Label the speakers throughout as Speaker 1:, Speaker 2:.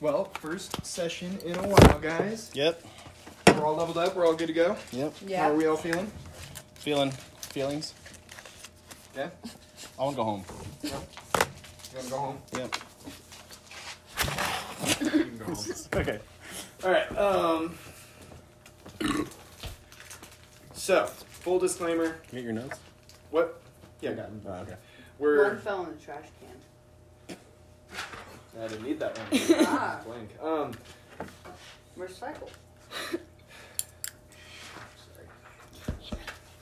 Speaker 1: Well, first session in a while, guys.
Speaker 2: Yep.
Speaker 1: We're all leveled up. We're all good to go.
Speaker 2: Yep.
Speaker 1: How
Speaker 3: Yeah.
Speaker 1: are we all feeling?
Speaker 2: Feeling feelings.
Speaker 1: Yeah.
Speaker 2: I want to go home.
Speaker 1: No? You gonna go home?
Speaker 2: Yep.
Speaker 1: You can go home.
Speaker 2: Okay.
Speaker 1: all right. Um. So, full disclaimer.
Speaker 2: Get your notes.
Speaker 1: What? Yeah, I got it.
Speaker 2: Oh, okay.
Speaker 3: One
Speaker 1: We're.
Speaker 3: fell in the trash can.
Speaker 1: I didn't need that one.
Speaker 3: Ah,
Speaker 1: Blank. Um.
Speaker 3: recycle.
Speaker 1: Sorry.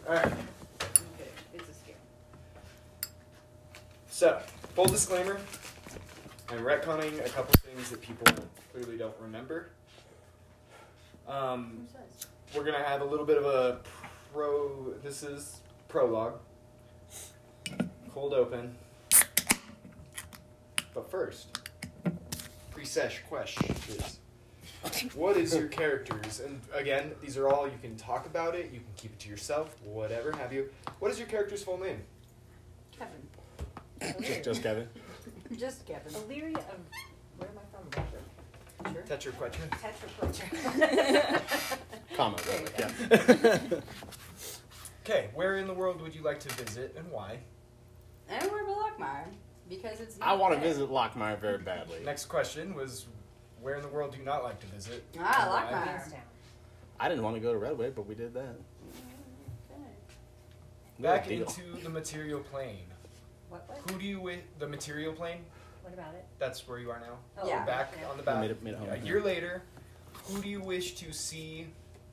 Speaker 1: All right.
Speaker 3: Okay, it's a scam.
Speaker 1: So, full disclaimer, I'm retconning a couple things that people clearly don't remember. Um, we're gonna have a little bit of a pro. This is prologue, cold open. But first, pre-sesh question is: What is your characters? And again, these are all you can talk about it. You can keep it to yourself, whatever have you. What is your character's full name?
Speaker 3: Kevin.
Speaker 2: Just, just Kevin.
Speaker 3: Just Kevin. Illyria of where am I from? Russia. Sure.
Speaker 1: Tetra Quetra.
Speaker 3: Tetra
Speaker 2: Comma. Really. Yeah.
Speaker 1: Okay, where in the world would you like to visit and why?
Speaker 3: And we're Blockmire because it's.
Speaker 2: I want to
Speaker 3: there.
Speaker 2: visit Lockmire very badly.
Speaker 1: Next question was where in the world do you not like to visit? and
Speaker 3: Ah,
Speaker 1: why?
Speaker 3: Lockmire.
Speaker 2: I didn't want to go to Redwood, but we did that.
Speaker 3: Okay.
Speaker 1: Back
Speaker 2: Deal.
Speaker 1: into the material plane.
Speaker 4: What, what?
Speaker 1: Who do you with the material plane?
Speaker 4: What about it?
Speaker 1: That's where you are now.
Speaker 4: Oh,
Speaker 3: Yeah.
Speaker 1: Back
Speaker 4: okay.
Speaker 1: on the back.
Speaker 2: Made it- made it home.
Speaker 1: a year later, who do you wish to see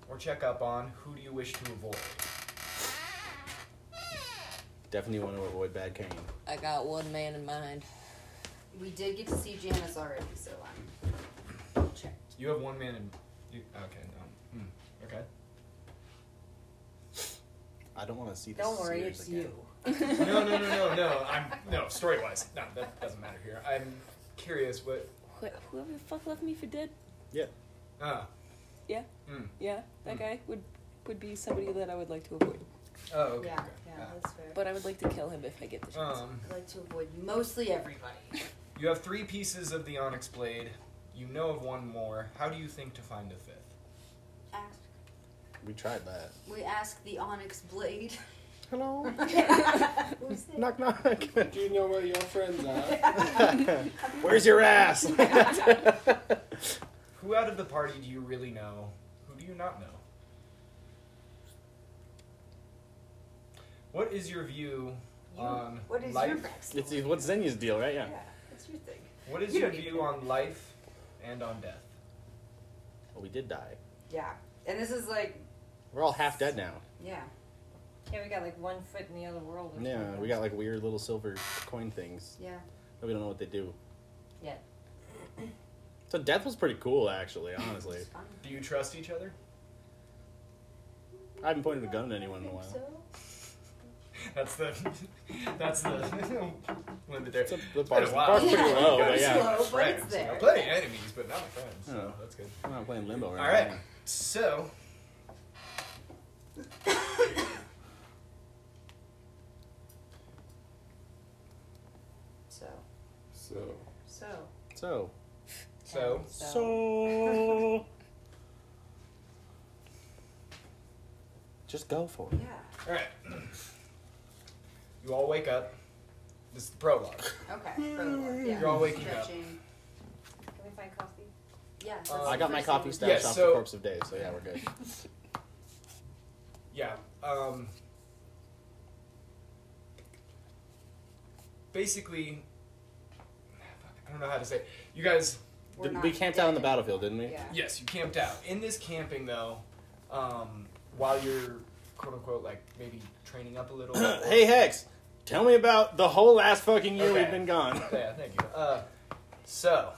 Speaker 1: or check up on? Who do you wish to avoid?
Speaker 2: Definitely want to avoid Bad Kane.
Speaker 5: I got one man in mind.
Speaker 3: We did get to see Janice already, so I'm checked.
Speaker 1: You have one man in. You, okay, no. Hmm, okay.
Speaker 2: I don't want to see this.
Speaker 4: Don't worry,
Speaker 2: series
Speaker 4: it's
Speaker 2: again.
Speaker 4: you.
Speaker 1: No, no, no, no, no. I'm no story wise. No, that doesn't matter here. I'm curious what.
Speaker 5: whoever the fuck left me for dead,
Speaker 1: Ah.
Speaker 5: Yeah.
Speaker 1: Hmm.
Speaker 5: yeah, that
Speaker 1: Hmm.
Speaker 5: guy would would be somebody that I would like to avoid.
Speaker 1: Oh, okay.
Speaker 3: yeah,
Speaker 1: okay.
Speaker 3: yeah, that's fair.
Speaker 5: But I would like to kill him if I get the chance.
Speaker 1: Um,
Speaker 3: I like to avoid mostly everybody.
Speaker 1: you have three pieces of the onyx blade. You know of one more. How do you think to find a fifth?
Speaker 3: Ask,
Speaker 2: We tried that.
Speaker 3: we ask the Onyx Blade.
Speaker 2: Hello.
Speaker 3: Who's that?
Speaker 2: knock knock.
Speaker 6: Do you know where your friends are?
Speaker 2: Where's your ass?
Speaker 1: Who out of the party do you really know? Who do you not know? What is your view
Speaker 2: Um,
Speaker 1: on
Speaker 3: What is
Speaker 1: life?
Speaker 3: your backstory?
Speaker 2: it's what's Xenia's deal, right? Yeah.
Speaker 3: yeah, what's your thing?
Speaker 1: What is
Speaker 3: You
Speaker 1: your
Speaker 3: don't need
Speaker 1: view on life and on death?
Speaker 2: Well, we did die.
Speaker 3: Yeah, and this is like,
Speaker 2: We're all half dead now.
Speaker 3: yeah,
Speaker 4: Yeah, we got like one foot in the other world. Or
Speaker 2: Yeah,
Speaker 4: something.
Speaker 2: we got like weird little silver coin things.
Speaker 3: yeah.
Speaker 2: that We don't know what they do.
Speaker 4: Yeah.
Speaker 2: So death was pretty cool, actually. Honestly,
Speaker 3: It's fun.
Speaker 1: Do you trust each other?
Speaker 2: I haven't pointed a gun at anyone in a while.
Speaker 1: That's the that's the limit there.
Speaker 2: It's a- the
Speaker 1: It's been
Speaker 2: bar's-
Speaker 1: a
Speaker 2: the
Speaker 1: while.
Speaker 2: bar's pretty
Speaker 3: Yeah.
Speaker 2: low, but
Speaker 1: Gotta see my
Speaker 2: yeah.
Speaker 3: Slow, but it's
Speaker 1: friends, you know,
Speaker 3: there.
Speaker 1: plenty of enemies, but not my friends. So
Speaker 2: Oh.
Speaker 1: that's good.
Speaker 2: I'm not playing limbo. Right
Speaker 1: All right. So,
Speaker 3: So,
Speaker 6: So,
Speaker 3: so
Speaker 2: So,
Speaker 1: so
Speaker 2: so just go for
Speaker 3: yeah.
Speaker 2: it.
Speaker 1: all right. You all wake up. This is the prologue.
Speaker 3: Okay. prologue, Yeah.
Speaker 1: You're all waking up.
Speaker 3: Stretching.
Speaker 4: Can we find coffee?
Speaker 3: Yeah. that's
Speaker 1: Uh,
Speaker 2: I
Speaker 3: the
Speaker 2: got my
Speaker 3: first thing
Speaker 2: coffee
Speaker 3: we
Speaker 2: stash
Speaker 1: Yeah,
Speaker 2: off
Speaker 1: so-
Speaker 2: the corpse of Dave, so yeah, we're good.
Speaker 1: Yeah. Um, basically, I don't know how to say. It. You guys
Speaker 3: do. We're
Speaker 2: Did-
Speaker 3: not
Speaker 2: we camped out on the
Speaker 3: dead.
Speaker 2: battlefield, didn't we?
Speaker 3: Yeah.
Speaker 1: Yes, you camped out. In this camping though, um, while you're quote unquote like maybe training up a little.
Speaker 2: hey Hex, tell me about the whole last fucking year
Speaker 1: Okay.
Speaker 2: we've been gone.
Speaker 1: Yeah, thank you. Uh, so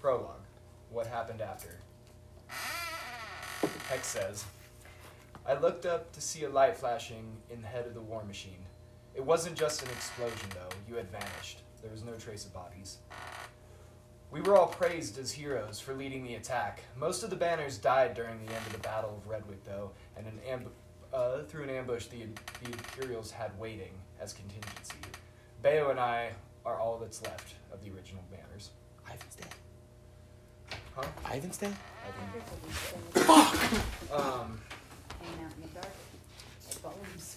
Speaker 1: prologue. What happened after? Hex says, I looked up to see a light flashing in the head of the war machine. It wasn't just an explosion, though. You had vanished. There was no trace of bodies. We were all praised as heroes for leading the attack. Most of the banners died during the end of the Battle of Redwick, though, and an amb- uh, through an ambush the, the Imperials had waiting as contingency. Bayo and I are all that's left of the original banners.
Speaker 2: Ivan's dead.
Speaker 1: Huh?
Speaker 7: Ivan's Day?
Speaker 1: I think.
Speaker 8: Here's a loose thing.
Speaker 1: Um,
Speaker 3: Hanging out in the dark. Like bones.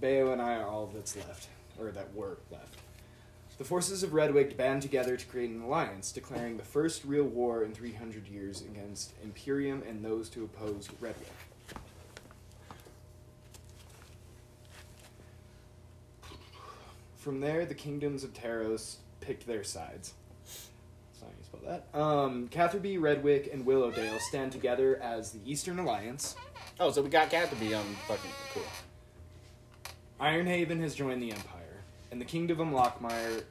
Speaker 1: Bayo and I are all that's left, or that were left. The forces of Redwig band together to create an alliance, declaring the first real war in 300 years against Imperium and those to oppose Redwig. From there, the kingdoms of Taros picked their sides. That's not how you spell that. Um, Catherby, Redwick, and Willowdale stand together as the Eastern Alliance.
Speaker 7: Oh, so we got Cat to be on fucking cool.
Speaker 1: Ironhaven has joined the Empire, and the Kingdom of Lockmire
Speaker 7: Fucking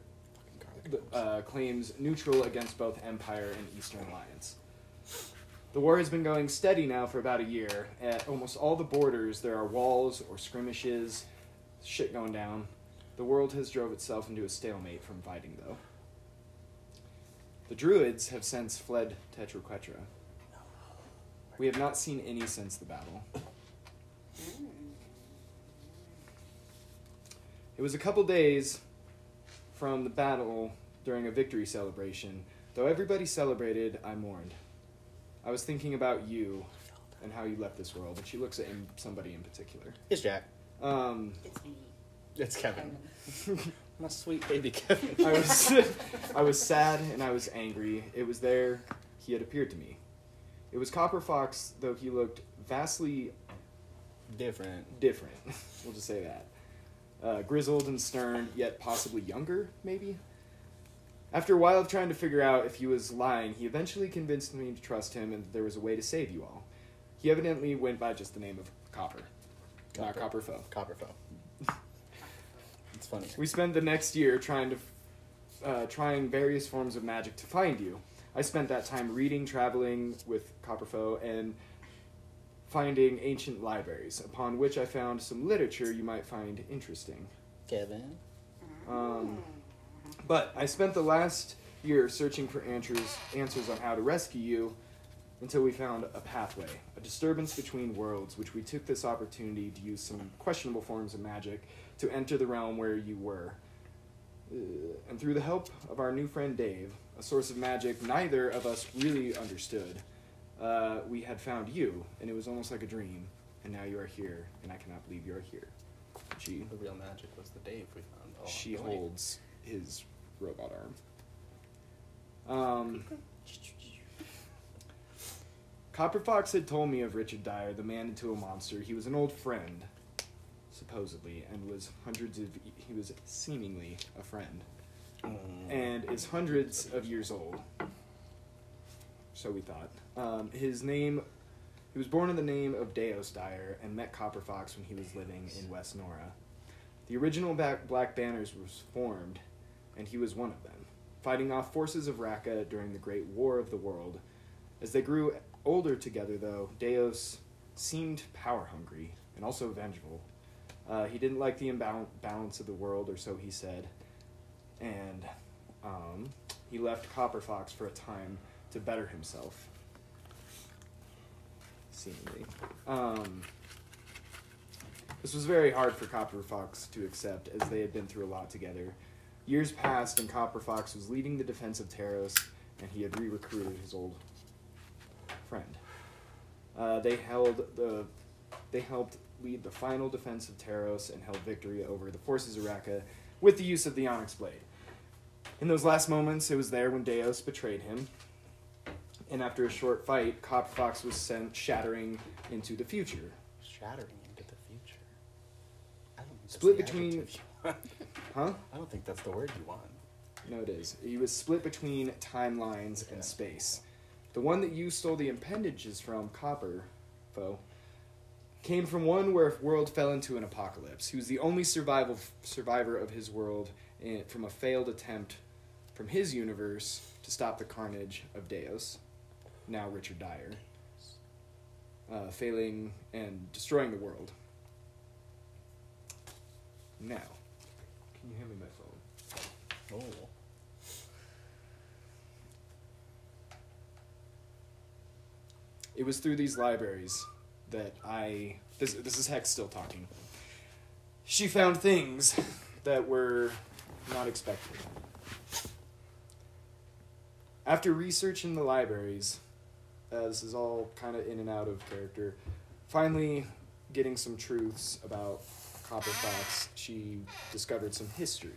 Speaker 1: th-
Speaker 7: garlic.
Speaker 1: uh, claims neutral against both Empire and Eastern Alliance. The war has been going steady now for about a year. At almost all the borders, there are walls or skirmishes, shit going down. The world has drove itself into a stalemate from fighting, though. The Druids have since fled Tetraquetra. We have not seen any since the battle. It was a couple days from the battle during a victory celebration. Though everybody celebrated, I mourned. I was thinking about you and how you left this world, and she looks at him, somebody in particular.
Speaker 7: It's Jack.
Speaker 1: Um,
Speaker 3: It's me.
Speaker 7: It's Kevin.
Speaker 3: Kevin.
Speaker 7: My sweet baby Kevin.
Speaker 1: I was, I was sad and I was angry. It was there. He had appeared to me. It was Copper Fox, though he looked vastly
Speaker 7: Different.
Speaker 1: different. We'll just say that. Uh, grizzled and stern, yet possibly younger, maybe? After a while of trying to figure out if he was lying, he eventually convinced me to trust him and that there was a way to save you all. He evidently went by just the name of Copper, not
Speaker 7: Copper.
Speaker 1: Copper Foe.
Speaker 7: Copperfell. it's funny.
Speaker 1: We spent the next year trying to, uh, trying various forms of magic to find you. I spent that time reading, traveling with Copperfoe, and finding ancient libraries, upon which I found some literature you might find interesting.
Speaker 7: Kevin.
Speaker 1: Um, but I spent the last year searching for answers, answers on how to rescue you until we found a pathway, a disturbance between worlds, which we took this opportunity to use some questionable forms of magic to enter the realm where you were. Uh, and through the help of our new friend Dave, a source of magic neither of us really understood, uh, we had found you, and it was almost like a dream. And now you are here, and I cannot believe you are here. She
Speaker 7: The real magic was the Dave we found.
Speaker 2: Oh,
Speaker 7: Oh, all
Speaker 1: she
Speaker 7: along the way.
Speaker 1: holds his robot arm. Um, Copper Fox had told me of Richard Dyer, the man into a monster. He was an old friend, supposedly, and was hundreds of he was seemingly a friend,
Speaker 7: Mm.
Speaker 1: and is hundreds of years old. So we thought. Um, his name, he was born in the name of Deos Dyer, and met Copper Fox when he was living in West Nora. The original Black, Black Banners was formed, and he was one of them, fighting off forces of Raka during the Great War of the World. As they grew older together, though, Deos seemed power hungry and also vengeful. Uh, he didn't like the imbalance balance of the world, or so he said, and um, he left Copper Fox for a time to better himself. Seemingly. Um, this was very hard for Copper Fox to accept, as they had been through a lot together. Years passed, and Copper Fox was leading the defense of Taros, and he had re recruited his old friend. Uh, they held the, they helped lead the final defense of Taros and held victory over the forces of Raka with the use of the Onyx Blade. In those last moments, it was there when Deos betrayed him, and after a short fight, Copper Fox was sent shattering into the future.
Speaker 7: shattering into the future. I don't think that's
Speaker 1: Split
Speaker 7: the
Speaker 1: between-
Speaker 7: adjective you want.
Speaker 1: Huh?
Speaker 7: I don't think that's the word you want.
Speaker 1: No, it is. He was split between timelines
Speaker 7: Yeah.
Speaker 1: and space. The one that you stole the appendages from, Copper, foe, came from one where a world fell into an apocalypse. He was the only survival survivor of his world in, from a failed attempt from his universe to stop the carnage of Deus, now Richard Dyer, uh, failing and destroying the world. Now, can you hand me my phone?
Speaker 7: Oh.
Speaker 1: it was through these libraries that I this this is Hex still talking. She found things that were not expected. After researching the libraries, uh, this is all kind of in and out of character. Finally, getting some truths about Copper Fox, she discovered some history.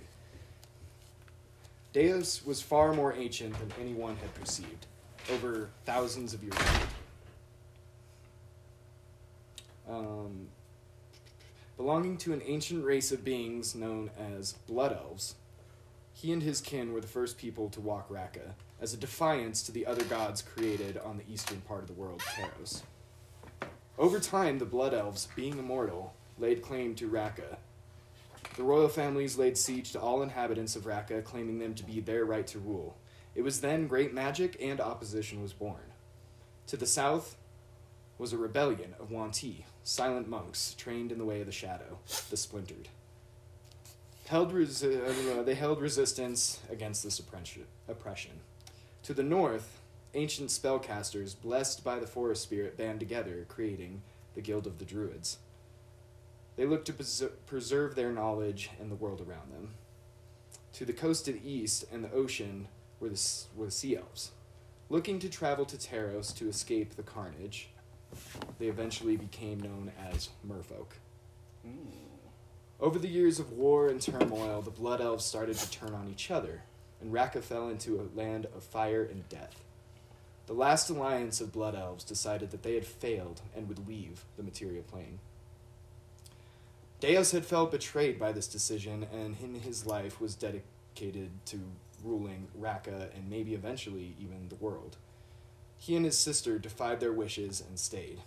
Speaker 1: Deus was far more ancient than anyone had perceived, over thousands of years. Um, belonging to an ancient race of beings known as Blood Elves, he and his kin were the first people to walk Raqqa, as a defiance to the other gods created on the eastern part of the world, Taros. Over time, the Blood Elves, being immortal, laid claim to Raqqa. The royal families laid siege to all inhabitants of Raqqa, claiming them to be their right to rule. It was then great magic and opposition was born. To the south was a rebellion of Wanti, silent monks trained in the way of the shadow, the splintered held resi- uh, I don't know, they held resistance against this oppression. oppression. To the north, ancient spellcasters blessed by the forest spirit band together, creating the Guild of the Druids. They looked to pres- preserve their knowledge and the world around them. To the coast to the east and the ocean were the, s- were the sea elves. Looking to travel to Taros to escape the carnage, they eventually became known as merfolk.
Speaker 7: Mm.
Speaker 1: Over the years of war and turmoil, the Blood Elves started to turn on each other, and Raqqa fell into a land of fire and death. The last alliance of Blood Elves decided that they had failed and would leave the material plane. Deus had felt betrayed by this decision, and in his life was dedicated to ruling Raqqa and maybe eventually even the world. He and his sister defied their wishes and stayed.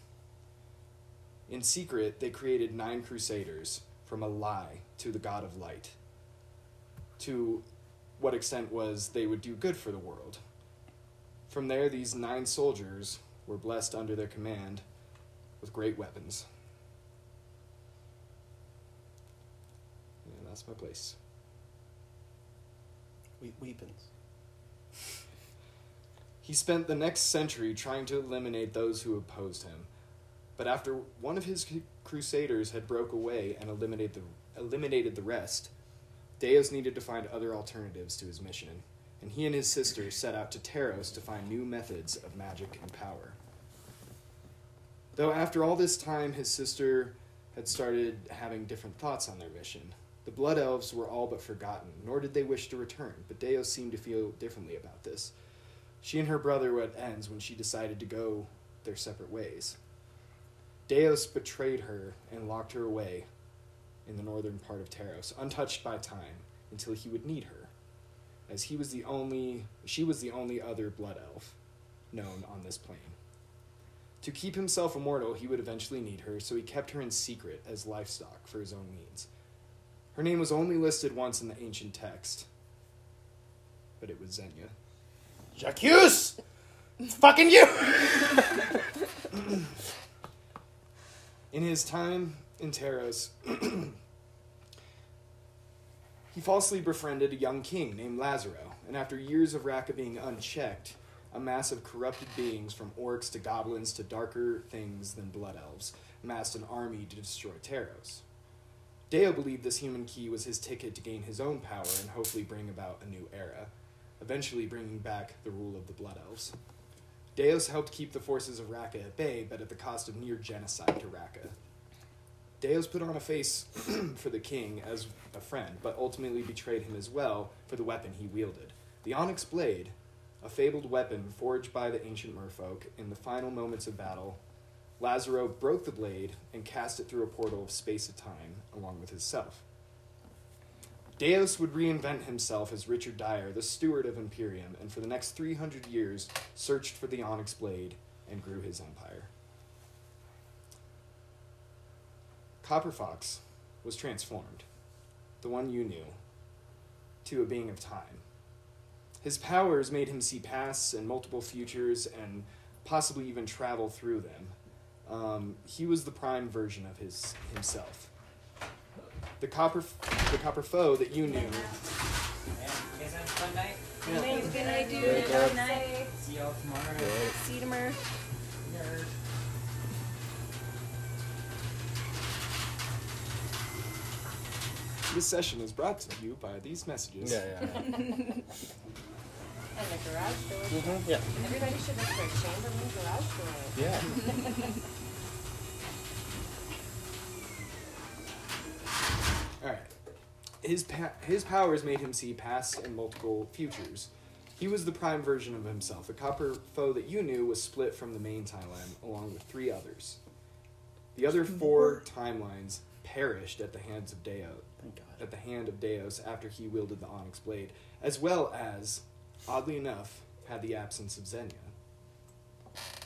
Speaker 1: In secret, they created nine crusaders from a lie to the god of light. To what extent was they would do good for the world. From there, these nine soldiers were blessed under their command with great weapons. And that's my place.
Speaker 9: We- weapons.
Speaker 1: He spent the next century trying to eliminate those who opposed him. But after one of his cru- crusaders had broke away and eliminated the, eliminated the rest, Deus needed to find other alternatives to his mission, and he and his sister set out to Taros to find new methods of magic and power. Though after all this time, his sister had started having different thoughts on their mission. The Blood Elves were all but forgotten, nor did they wish to return, but Deus seemed to feel differently about this. She and her brother were at ends when she decided to go their separate ways. Deus betrayed her and locked her away in the northern part of Taros, untouched by time, until he would need her, as he was the only she was the only other blood elf known on this plane. To keep himself immortal, he would eventually need her, so he kept her in secret as livestock for his own means. Her name was only listed once in the ancient text, but it was Xenia.
Speaker 9: Jacques! It's fucking you!
Speaker 1: In his time in Taros, he falsely befriended a young king named Lazaro, and after years of Raqqa being unchecked, a mass of corrupted beings from orcs to goblins to darker things than blood elves amassed an army to destroy Taros. Deo believed this human key was his ticket to gain his own power and hopefully bring about a new era, eventually bringing back the rule of the blood elves. Deus helped keep the forces of Raqqa at bay, but at the cost of near genocide to Raqqa. Deus put on a face for the king as a friend, but ultimately betrayed him as well for the weapon he wielded. The Onyx Blade, a fabled weapon forged by the ancient merfolk in the final moments of battle, Lazaro broke the blade and cast it through a portal of space and time along with himself. Deus would reinvent himself as Richard Dyer, the steward of Imperium, and for the next 300 years searched for the Onyx Blade and grew his empire. Copper Fox was transformed, the one you knew, to a being of time. His powers made him see pasts and multiple futures and possibly even travel through them. Um, he was the prime version of his himself. The copper, the copper foe that you knew
Speaker 10: You guys have a fun night.
Speaker 8: Amazing
Speaker 11: Wake
Speaker 8: idea.
Speaker 11: up.
Speaker 8: Say-
Speaker 10: See y'all tomorrow.
Speaker 5: See you tomorrow.
Speaker 10: Nerd.
Speaker 1: This session is brought to you by these messages.
Speaker 7: Yeah, yeah.
Speaker 8: And the garage door.
Speaker 7: Mm-hmm. Yeah.
Speaker 8: Everybody should look for a Chamberlain garage door.
Speaker 7: Yeah.
Speaker 1: All right. His pa- his powers made him see past and multiple futures. He was the prime version of himself. The copper foe that you knew was split from the main timeline, along with three others. The other four timelines perished at the hands of Deo,
Speaker 7: Thank God.
Speaker 1: at the hand of Deos after he wielded the Onyx Blade, as well as, oddly enough, had the absence of Xenia.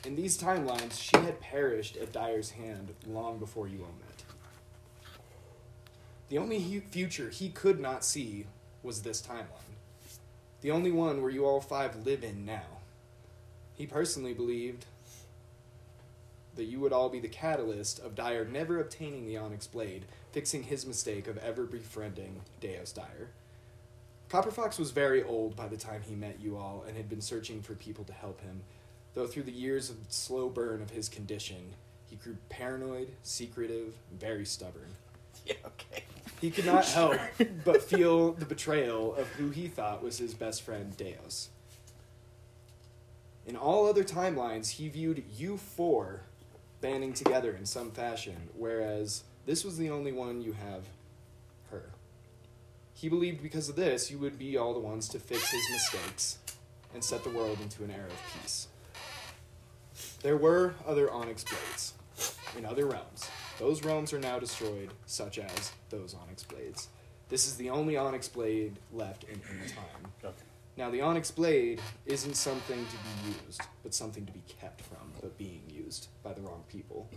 Speaker 1: In these timelines, she had perished at Dyer's hand long before you all met. The only hu- future he could not see was this timeline. The only one where you all five live in now. He personally believed that you would all be the catalyst of Dyer never obtaining the Onyx Blade, fixing his mistake of ever befriending Deos Dyer. Copper Fox was very old by the time he met you all and had been searching for people to help him, though through the years of slow burn of his condition, he grew paranoid, secretive, and very stubborn.
Speaker 9: Yeah, okay.
Speaker 1: He could not help but feel the betrayal of who he thought was his best friend, Deus. In all other timelines, he viewed you four banding together in some fashion, whereas this was the only one you have her. He believed because of this, you would be all the ones to fix his mistakes and set the world into an era of peace. There were other Onyx Blades in other realms. Those realms are now destroyed, such as those Onyx Blades. This is the only Onyx Blade left in any time.
Speaker 7: Okay.
Speaker 1: Now, the Onyx Blade isn't something to be used, but something to be kept from, but being used by the wrong people.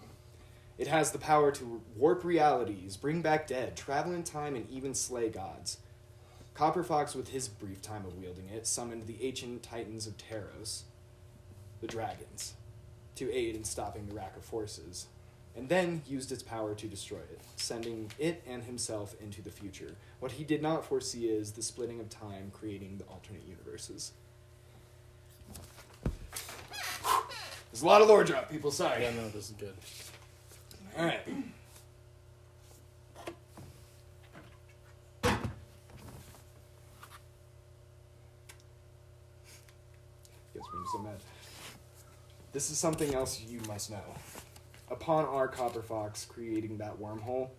Speaker 1: It has the power to warp realities, bring back dead, travel in time, and even slay gods. Copper Fox, with his brief time of wielding it, summoned the ancient titans of Taros, the dragons, to aid in stopping the rack of forces, and then used its power to destroy it, sending it and himself into the future. What he did not foresee is the splitting of time, creating the alternate universes. There's a lot of lore drop, people. Sorry.
Speaker 7: Yeah, no, this is good.
Speaker 1: All right. Guess we're so mad. This is something else you must know. Upon our Copper Fox creating that wormhole,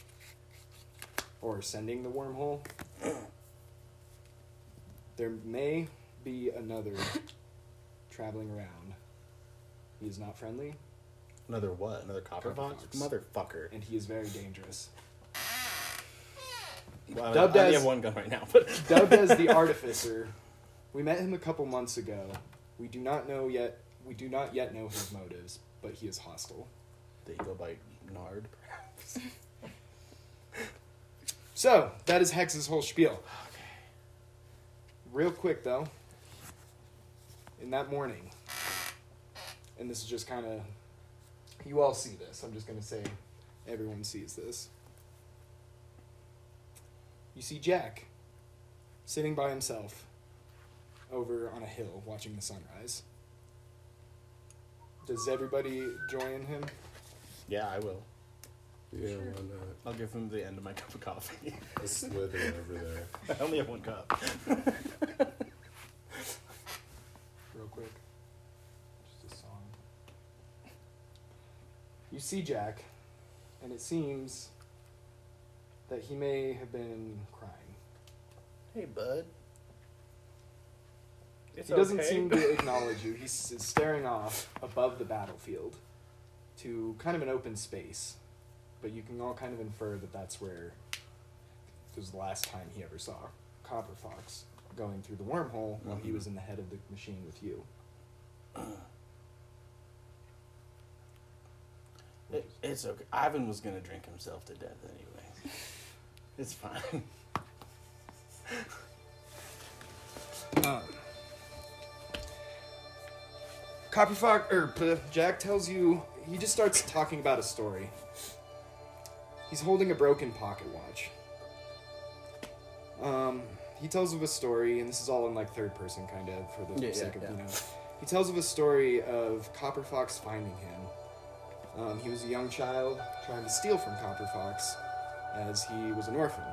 Speaker 1: or sending the wormhole, there may be another traveling around. He is not friendly,
Speaker 7: Another what? Another copper,
Speaker 1: Copper
Speaker 7: box?
Speaker 1: box.
Speaker 7: Motherfucker.
Speaker 1: and he is very dangerous.
Speaker 7: Well, I,
Speaker 1: Dubbed
Speaker 7: I only
Speaker 1: as-
Speaker 7: have one gun right now, but
Speaker 1: dubbed as the artificer. We met him a couple months ago. We do not know yet. We do not yet know his motives, but he is hostile.
Speaker 7: they go by Nard.
Speaker 1: So that is Hex's whole spiel. Real quick though, in that morning, and this is just kind of you all see this. I'm just gonna say everyone sees this. You see Jack sitting by himself over on a hill watching the sunrise. Does everybody join him?
Speaker 7: Yeah, I will.
Speaker 11: Yeah, why not?
Speaker 7: I'll give him the end of my cup of coffee.
Speaker 11: A slither over there.
Speaker 7: I only have one cup.
Speaker 1: real quick. Just a song. You see Jack, and it seems that he may have been crying.
Speaker 7: Hey, bud. It's
Speaker 1: he doesn't
Speaker 7: okay.
Speaker 1: seem to acknowledge you. He's s- staring off above the battlefield to kind of an open space, but you can all kind of infer that that's where it was the last time he ever saw Copper Fox going through the wormhole while he
Speaker 7: Mhm.
Speaker 1: was in the head of the machine with you.
Speaker 7: It, it's okay. Ivan was gonna drink himself to death anyway. It's fine.
Speaker 1: Um, Copper Fox, or er, Jack tells you, he just starts talking about a story. He's holding a broken pocket watch. Um, he tells of a story, and this is all in like third person, kind of, for the
Speaker 7: Yeah, yeah,
Speaker 1: sake of,
Speaker 7: yeah.
Speaker 1: you know. He tells of a story of Copper Fox finding him. Um, he was a young child trying to steal from Copper Fox as he was an orphan.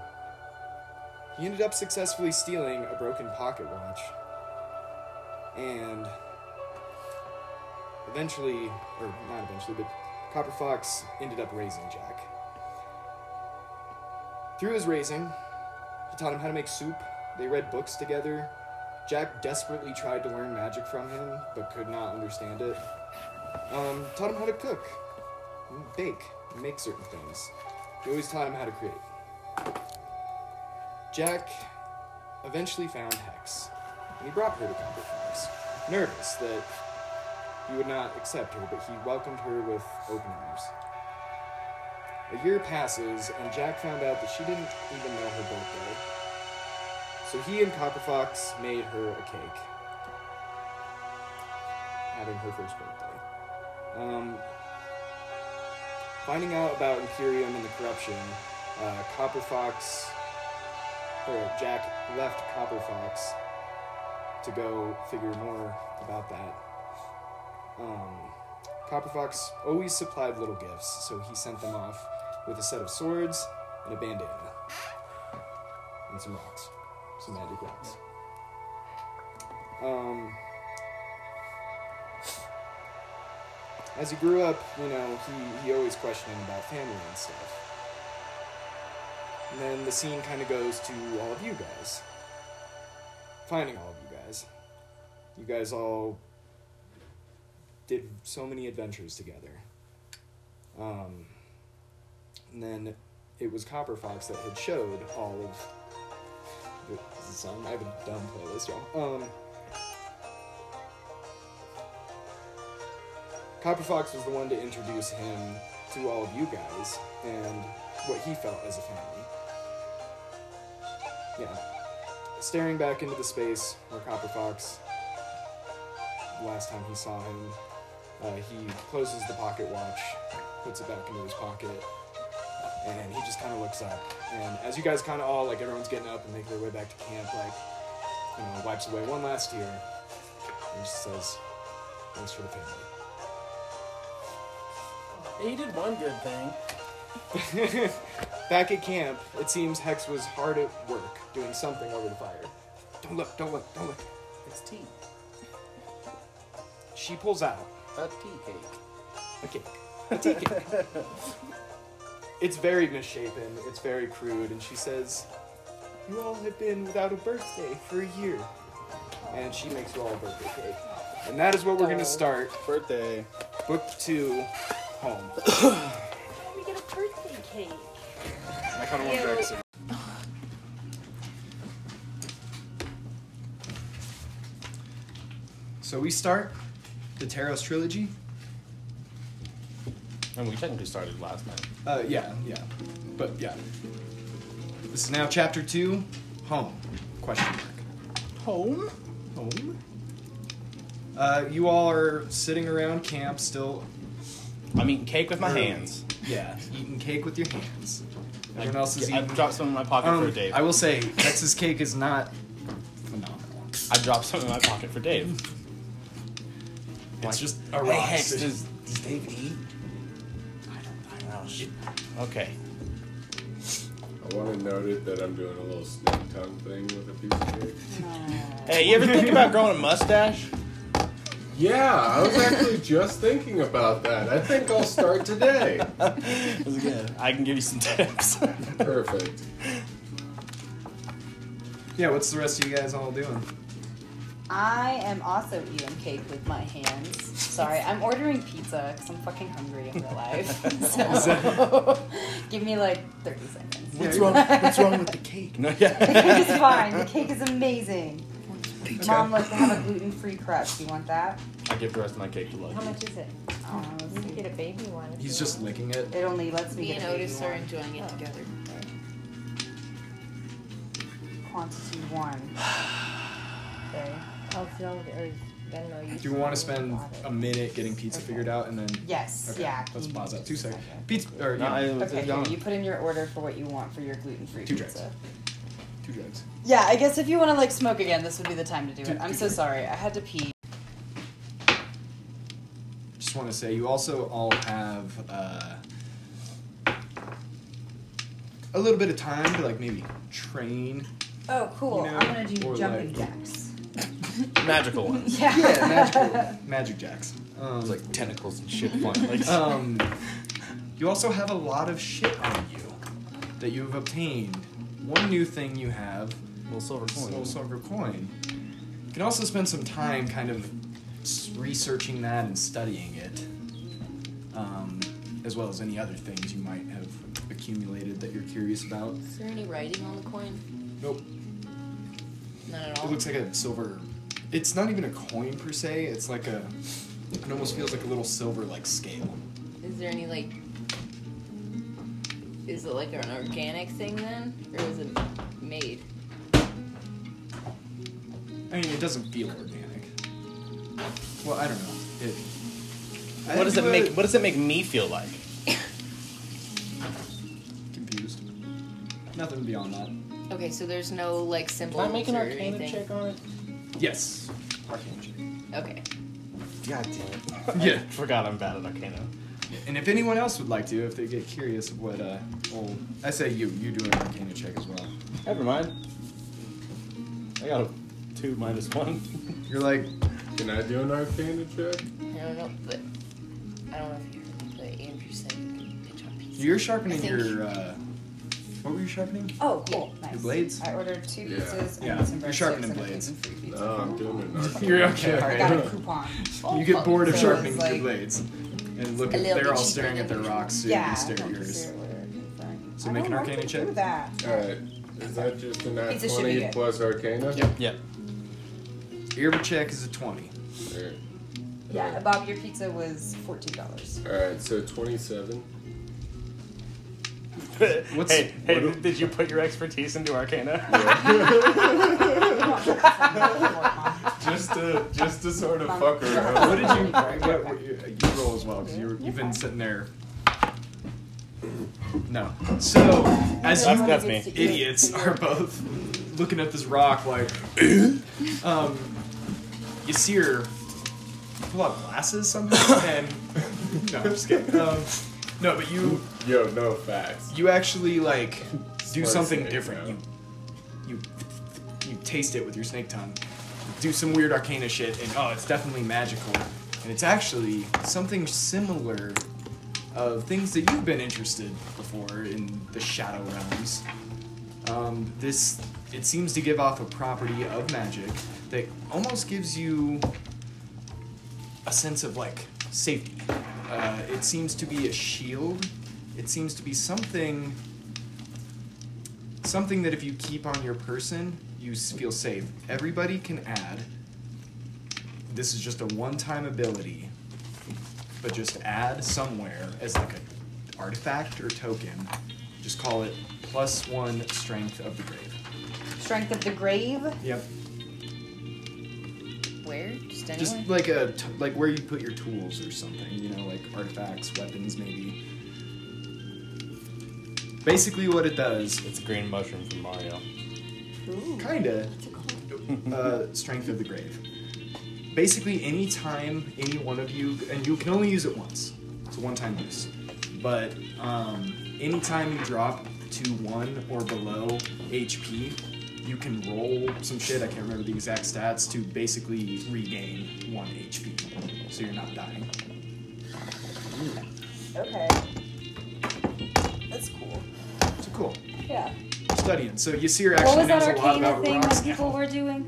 Speaker 1: He ended up successfully stealing a broken pocket watch. And Eventually, or not eventually, but Copper Fox ended up raising Jack. Through his raising, he taught him how to make soup. They read books together. Jack desperately tried to learn magic from him, but could not understand it. Um, taught him how to cook, bake, make certain things. He always taught him how to create. Jack eventually found Hex, and he brought her to Copper Fox, nervous that he would not accept her, but he welcomed her with open arms. A year passes, and Jack found out that she didn't even know her birthday. So he and Copper Fox made her a cake, having her first birthday. Um, finding out about Imperium and the corruption, uh, Copper Fox, or Jack left Copper Fox to go figure more about that. Um, Copper Fox always supplied little gifts, so he sent them off with a set of swords and a bandana and some rocks, some magic rocks. Um, as he grew up, you know, he, he always questioned about family and stuff. And then the scene kind of goes to all of you guys. Finding all of you guys. You guys all did so many adventures together. Um, and then it was Copper Fox that had showed all of. This is a song. I have a dumb playlist, y'all. Um, Copper Fox was the one to introduce him to all of you guys and what he felt as a family. Yeah. Staring back into the space where Copper Fox, last time he saw him, uh, he closes the pocket watch, puts it back into his pocket, and he just kind of looks up. And as you guys kind of all, like, everyone's getting up and making their way back to camp, like, you know, wipes away one last tear and just says, Thanks for the family.
Speaker 7: He did one good thing.
Speaker 1: Back at camp, it seems Hex was hard at work doing something over the fire. Don't look, don't look, don't look.
Speaker 7: It's tea.
Speaker 1: She pulls out
Speaker 7: A tea cake.
Speaker 1: a cake. A tea cake. it's very misshapen, it's very crude, and she says, You all have been without a birthday for a year. And she makes you all a birthday cake. And that is what we're going to start
Speaker 7: Birthday.
Speaker 1: book two home.
Speaker 8: We get a birthday cake.
Speaker 1: I kind of want back soon. So we start the Taros trilogy.
Speaker 7: And we technically started last night.
Speaker 1: Uh, yeah, yeah, but yeah. This is now chapter two, home? Question
Speaker 7: Home?
Speaker 1: mark. Home. Uh, you all are sitting around camp, still,
Speaker 7: I'm eating cake with my
Speaker 1: Early.
Speaker 7: hands.
Speaker 1: yeah, eating cake with your hands. Everyone else is
Speaker 7: I
Speaker 1: eating.
Speaker 7: dropped some in my pocket
Speaker 1: Um,
Speaker 7: for Dave.
Speaker 1: I will say, Texas cake is not phenomenal.
Speaker 7: I dropped some in my pocket for Dave.
Speaker 1: It's
Speaker 7: Like,
Speaker 1: just a
Speaker 7: Hey,
Speaker 1: rock.
Speaker 7: Hex, does, does Dave eat? I don't, I don't know. Shit. Okay.
Speaker 11: I want to note it that I'm doing a little snake tongue thing with a piece of cake.
Speaker 7: Hey, you ever think about growing a mustache?
Speaker 11: Yeah, I was actually just thinking about that. I think I'll start today.
Speaker 7: I can give you some tips.
Speaker 11: Perfect.
Speaker 1: Yeah, what's the rest of you guys all doing?
Speaker 3: I am also eating cake with my hands. Sorry, I'm ordering pizza because I'm fucking hungry in real life. So, give me like 30 seconds.
Speaker 1: What's
Speaker 7: wrong? What's wrong with the cake? No, yeah.
Speaker 3: Cake is fine. The cake is amazing. Mom likes to have a gluten-free crust. You want that? Oh,
Speaker 7: I give the rest of my cake to Lucky.
Speaker 8: How much is it?
Speaker 3: I don't know.
Speaker 8: You can get a baby one. if
Speaker 1: He's
Speaker 8: you
Speaker 1: just
Speaker 8: want.
Speaker 1: licking it.
Speaker 3: It only lets me
Speaker 12: Me
Speaker 3: get Oh.
Speaker 12: and
Speaker 3: a baby
Speaker 12: Otis are
Speaker 3: one.
Speaker 12: enjoying it together.
Speaker 3: Quantity one.
Speaker 8: Okay.
Speaker 3: Oh,
Speaker 8: I'll sell it, or then no, you
Speaker 1: Do you want to
Speaker 8: sell it,
Speaker 1: spend
Speaker 8: bought it.
Speaker 1: a minute getting pizza
Speaker 8: Okay.
Speaker 1: figured out and then?
Speaker 3: Yes.
Speaker 1: Okay,
Speaker 3: Yeah.
Speaker 1: Let's
Speaker 3: you
Speaker 1: pause
Speaker 3: can
Speaker 1: that.
Speaker 3: do
Speaker 1: Two
Speaker 3: that.
Speaker 1: seconds. Pizza or
Speaker 7: No, I,
Speaker 1: yeah,
Speaker 3: Okay,
Speaker 7: yeah.
Speaker 3: here, you put in your order for what you want for your gluten-free
Speaker 1: Two
Speaker 3: pizza.
Speaker 1: drinks. two drinks.
Speaker 3: Yeah, I guess if you want to like smoke again, this would be the time to do
Speaker 1: Two-
Speaker 3: it. I'm
Speaker 1: two
Speaker 3: so sorry. I had to pee.
Speaker 1: Just want to say you also all have uh, a little bit of time to like maybe train.
Speaker 3: Oh, cool.
Speaker 1: You know,
Speaker 3: I'm gonna do
Speaker 1: or
Speaker 3: jumping
Speaker 1: like-
Speaker 3: jacks.
Speaker 7: magical ones.
Speaker 3: Yeah.
Speaker 1: magic magic jacks. Um,
Speaker 7: It's like tentacles and shit flying. Like,
Speaker 1: um, you also have a lot of shit on you that you have obtained. One new thing you have
Speaker 7: little silver
Speaker 1: is a
Speaker 7: coin.
Speaker 1: little silver coin. You can also spend some time kind of s- researching that and studying it, um, as well as any other things you might have accumulated that you're curious about.
Speaker 3: Is there any writing on the coin?
Speaker 1: Nope.
Speaker 3: None at all.
Speaker 1: It looks like a silver. It's not even a coin per se. It's like a. It almost feels like a little silver like scale.
Speaker 3: Is there any like? Is it like an organic thing then, or is it made?
Speaker 1: I mean, it doesn't feel organic. Well, I don't know. It. I
Speaker 9: What does it
Speaker 1: do a-
Speaker 9: make? What does it make me feel like?
Speaker 1: Confused. Nothing beyond that.
Speaker 3: Okay, so there's no like
Speaker 9: Can
Speaker 3: symbols
Speaker 9: I make an
Speaker 3: or
Speaker 9: arcana
Speaker 3: anything.
Speaker 9: check on it?
Speaker 1: Yes. Arcane check.
Speaker 3: Okay.
Speaker 7: God damn it.
Speaker 1: Yeah.
Speaker 9: Forgot I'm bad at arcana.
Speaker 1: And if anyone else would like to, if they get curious of what, uh, well, I say you, you do an arcana check as well.
Speaker 7: Never mind. I got a two minus one.
Speaker 1: You're like,
Speaker 11: Can I do an arcana check?
Speaker 3: I don't know, but I don't know if you heard, but Andrew said you can pitch on pizza.
Speaker 1: you're sharpening
Speaker 3: I think-
Speaker 1: your, uh, what were you sharpening?
Speaker 3: Oh, cool. Nice.
Speaker 1: Your blades?
Speaker 3: I ordered two
Speaker 11: Yeah.
Speaker 3: pizzas
Speaker 1: Yeah,
Speaker 3: and some
Speaker 1: you're
Speaker 3: breadsticks
Speaker 1: sharpening
Speaker 3: and a
Speaker 1: blades. Oh.
Speaker 3: gluten-free pizza.
Speaker 11: No, I'm doing an arcana.
Speaker 1: You're okay.
Speaker 3: I got a coupon.
Speaker 1: You get bored of
Speaker 3: So
Speaker 1: sharpening
Speaker 3: it's like-
Speaker 1: your blades. And look,
Speaker 3: A
Speaker 1: at,
Speaker 3: little
Speaker 1: they're
Speaker 3: bit
Speaker 1: all
Speaker 3: cheaper
Speaker 1: staring
Speaker 3: than
Speaker 1: at their
Speaker 3: usual.
Speaker 1: rocks, so
Speaker 8: yeah,
Speaker 1: you can stare at
Speaker 8: don't
Speaker 1: yours.
Speaker 8: consider what it is,
Speaker 1: So
Speaker 8: I
Speaker 1: make an
Speaker 8: don't know if
Speaker 1: arcana
Speaker 8: I
Speaker 1: check.
Speaker 8: do that.
Speaker 11: Alright. Is that just an at
Speaker 3: Pizza should be
Speaker 11: 20
Speaker 3: good.
Speaker 11: plus arcana?
Speaker 7: Yep.
Speaker 9: Yep.
Speaker 1: Ear check is a 20.
Speaker 11: Alright.
Speaker 3: Yeah, Bob, your pizza was fourteen dollars.
Speaker 11: Alright, so 27.
Speaker 1: What's-
Speaker 9: hey, hey,
Speaker 1: what-
Speaker 9: did you put your expertise into arcana?
Speaker 11: Just
Speaker 1: uh,
Speaker 11: to, Uh, just to sort of
Speaker 3: Mom.
Speaker 11: fuck around.
Speaker 1: What did you, what, what, you, you roll as well, because you've been sitting there. No. So, as you
Speaker 9: That's, that's me.
Speaker 1: idiots are both looking at this rock like, um, you see her pull out glasses somehow, and no, I'm just kidding. Um, no, but you
Speaker 11: Yo, no facts.
Speaker 1: you actually like do
Speaker 11: Smart
Speaker 1: something
Speaker 11: snake,
Speaker 1: different.
Speaker 11: yeah.
Speaker 1: You you you taste it with your snake tongue. Do some weird arcana shit, and oh, it's definitely magical. And it's actually something similar of things that you've been interested before in the shadow realms. Um, this it seems to give off a property of magic that almost gives you a sense of like safety. Uh, it seems to be a shield. It seems to be something something that if you keep on your person, you s- feel safe. Everybody can add. This is just a one-time ability, but just add somewhere as like a artifact or token. Just call it plus one strength of the grave.
Speaker 3: Strength of the grave.
Speaker 1: Yep.
Speaker 3: Where? Just anywhere.
Speaker 1: Just like a t- like where you put your tools or something, you know, like artifacts, weapons, maybe. Basically, what it does,
Speaker 9: It's a green mushroom from Mario.
Speaker 1: kinda, uh, strength of the grave. Basically, any time any one of you, and you can only use it once. It's a one-time use. But um, anytime you drop to one or below HP, you can roll some shit. I can't remember the exact stats to basically regain one HP, so you're not dying.
Speaker 8: Okay. That's cool.
Speaker 1: So cool.
Speaker 8: Yeah.
Speaker 1: Studying. So you see her
Speaker 3: what
Speaker 1: actually
Speaker 3: was that
Speaker 1: knows a lot
Speaker 3: arcana
Speaker 1: about
Speaker 3: thing
Speaker 1: rocks
Speaker 3: that people
Speaker 1: now.
Speaker 3: were doing?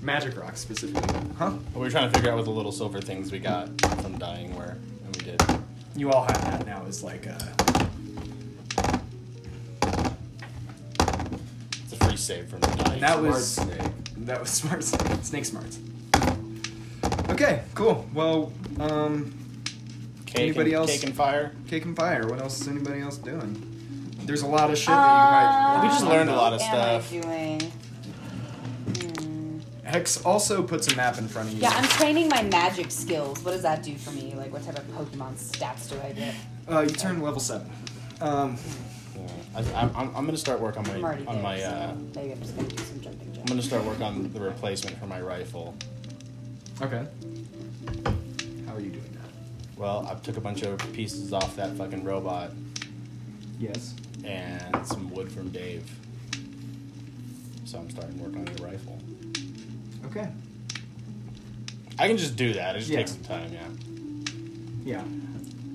Speaker 1: Magic rocks specifically. Huh?
Speaker 9: We were trying to figure out what the little silver things we got from dying were, and we did.
Speaker 1: You all have that now as like uh, a
Speaker 9: It's a free save from the dying.
Speaker 1: And that was
Speaker 11: Smart snake.
Speaker 1: that was smart snake, snake smarts. Okay, cool. Well, um,
Speaker 9: cake
Speaker 1: anybody
Speaker 9: and,
Speaker 1: else?
Speaker 9: Cake and fire.
Speaker 1: cake and fire. What else is anybody else doing? There's a lot of shit that you might.
Speaker 9: We just learned a lot of
Speaker 3: What am
Speaker 9: stuff.
Speaker 3: I doing? Hmm.
Speaker 1: Hex also puts a map in front of you.
Speaker 3: Yeah, I'm training my magic skills. What does that do for me? Like, what type of Pokemon stats do I get?
Speaker 1: uh, you turn level seven. Um,
Speaker 9: Yeah. I, I'm, I'm I'm gonna start work on
Speaker 3: I'm
Speaker 9: my
Speaker 3: already
Speaker 9: on
Speaker 3: there,
Speaker 9: my.
Speaker 3: so
Speaker 9: Uh,
Speaker 3: maybe I'm just gonna do some jumping
Speaker 9: I'm
Speaker 3: jacks.
Speaker 9: gonna start work on the replacement for my rifle.
Speaker 1: okay. How are you doing that?
Speaker 9: Well, I took a bunch of pieces off that fucking robot
Speaker 1: Yes.
Speaker 9: and some wood from Dave. So I'm starting work on the rifle.
Speaker 1: Okay.
Speaker 2: I can just do that. It just
Speaker 13: Yeah.
Speaker 2: takes some time, yeah.
Speaker 13: Yeah.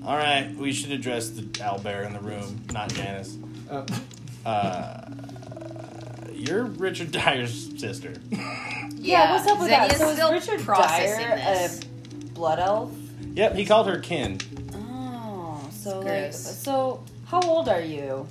Speaker 2: All right, we should address the owlbear in the room, not Janice.
Speaker 1: Uh,
Speaker 2: Uh, you're Richard Dyer's sister.
Speaker 5: Yeah, what's up with that?
Speaker 3: Xenia's
Speaker 5: So is
Speaker 3: still
Speaker 5: Richard
Speaker 3: processing
Speaker 5: Dyer
Speaker 3: this. a blood elf?
Speaker 2: yep, he called her kin.
Speaker 3: Oh, so like,
Speaker 12: Gross.
Speaker 3: so how old are you?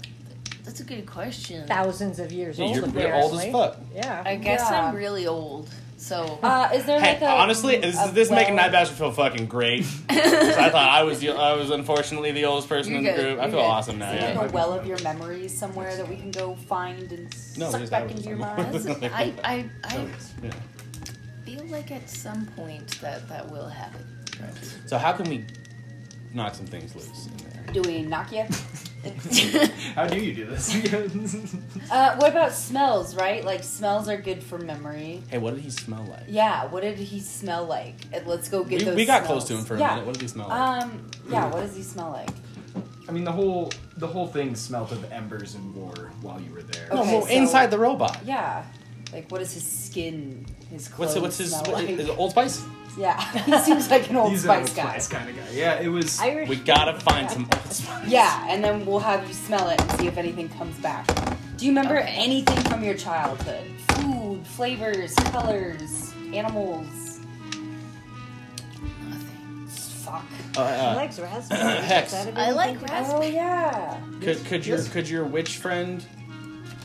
Speaker 12: That's a good question.
Speaker 5: Thousands of years
Speaker 2: Yeah,
Speaker 5: old,
Speaker 2: you're, you're old
Speaker 5: apparently.
Speaker 2: as fuck.
Speaker 5: Yeah.
Speaker 12: I guess
Speaker 3: Yeah.
Speaker 12: I'm really old. So
Speaker 3: Uh, is there
Speaker 2: Hey,
Speaker 3: like a
Speaker 2: honestly, this,
Speaker 3: a
Speaker 2: this is making
Speaker 3: well-
Speaker 2: Night Basher feel fucking great. 'Cause I thought I was the, I was unfortunately the oldest person
Speaker 12: You're
Speaker 2: in the
Speaker 12: good,
Speaker 2: group. I
Speaker 12: you're
Speaker 2: feel
Speaker 12: good.
Speaker 2: awesome now.
Speaker 3: Is there
Speaker 2: Yeah.
Speaker 3: like a well of your memories somewhere that we can go find and
Speaker 2: No,
Speaker 3: suck
Speaker 2: just
Speaker 3: back
Speaker 2: have it
Speaker 3: into your
Speaker 2: somewhere.
Speaker 3: mind?
Speaker 12: that's, I, I, I
Speaker 2: Yeah.
Speaker 12: feel like at some point that that will happen.
Speaker 2: So how can we knock some things loose in there?
Speaker 3: Do we knock you?
Speaker 1: how do you do this?
Speaker 3: Uh, what about smells? Right, like smells are good for memory.
Speaker 2: Hey, what did he smell like?
Speaker 3: Yeah, what did he smell like? And Let's go get
Speaker 2: we,
Speaker 3: those.
Speaker 2: we got
Speaker 3: smells.
Speaker 2: close to him for a
Speaker 3: yeah.
Speaker 2: minute. What did he smell like?
Speaker 3: Um. Yeah. What does he smell like?
Speaker 1: I mean, the whole the whole thing smelt of embers and war while you were there.
Speaker 3: Oh. okay,
Speaker 2: well,
Speaker 3: so-
Speaker 2: inside the robot.
Speaker 3: Yeah. Like, what is his skin? His
Speaker 2: What's
Speaker 3: clothes.
Speaker 2: it, what's his
Speaker 3: smell
Speaker 2: what,
Speaker 3: like?
Speaker 2: is it Old Spice?
Speaker 3: Yeah, he seems like an old
Speaker 1: He's
Speaker 3: spice
Speaker 1: an old
Speaker 3: guy.
Speaker 1: spice kind of guy. Yeah, it was.
Speaker 5: Irish.
Speaker 2: We gotta find some Old Spice.
Speaker 3: Yeah, and then we'll have you smell it and see if anything comes back. Do you remember
Speaker 12: Okay.
Speaker 3: anything from your childhood? Food, flavors, colors, animals.
Speaker 12: Nothing.
Speaker 3: Fuck.
Speaker 2: Uh,
Speaker 5: He
Speaker 2: uh,
Speaker 5: likes raspberries.
Speaker 2: Hex.
Speaker 5: Is that a
Speaker 12: I like
Speaker 5: big-
Speaker 12: raspberry.
Speaker 3: Oh yeah.
Speaker 2: could could your could your witch friend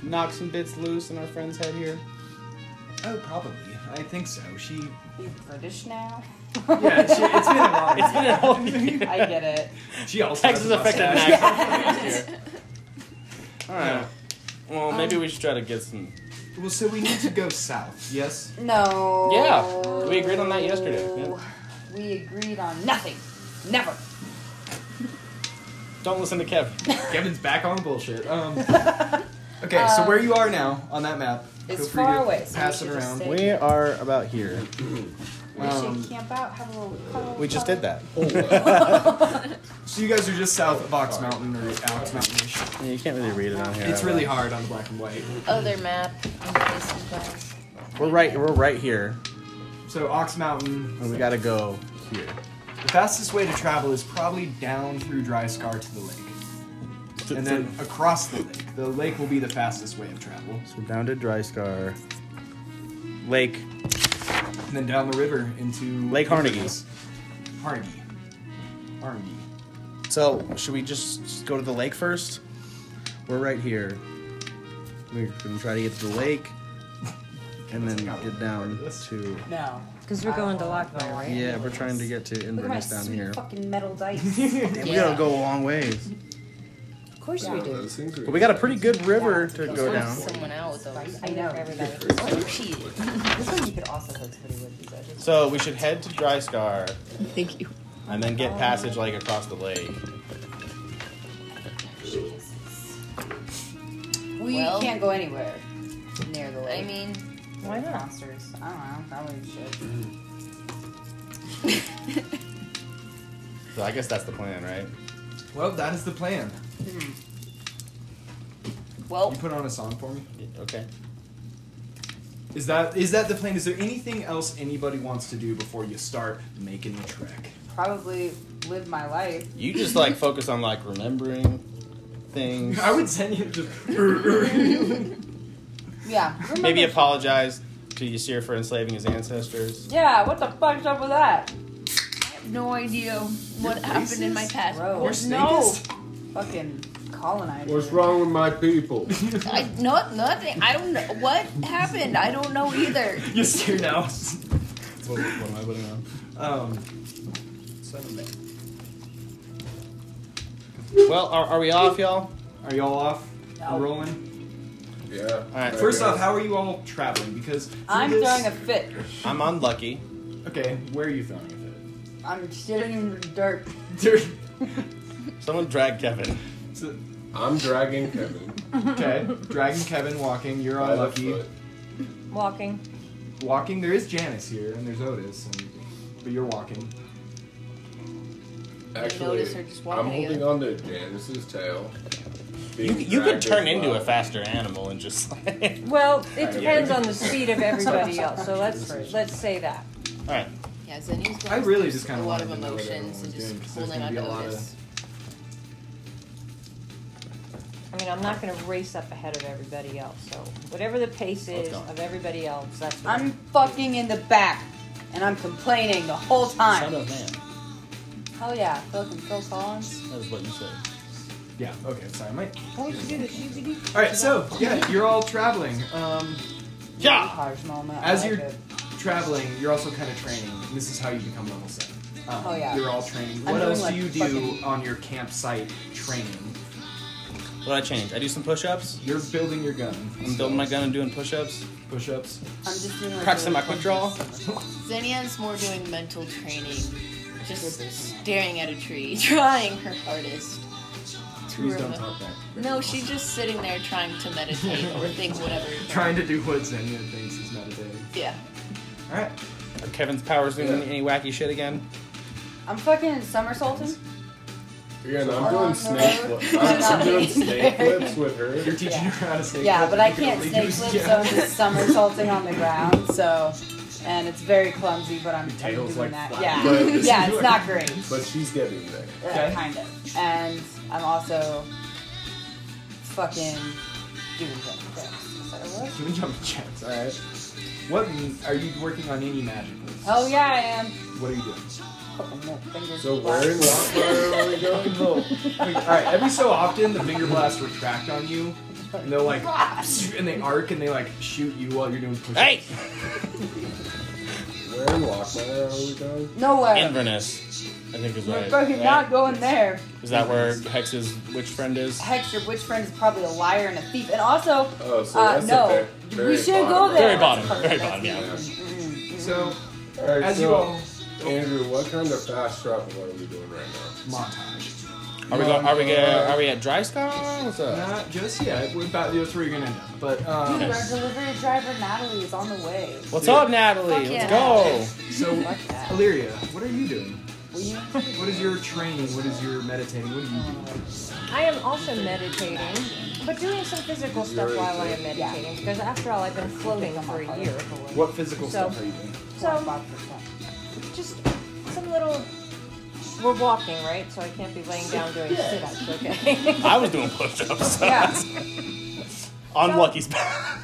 Speaker 2: knock some bits loose in our friend's head here?
Speaker 1: Oh, probably. I think so. She.
Speaker 3: He's British now.
Speaker 1: Yeah, she, it's been a while.
Speaker 2: It's been a whole year.
Speaker 3: I get it.
Speaker 1: She also
Speaker 2: Texas
Speaker 1: has a
Speaker 2: affected an
Speaker 1: mustache.
Speaker 2: accent. All right. Well, maybe we should try to get some.
Speaker 1: Well, so we need to go south. Yes.
Speaker 3: No.
Speaker 2: Yeah, we agreed on that yesterday, uh, yeah.
Speaker 3: We agreed on nothing. Never.
Speaker 2: Don't listen to Kev.
Speaker 1: Kevin's back on bullshit. Um. Okay, so where you are now on that map?
Speaker 3: It's
Speaker 1: feel free
Speaker 3: far
Speaker 1: to
Speaker 3: away, so we
Speaker 1: Pass it
Speaker 3: should just
Speaker 1: around.
Speaker 3: stay-
Speaker 2: We are about here.
Speaker 3: We
Speaker 1: Um,
Speaker 3: should camp out, have a little. cuddle,
Speaker 2: We just did
Speaker 3: cuddle.
Speaker 2: that.
Speaker 1: So you guys are just south of Box Mountain or Alex Mountain-ish.
Speaker 2: You can't really read it on here.
Speaker 1: It's really hard on the black and white.
Speaker 12: Other map. in case you guys-
Speaker 2: We're right. We're right here,
Speaker 1: So Ox Mountain.
Speaker 2: and we gotta go here
Speaker 1: The fastest way to travel is probably down through Dry Scar to the lake,
Speaker 2: So-
Speaker 1: and then across the lake. The lake will be the fastest way of travel,
Speaker 2: so down to Dryscar Lake.
Speaker 1: and then down the river into
Speaker 2: Lake Carnegie.
Speaker 1: Harnagy. Harnagy.
Speaker 2: So should we just go to the lake first? We're right here. We're gonna try to get to the lake, and then get down to.
Speaker 3: No.
Speaker 5: Because we're going to Lockmire, right?
Speaker 2: Yeah, we're trying to get to
Speaker 3: Look at my
Speaker 2: Inverness down
Speaker 3: sweet
Speaker 2: here.
Speaker 3: fucking metal dice.
Speaker 2: Damn, we gotta go a long ways.
Speaker 3: of course we do.
Speaker 11: Those things are-
Speaker 2: But we got a pretty good river to go down.
Speaker 12: Someone out with those.
Speaker 3: I know.
Speaker 5: Everybody.
Speaker 12: Oh shit.
Speaker 3: This one you could also hook somebody with these edges.
Speaker 2: So we should head to Dryscar
Speaker 12: Thank you.
Speaker 2: and then get passage like across the lake.
Speaker 3: We
Speaker 12: Well-
Speaker 3: can't go anywhere near the
Speaker 12: I
Speaker 3: lake.
Speaker 12: mean,
Speaker 5: Why not?
Speaker 3: monsters. I don't know. Probably should.
Speaker 2: So I guess that's the plan, right?
Speaker 1: Well, that is the plan.
Speaker 3: Hmm.
Speaker 12: well,
Speaker 1: You put on a song for me.
Speaker 2: Okay.
Speaker 1: Is that is that the plan? Is there anything else anybody wants to do before you start making the trek?
Speaker 3: Probably live my life.
Speaker 2: You just like focus on like remembering things.
Speaker 1: I would send you just.
Speaker 3: Yeah. remember-
Speaker 2: Maybe apologize to Ysir for enslaving his ancestors.
Speaker 3: Yeah. What the fuck's up with that?
Speaker 12: I have no idea what happened in my past.
Speaker 3: Gross.
Speaker 1: no.
Speaker 3: Fucking colonizer.
Speaker 11: What's wrong with my people?
Speaker 12: I not nothing. I don't know what happened. I don't know either.
Speaker 1: You steer now.
Speaker 2: What, what am I putting on?
Speaker 1: Um,
Speaker 2: Well, are, are we off, y'all?
Speaker 1: are y'all off?
Speaker 3: No.
Speaker 1: Rolling.
Speaker 11: yeah.
Speaker 2: right,
Speaker 11: I
Speaker 1: First
Speaker 11: guess.
Speaker 1: off, how are you all traveling? Because through
Speaker 3: I'm
Speaker 1: this-
Speaker 3: throwing a fit.
Speaker 2: I'm unlucky.
Speaker 1: Okay, where are you throwing a
Speaker 3: I'm sitting in the dirt.
Speaker 1: fit?
Speaker 2: Someone drag Kevin.
Speaker 1: So-
Speaker 11: I'm dragging Kevin.
Speaker 1: okay, Dragon Kevin walking. You're
Speaker 11: By the
Speaker 1: unlucky.
Speaker 11: foot.
Speaker 5: Walking.
Speaker 1: Walking. There is Janice here, and there's Otis, and, but you're walking.
Speaker 11: Actually,
Speaker 12: notice her just walking
Speaker 11: I'm holding
Speaker 12: together.
Speaker 11: on to Janice's tail.
Speaker 2: You,
Speaker 11: being
Speaker 2: you could
Speaker 11: dragged
Speaker 2: turn
Speaker 11: as
Speaker 2: into a
Speaker 11: well.
Speaker 2: faster animal and just like.
Speaker 5: Well,
Speaker 11: Yeah.
Speaker 5: it depends on the speed of everybody else. So let's let's say that.
Speaker 2: Alright.
Speaker 12: has any.
Speaker 14: I really just kinda
Speaker 12: a lot
Speaker 14: wanted
Speaker 12: of
Speaker 14: to know what
Speaker 12: emotions and
Speaker 14: everyone's
Speaker 12: just
Speaker 14: doing, 'cause there's
Speaker 12: holding
Speaker 14: gonna
Speaker 12: on
Speaker 14: be
Speaker 12: to
Speaker 14: a lot of-
Speaker 12: Otis.
Speaker 5: I mean, I'm not going to race up ahead of everybody else. So whatever the pace is
Speaker 14: go.
Speaker 5: of everybody else, that's what
Speaker 3: I'm fucking in the back, and I'm complaining the whole
Speaker 2: Son
Speaker 3: time.
Speaker 2: of man.
Speaker 3: Hell yeah, fucking Phil Collins.
Speaker 2: That was what you said.
Speaker 1: Yeah. Okay. Sorry, Mike.
Speaker 5: Oh, we should do the shooby-doo.
Speaker 1: All right. So yeah, you're all traveling. Um,
Speaker 3: Yeah. Harsh moment. I
Speaker 1: As
Speaker 3: like
Speaker 1: you're
Speaker 3: it.
Speaker 1: traveling, you're also kind of training. This is how you become level seven. Um,
Speaker 3: Oh, yeah.
Speaker 1: You're all training.
Speaker 3: I'm
Speaker 1: What
Speaker 3: doing,
Speaker 1: else
Speaker 3: like,
Speaker 1: do you do
Speaker 3: fucking-
Speaker 1: on your campsite training?
Speaker 2: What do I change? I do some push-ups.
Speaker 1: You're building your gun.
Speaker 2: I'm building my gun and doing push-ups.
Speaker 1: Push-ups.
Speaker 3: I'm just doing like
Speaker 2: Practicing
Speaker 3: a-
Speaker 2: my quick draw.
Speaker 12: Xenian's more doing mental training, just staring at a tree, trying her hardest. to
Speaker 1: Please don't
Speaker 12: remember-
Speaker 1: talk back.
Speaker 12: No, she's just sitting there trying to meditate or think whatever.
Speaker 1: Trying to do what Xenia thinks is meditating.
Speaker 12: Yeah.
Speaker 1: All right.
Speaker 2: Kevin's powers doing any wacky shit again.
Speaker 3: I'm fucking somersaulting.
Speaker 11: Again,
Speaker 3: Hold
Speaker 11: I'm
Speaker 3: on,
Speaker 11: doing snake
Speaker 3: no.
Speaker 11: flips. I'm, I'm doing
Speaker 3: Sorry.
Speaker 11: snake flips with her.
Speaker 1: You're teaching
Speaker 3: Yeah.
Speaker 1: her how to snake
Speaker 3: Yeah,
Speaker 1: flip,
Speaker 3: but
Speaker 1: and
Speaker 3: I
Speaker 1: you can
Speaker 3: can't
Speaker 1: only
Speaker 3: snake
Speaker 1: do-
Speaker 3: flip, so
Speaker 1: yeah.
Speaker 3: I'm just somersaulting on the ground. So, and it's very clumsy, but I'm, I'm
Speaker 1: tail's,
Speaker 3: doing
Speaker 1: like,
Speaker 3: that.
Speaker 1: flat.
Speaker 3: Yeah,
Speaker 11: But-
Speaker 3: yeah, it's not great.
Speaker 11: But she's getting there.
Speaker 3: Uh,
Speaker 1: Okay.
Speaker 3: Kind of. And I'm also fucking doing things. Is that a word?
Speaker 1: Doing jumping jacks. All right. What m- are you working on any magic? moves?
Speaker 3: Oh yeah, I am.
Speaker 1: What are you doing?
Speaker 3: Fucking no fingers.
Speaker 11: So where in Lockmire are we going?
Speaker 1: All right. Oh. Every so often, the finger blasts retract on you, and they'll like, and they arc and they like shoot you while you're doing push-ups.
Speaker 2: Hey,
Speaker 11: Where in Lockmire are we going?
Speaker 3: Nowhere.
Speaker 2: Inverness. I think is
Speaker 3: We're
Speaker 2: right.
Speaker 3: fucking
Speaker 2: right?
Speaker 3: not going there.
Speaker 2: Is that where Hex's witch friend is?
Speaker 3: Hex, your witch friend is probably a liar and a thief. And also,
Speaker 11: Oh, so
Speaker 3: uh,
Speaker 11: that's
Speaker 3: no,
Speaker 11: the
Speaker 3: we
Speaker 11: very, very
Speaker 3: should go
Speaker 11: bottom
Speaker 3: there.
Speaker 2: Very bottom.
Speaker 3: That's
Speaker 2: Very
Speaker 3: perfect.
Speaker 2: bottom. Yeah.
Speaker 1: So
Speaker 11: All right,
Speaker 1: as
Speaker 11: so,
Speaker 1: you all
Speaker 11: Andrew, what kind of fast travel are we doing right now?
Speaker 1: montage.
Speaker 2: Are we going? Are we? Gonna, are we at Dry Sky? What's up?
Speaker 1: Not just yet. We're about that's where you're gonna end up. But um,
Speaker 3: Dude, our delivery driver Natalie is on the way.
Speaker 2: What's up, Natalie?
Speaker 12: Fuck
Speaker 2: Let's
Speaker 12: yeah.
Speaker 2: go.
Speaker 1: so,
Speaker 3: Fuck that.
Speaker 1: Illyria, what are you doing?
Speaker 3: Will you?
Speaker 1: What is your training? What is your meditating? What do you do?
Speaker 5: I am also meditating, but doing some physical stuff while I am meditating because after all, I've been floating for a year.
Speaker 1: What physical
Speaker 5: So-
Speaker 1: stuff are you doing?
Speaker 5: So
Speaker 3: 25%.
Speaker 5: just some little. We're walking, right? So I can't be laying down doing sit-ups. Okay.
Speaker 2: I was doing push-ups
Speaker 3: Yeah.
Speaker 2: on Lucky's back.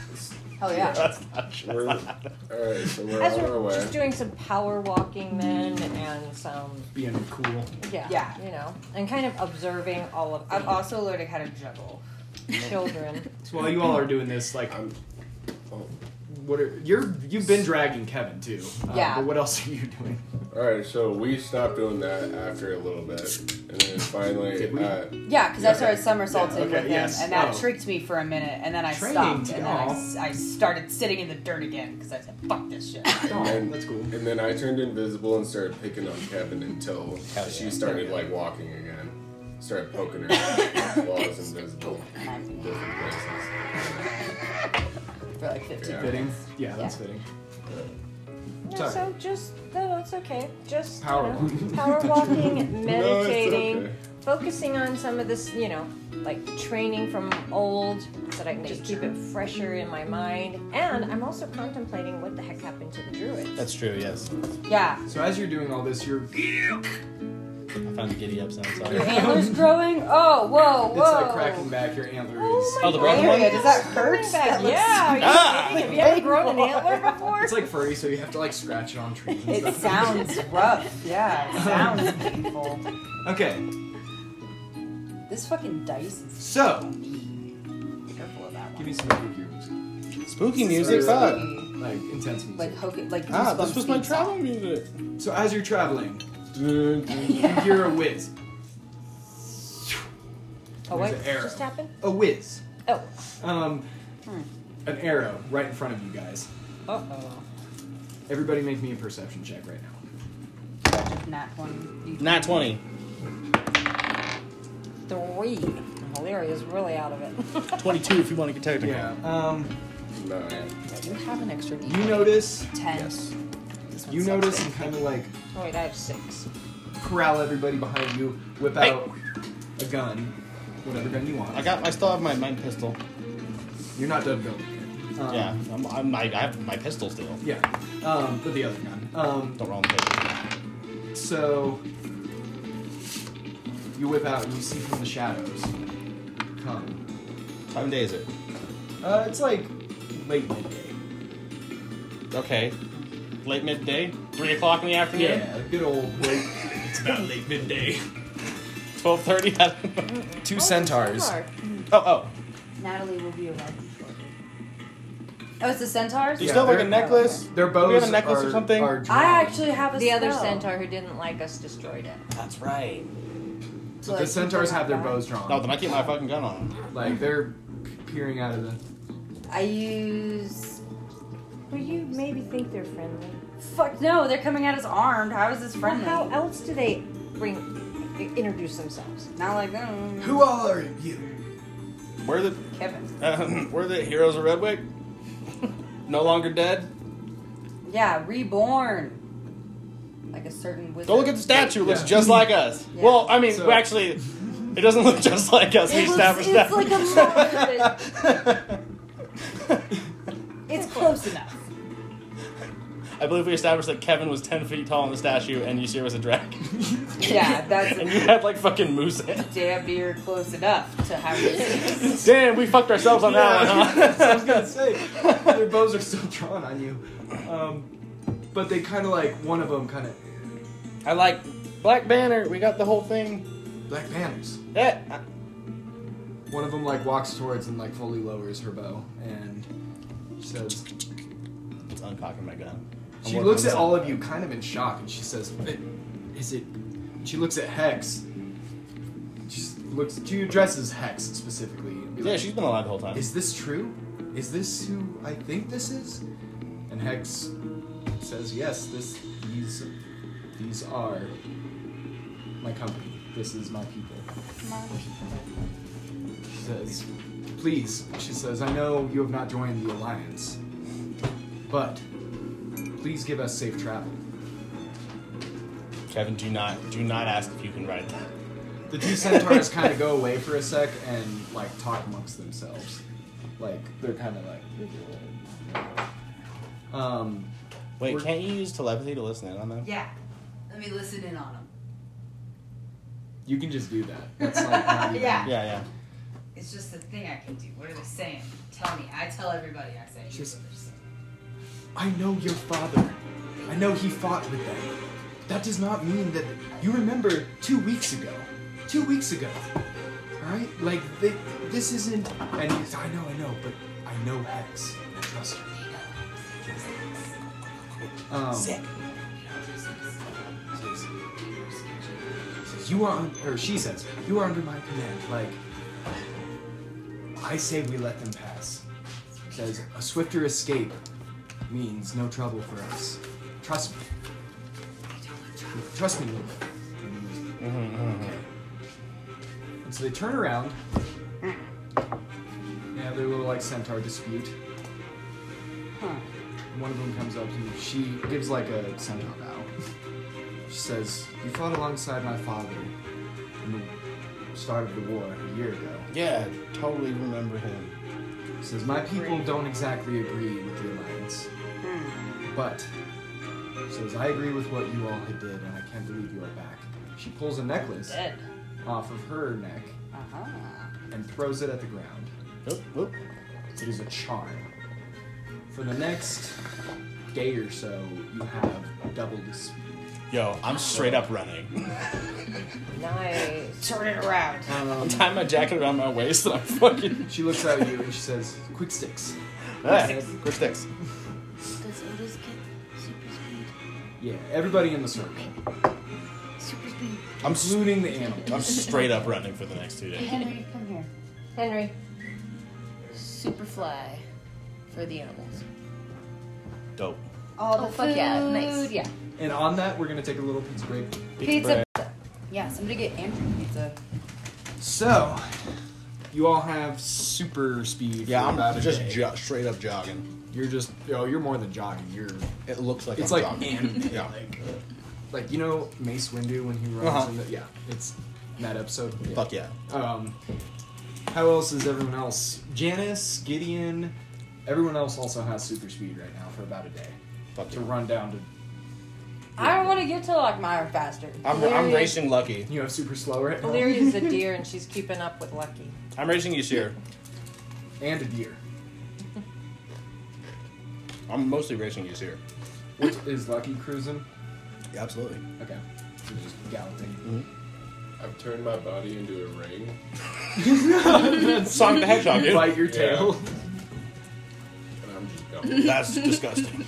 Speaker 3: Hell Oh, yeah.
Speaker 2: That's not true.
Speaker 11: We're, all right, so we're
Speaker 5: As
Speaker 11: on our
Speaker 5: we're
Speaker 11: way.
Speaker 5: just doing some power walking then, and some
Speaker 1: Being cool.
Speaker 5: yeah,
Speaker 3: Yeah.
Speaker 5: you know, and kind of observing all of
Speaker 3: I'm
Speaker 5: the
Speaker 3: also learning how to juggle.
Speaker 5: children.
Speaker 1: So while you all are doing this, like,
Speaker 11: I'm, oh,
Speaker 1: what are you're you've been dragging Kevin too? Uh,
Speaker 3: Yeah.
Speaker 1: But what else are you doing?
Speaker 11: all right, so we stopped doing that after a little bit, and then finally,
Speaker 1: Did we?
Speaker 11: uh,
Speaker 3: Yeah, because I started somersaulting
Speaker 1: Yeah, okay,
Speaker 3: with him,
Speaker 1: yes.
Speaker 3: and that
Speaker 1: Oh.
Speaker 3: tricked me for a minute, and then I
Speaker 1: Training
Speaker 3: stopped,
Speaker 1: to
Speaker 3: and then I,
Speaker 1: all.
Speaker 3: s- I started sitting in the dirt again because I said, "Fuck this shit."
Speaker 1: Oh, that's cool.
Speaker 11: and then I turned invisible and started picking on Kevin until
Speaker 2: Hell yeah.
Speaker 11: she started like walking again. Started poking her while I was invisible in different places.
Speaker 3: for like 15
Speaker 11: Yeah.
Speaker 1: Fitting. Yeah, that's fitting.
Speaker 5: No,
Speaker 1: Sorry.
Speaker 5: so just no, it's okay. Just you
Speaker 1: Power
Speaker 5: know,
Speaker 1: walking.
Speaker 5: power walking,
Speaker 11: No, it's
Speaker 5: meditating,
Speaker 11: okay.
Speaker 5: focusing on some of this, you know, like training from old, so that I can just keep it fresher in my mind. And I'm also contemplating what the heck happened to the druids.
Speaker 2: That's true. Yes.
Speaker 3: Yeah,
Speaker 1: So as you're doing all this, you're
Speaker 2: I found the giddy up sound. Sorry.
Speaker 3: your antlers growing. Oh, whoa, whoa!
Speaker 1: It's like cracking back your antler is.
Speaker 2: Oh, the broken one.
Speaker 3: Area, does that hurt? That looks-
Speaker 5: yeah,
Speaker 2: Ah!
Speaker 5: are you kidding? Have you ever grown an antler before?
Speaker 1: Oh, It's like furry, so you have to like scratch it on trees. and
Speaker 3: It
Speaker 1: stuff.
Speaker 3: sounds rough. Yeah, it sounds painful.
Speaker 1: Okay,
Speaker 3: This fucking dice is
Speaker 1: so
Speaker 3: careful of that
Speaker 1: give
Speaker 3: one.
Speaker 1: me some of your music,
Speaker 2: Spooky music. Fuck.
Speaker 1: like intense music.
Speaker 3: Like Hogan, like
Speaker 2: Ah,
Speaker 3: Goosebumps
Speaker 2: this was my
Speaker 3: theme song.
Speaker 2: travel music.
Speaker 1: so as you're traveling,
Speaker 11: Dun, dun.
Speaker 1: you hear a whiz,
Speaker 5: oh,
Speaker 1: there's
Speaker 5: what
Speaker 1: an arrow.
Speaker 5: just happened?
Speaker 1: a whiz,
Speaker 5: Oh, Hmm.
Speaker 1: um, an arrow right in front of you guys.
Speaker 5: uh oh.
Speaker 1: Everybody, make me a perception check right now.
Speaker 3: Nat one.
Speaker 2: Nat twenty.
Speaker 5: Three. Hilarious, really out of it.
Speaker 2: 22 if you want to get technical.
Speaker 1: Yeah. Um,
Speaker 11: Nine.
Speaker 12: You have an extra
Speaker 1: you notice,
Speaker 3: Ten.
Speaker 12: This
Speaker 1: you
Speaker 12: one's so
Speaker 1: notice,
Speaker 12: big.
Speaker 1: and kind of like
Speaker 5: Oh, Wait, I have six.
Speaker 1: corral everybody behind you, whip out a gun, whatever gun you want.
Speaker 2: I got. I still have my, my pistol.
Speaker 1: You're not done building. yet. Um,
Speaker 2: Uh-huh. yeah. I'm, I'm, I, I have my pistol still.
Speaker 1: Yeah, um, but the other gun. Um,
Speaker 2: Don't roll on the table.
Speaker 1: So you whip out and you see from the shadows come.
Speaker 2: What Time of day is it?
Speaker 1: Uh, it's like late midday.
Speaker 2: Okay. Late midday? 3 o'clock in the afternoon?
Speaker 1: Yeah, good old late.
Speaker 15: It's about late midday.
Speaker 2: 12.30? I don't know.
Speaker 1: Two centaurs.
Speaker 12: Centaur.
Speaker 2: Oh, oh.
Speaker 3: Natalie will be around shortly. Oh, it's the centaurs?
Speaker 2: Do you
Speaker 1: Yeah,
Speaker 2: still have like
Speaker 1: they're-
Speaker 2: a necklace?
Speaker 1: Their bows
Speaker 2: have a necklace or
Speaker 1: are-
Speaker 2: something?
Speaker 1: are
Speaker 3: I
Speaker 1: drawn.
Speaker 3: actually have a
Speaker 12: The other
Speaker 3: spell.
Speaker 12: centaur who didn't like us destroyed it.
Speaker 2: That's right.
Speaker 3: So,
Speaker 1: But
Speaker 3: like,
Speaker 1: the centaurs
Speaker 3: people
Speaker 1: have their
Speaker 3: that.
Speaker 1: bows drawn.
Speaker 2: No, then I keep my fucking gun on.
Speaker 1: Like they're peering out of the.
Speaker 3: I use.
Speaker 12: Well, you maybe think they're friendly.
Speaker 3: Fuck no, they're coming at us armed. How is this
Speaker 12: Well,
Speaker 3: friendly?
Speaker 12: how else do they bring i- introduce themselves?
Speaker 3: Not like um, them.
Speaker 1: Who all are you?
Speaker 2: We're the
Speaker 3: Kevin.
Speaker 2: we're the heroes of Redwick. no longer dead.
Speaker 3: Yeah, reborn. Like a certain wizard.
Speaker 2: Go look at the statue. It looks
Speaker 1: Yeah.
Speaker 2: just like us.
Speaker 3: Yeah.
Speaker 2: Well, I mean,
Speaker 1: So-
Speaker 2: actually, it doesn't look just like us. We
Speaker 3: It looks,
Speaker 2: established that.
Speaker 3: it's like a lot, but it's close enough.
Speaker 2: I believe we established that Kevin was ten feet tall in the statue, and Yusir was a dragon,
Speaker 3: Yeah, that's
Speaker 2: and you had like fucking moose. head.
Speaker 3: damn near close enough to have this.
Speaker 2: Damn, we fucked ourselves on that one.
Speaker 1: I was gonna say their bows are still drawn on you, um, but they kind of like one of them kind of
Speaker 2: Huh? I like Black Banner. We got the whole thing.
Speaker 1: black banners.
Speaker 2: Yeah, I-
Speaker 1: One of them like walks towards and like fully lowers her bow and she says,
Speaker 2: it's uncocking my gun. I'm
Speaker 1: She
Speaker 2: working
Speaker 1: looks
Speaker 2: on
Speaker 1: at all
Speaker 2: this.
Speaker 1: of you kind of in shock and she says, "But Is it. She looks at Hex. She s- looks. She addresses Hex specifically. And be
Speaker 2: Yeah,
Speaker 1: like,
Speaker 2: she's been alive the whole time.
Speaker 1: Is this true? Is this who I think this is? And Hex says, Yes, this. These. These are. My company. This is my people. She says, Please. She says, I know you have not joined the Alliance. But. Please give us safe travel.
Speaker 2: Kevin, do not do not ask if you can ride that.
Speaker 1: The two centaurs kind of go away for a sec and like talk amongst themselves. Like they're kind of like. Um,
Speaker 2: Wait,
Speaker 1: We're-
Speaker 2: can't you use telepathy to listen in on them?
Speaker 3: Yeah. Let me listen in on him.
Speaker 1: you can just do that. That's like not even-
Speaker 3: Yeah.
Speaker 2: Yeah, yeah.
Speaker 3: It's just a thing I can do. What are they saying? Tell me. I tell everybody I say.
Speaker 1: Just- I know your father. I know he fought with them. That does not mean that you remember two weeks ago. Two weeks ago. All right, like thi- this isn't. And he's, I know, I know, but I know Hex. I trust her. Um, Sick. Says you are, un- or she says, you are under my command. Like, I say we let them pass. Says a swifter escape means no trouble for us. Trust me. Trust me, little. Okay. And so they turn around. They have their little like centaur dispute.
Speaker 3: Huh.
Speaker 1: One of them comes up and she gives like a centaur bow. She says, "You fought alongside my father in the start of the war a year ago."
Speaker 2: Yeah, totally remember him.
Speaker 1: She says, "My people don't exactly agree with the alliance,
Speaker 3: Hmm.
Speaker 1: but." she Says, I agree with what you all had did, and I can't believe you are back. She pulls a necklace
Speaker 3: Dead.
Speaker 1: off of her neck
Speaker 3: Uh-huh.
Speaker 1: and throws it at the ground.
Speaker 2: Oop, oop.
Speaker 1: It is a charm. For the next day or so, you have double the speed.
Speaker 2: Yo, I'm straight up running.
Speaker 12: Nice.
Speaker 3: Turn it around.
Speaker 2: I'm tying my jacket around my waist and I'm fucking.
Speaker 1: She looks at you and she says, "Quick sticks."
Speaker 2: Ah, Quick sticks.
Speaker 16: Does Otis get super speed?
Speaker 1: Yeah, everybody in the circle,
Speaker 16: Super speed.
Speaker 2: I'm s-
Speaker 1: including the animal.
Speaker 2: I'm straight up running for the next two days.
Speaker 3: Henry, come here.
Speaker 12: Henry.
Speaker 16: Super fly for the animals.
Speaker 2: Dope.
Speaker 3: All the
Speaker 16: Oh, fuck yeah, nice.
Speaker 3: food, Yeah.
Speaker 1: And on that, we're gonna take a little pizza break.
Speaker 3: Pizza. Yeah, somebody get Andrew pizza.
Speaker 1: So, you all have super speed. for about a day.
Speaker 2: straight up jogging.
Speaker 1: You're just yo. You're more than jogging. You're.
Speaker 2: It looks like
Speaker 1: It's like anime. Like, like you know Mace Windu when he runs.
Speaker 2: Uh-huh.
Speaker 1: In the, yeah, it's in that episode. Yeah.
Speaker 2: Fuck yeah.
Speaker 1: Um, how else is everyone else? Janice, Gideon, everyone else also has super speed right now for about a day
Speaker 2: Fuck
Speaker 1: to
Speaker 2: yeah.
Speaker 1: run down to
Speaker 3: get to Lochmire faster.
Speaker 2: I'm, I'm racing Lucky.
Speaker 1: You have super slow right
Speaker 12: Valeria's a deer and she's keeping up with Lucky.
Speaker 2: I'm racing Ysir.
Speaker 1: And a deer.
Speaker 2: I'm mostly racing Ysir.
Speaker 1: Which is Lucky cruising?
Speaker 2: Yeah, absolutely.
Speaker 1: Okay. You're just galloping.
Speaker 11: I've turned my body into a ring.
Speaker 2: Sonic the Hedgehog,
Speaker 1: You
Speaker 2: dude.
Speaker 1: bite your
Speaker 11: Yeah.
Speaker 1: tail.
Speaker 11: And I'm just going.
Speaker 2: That's disgusting.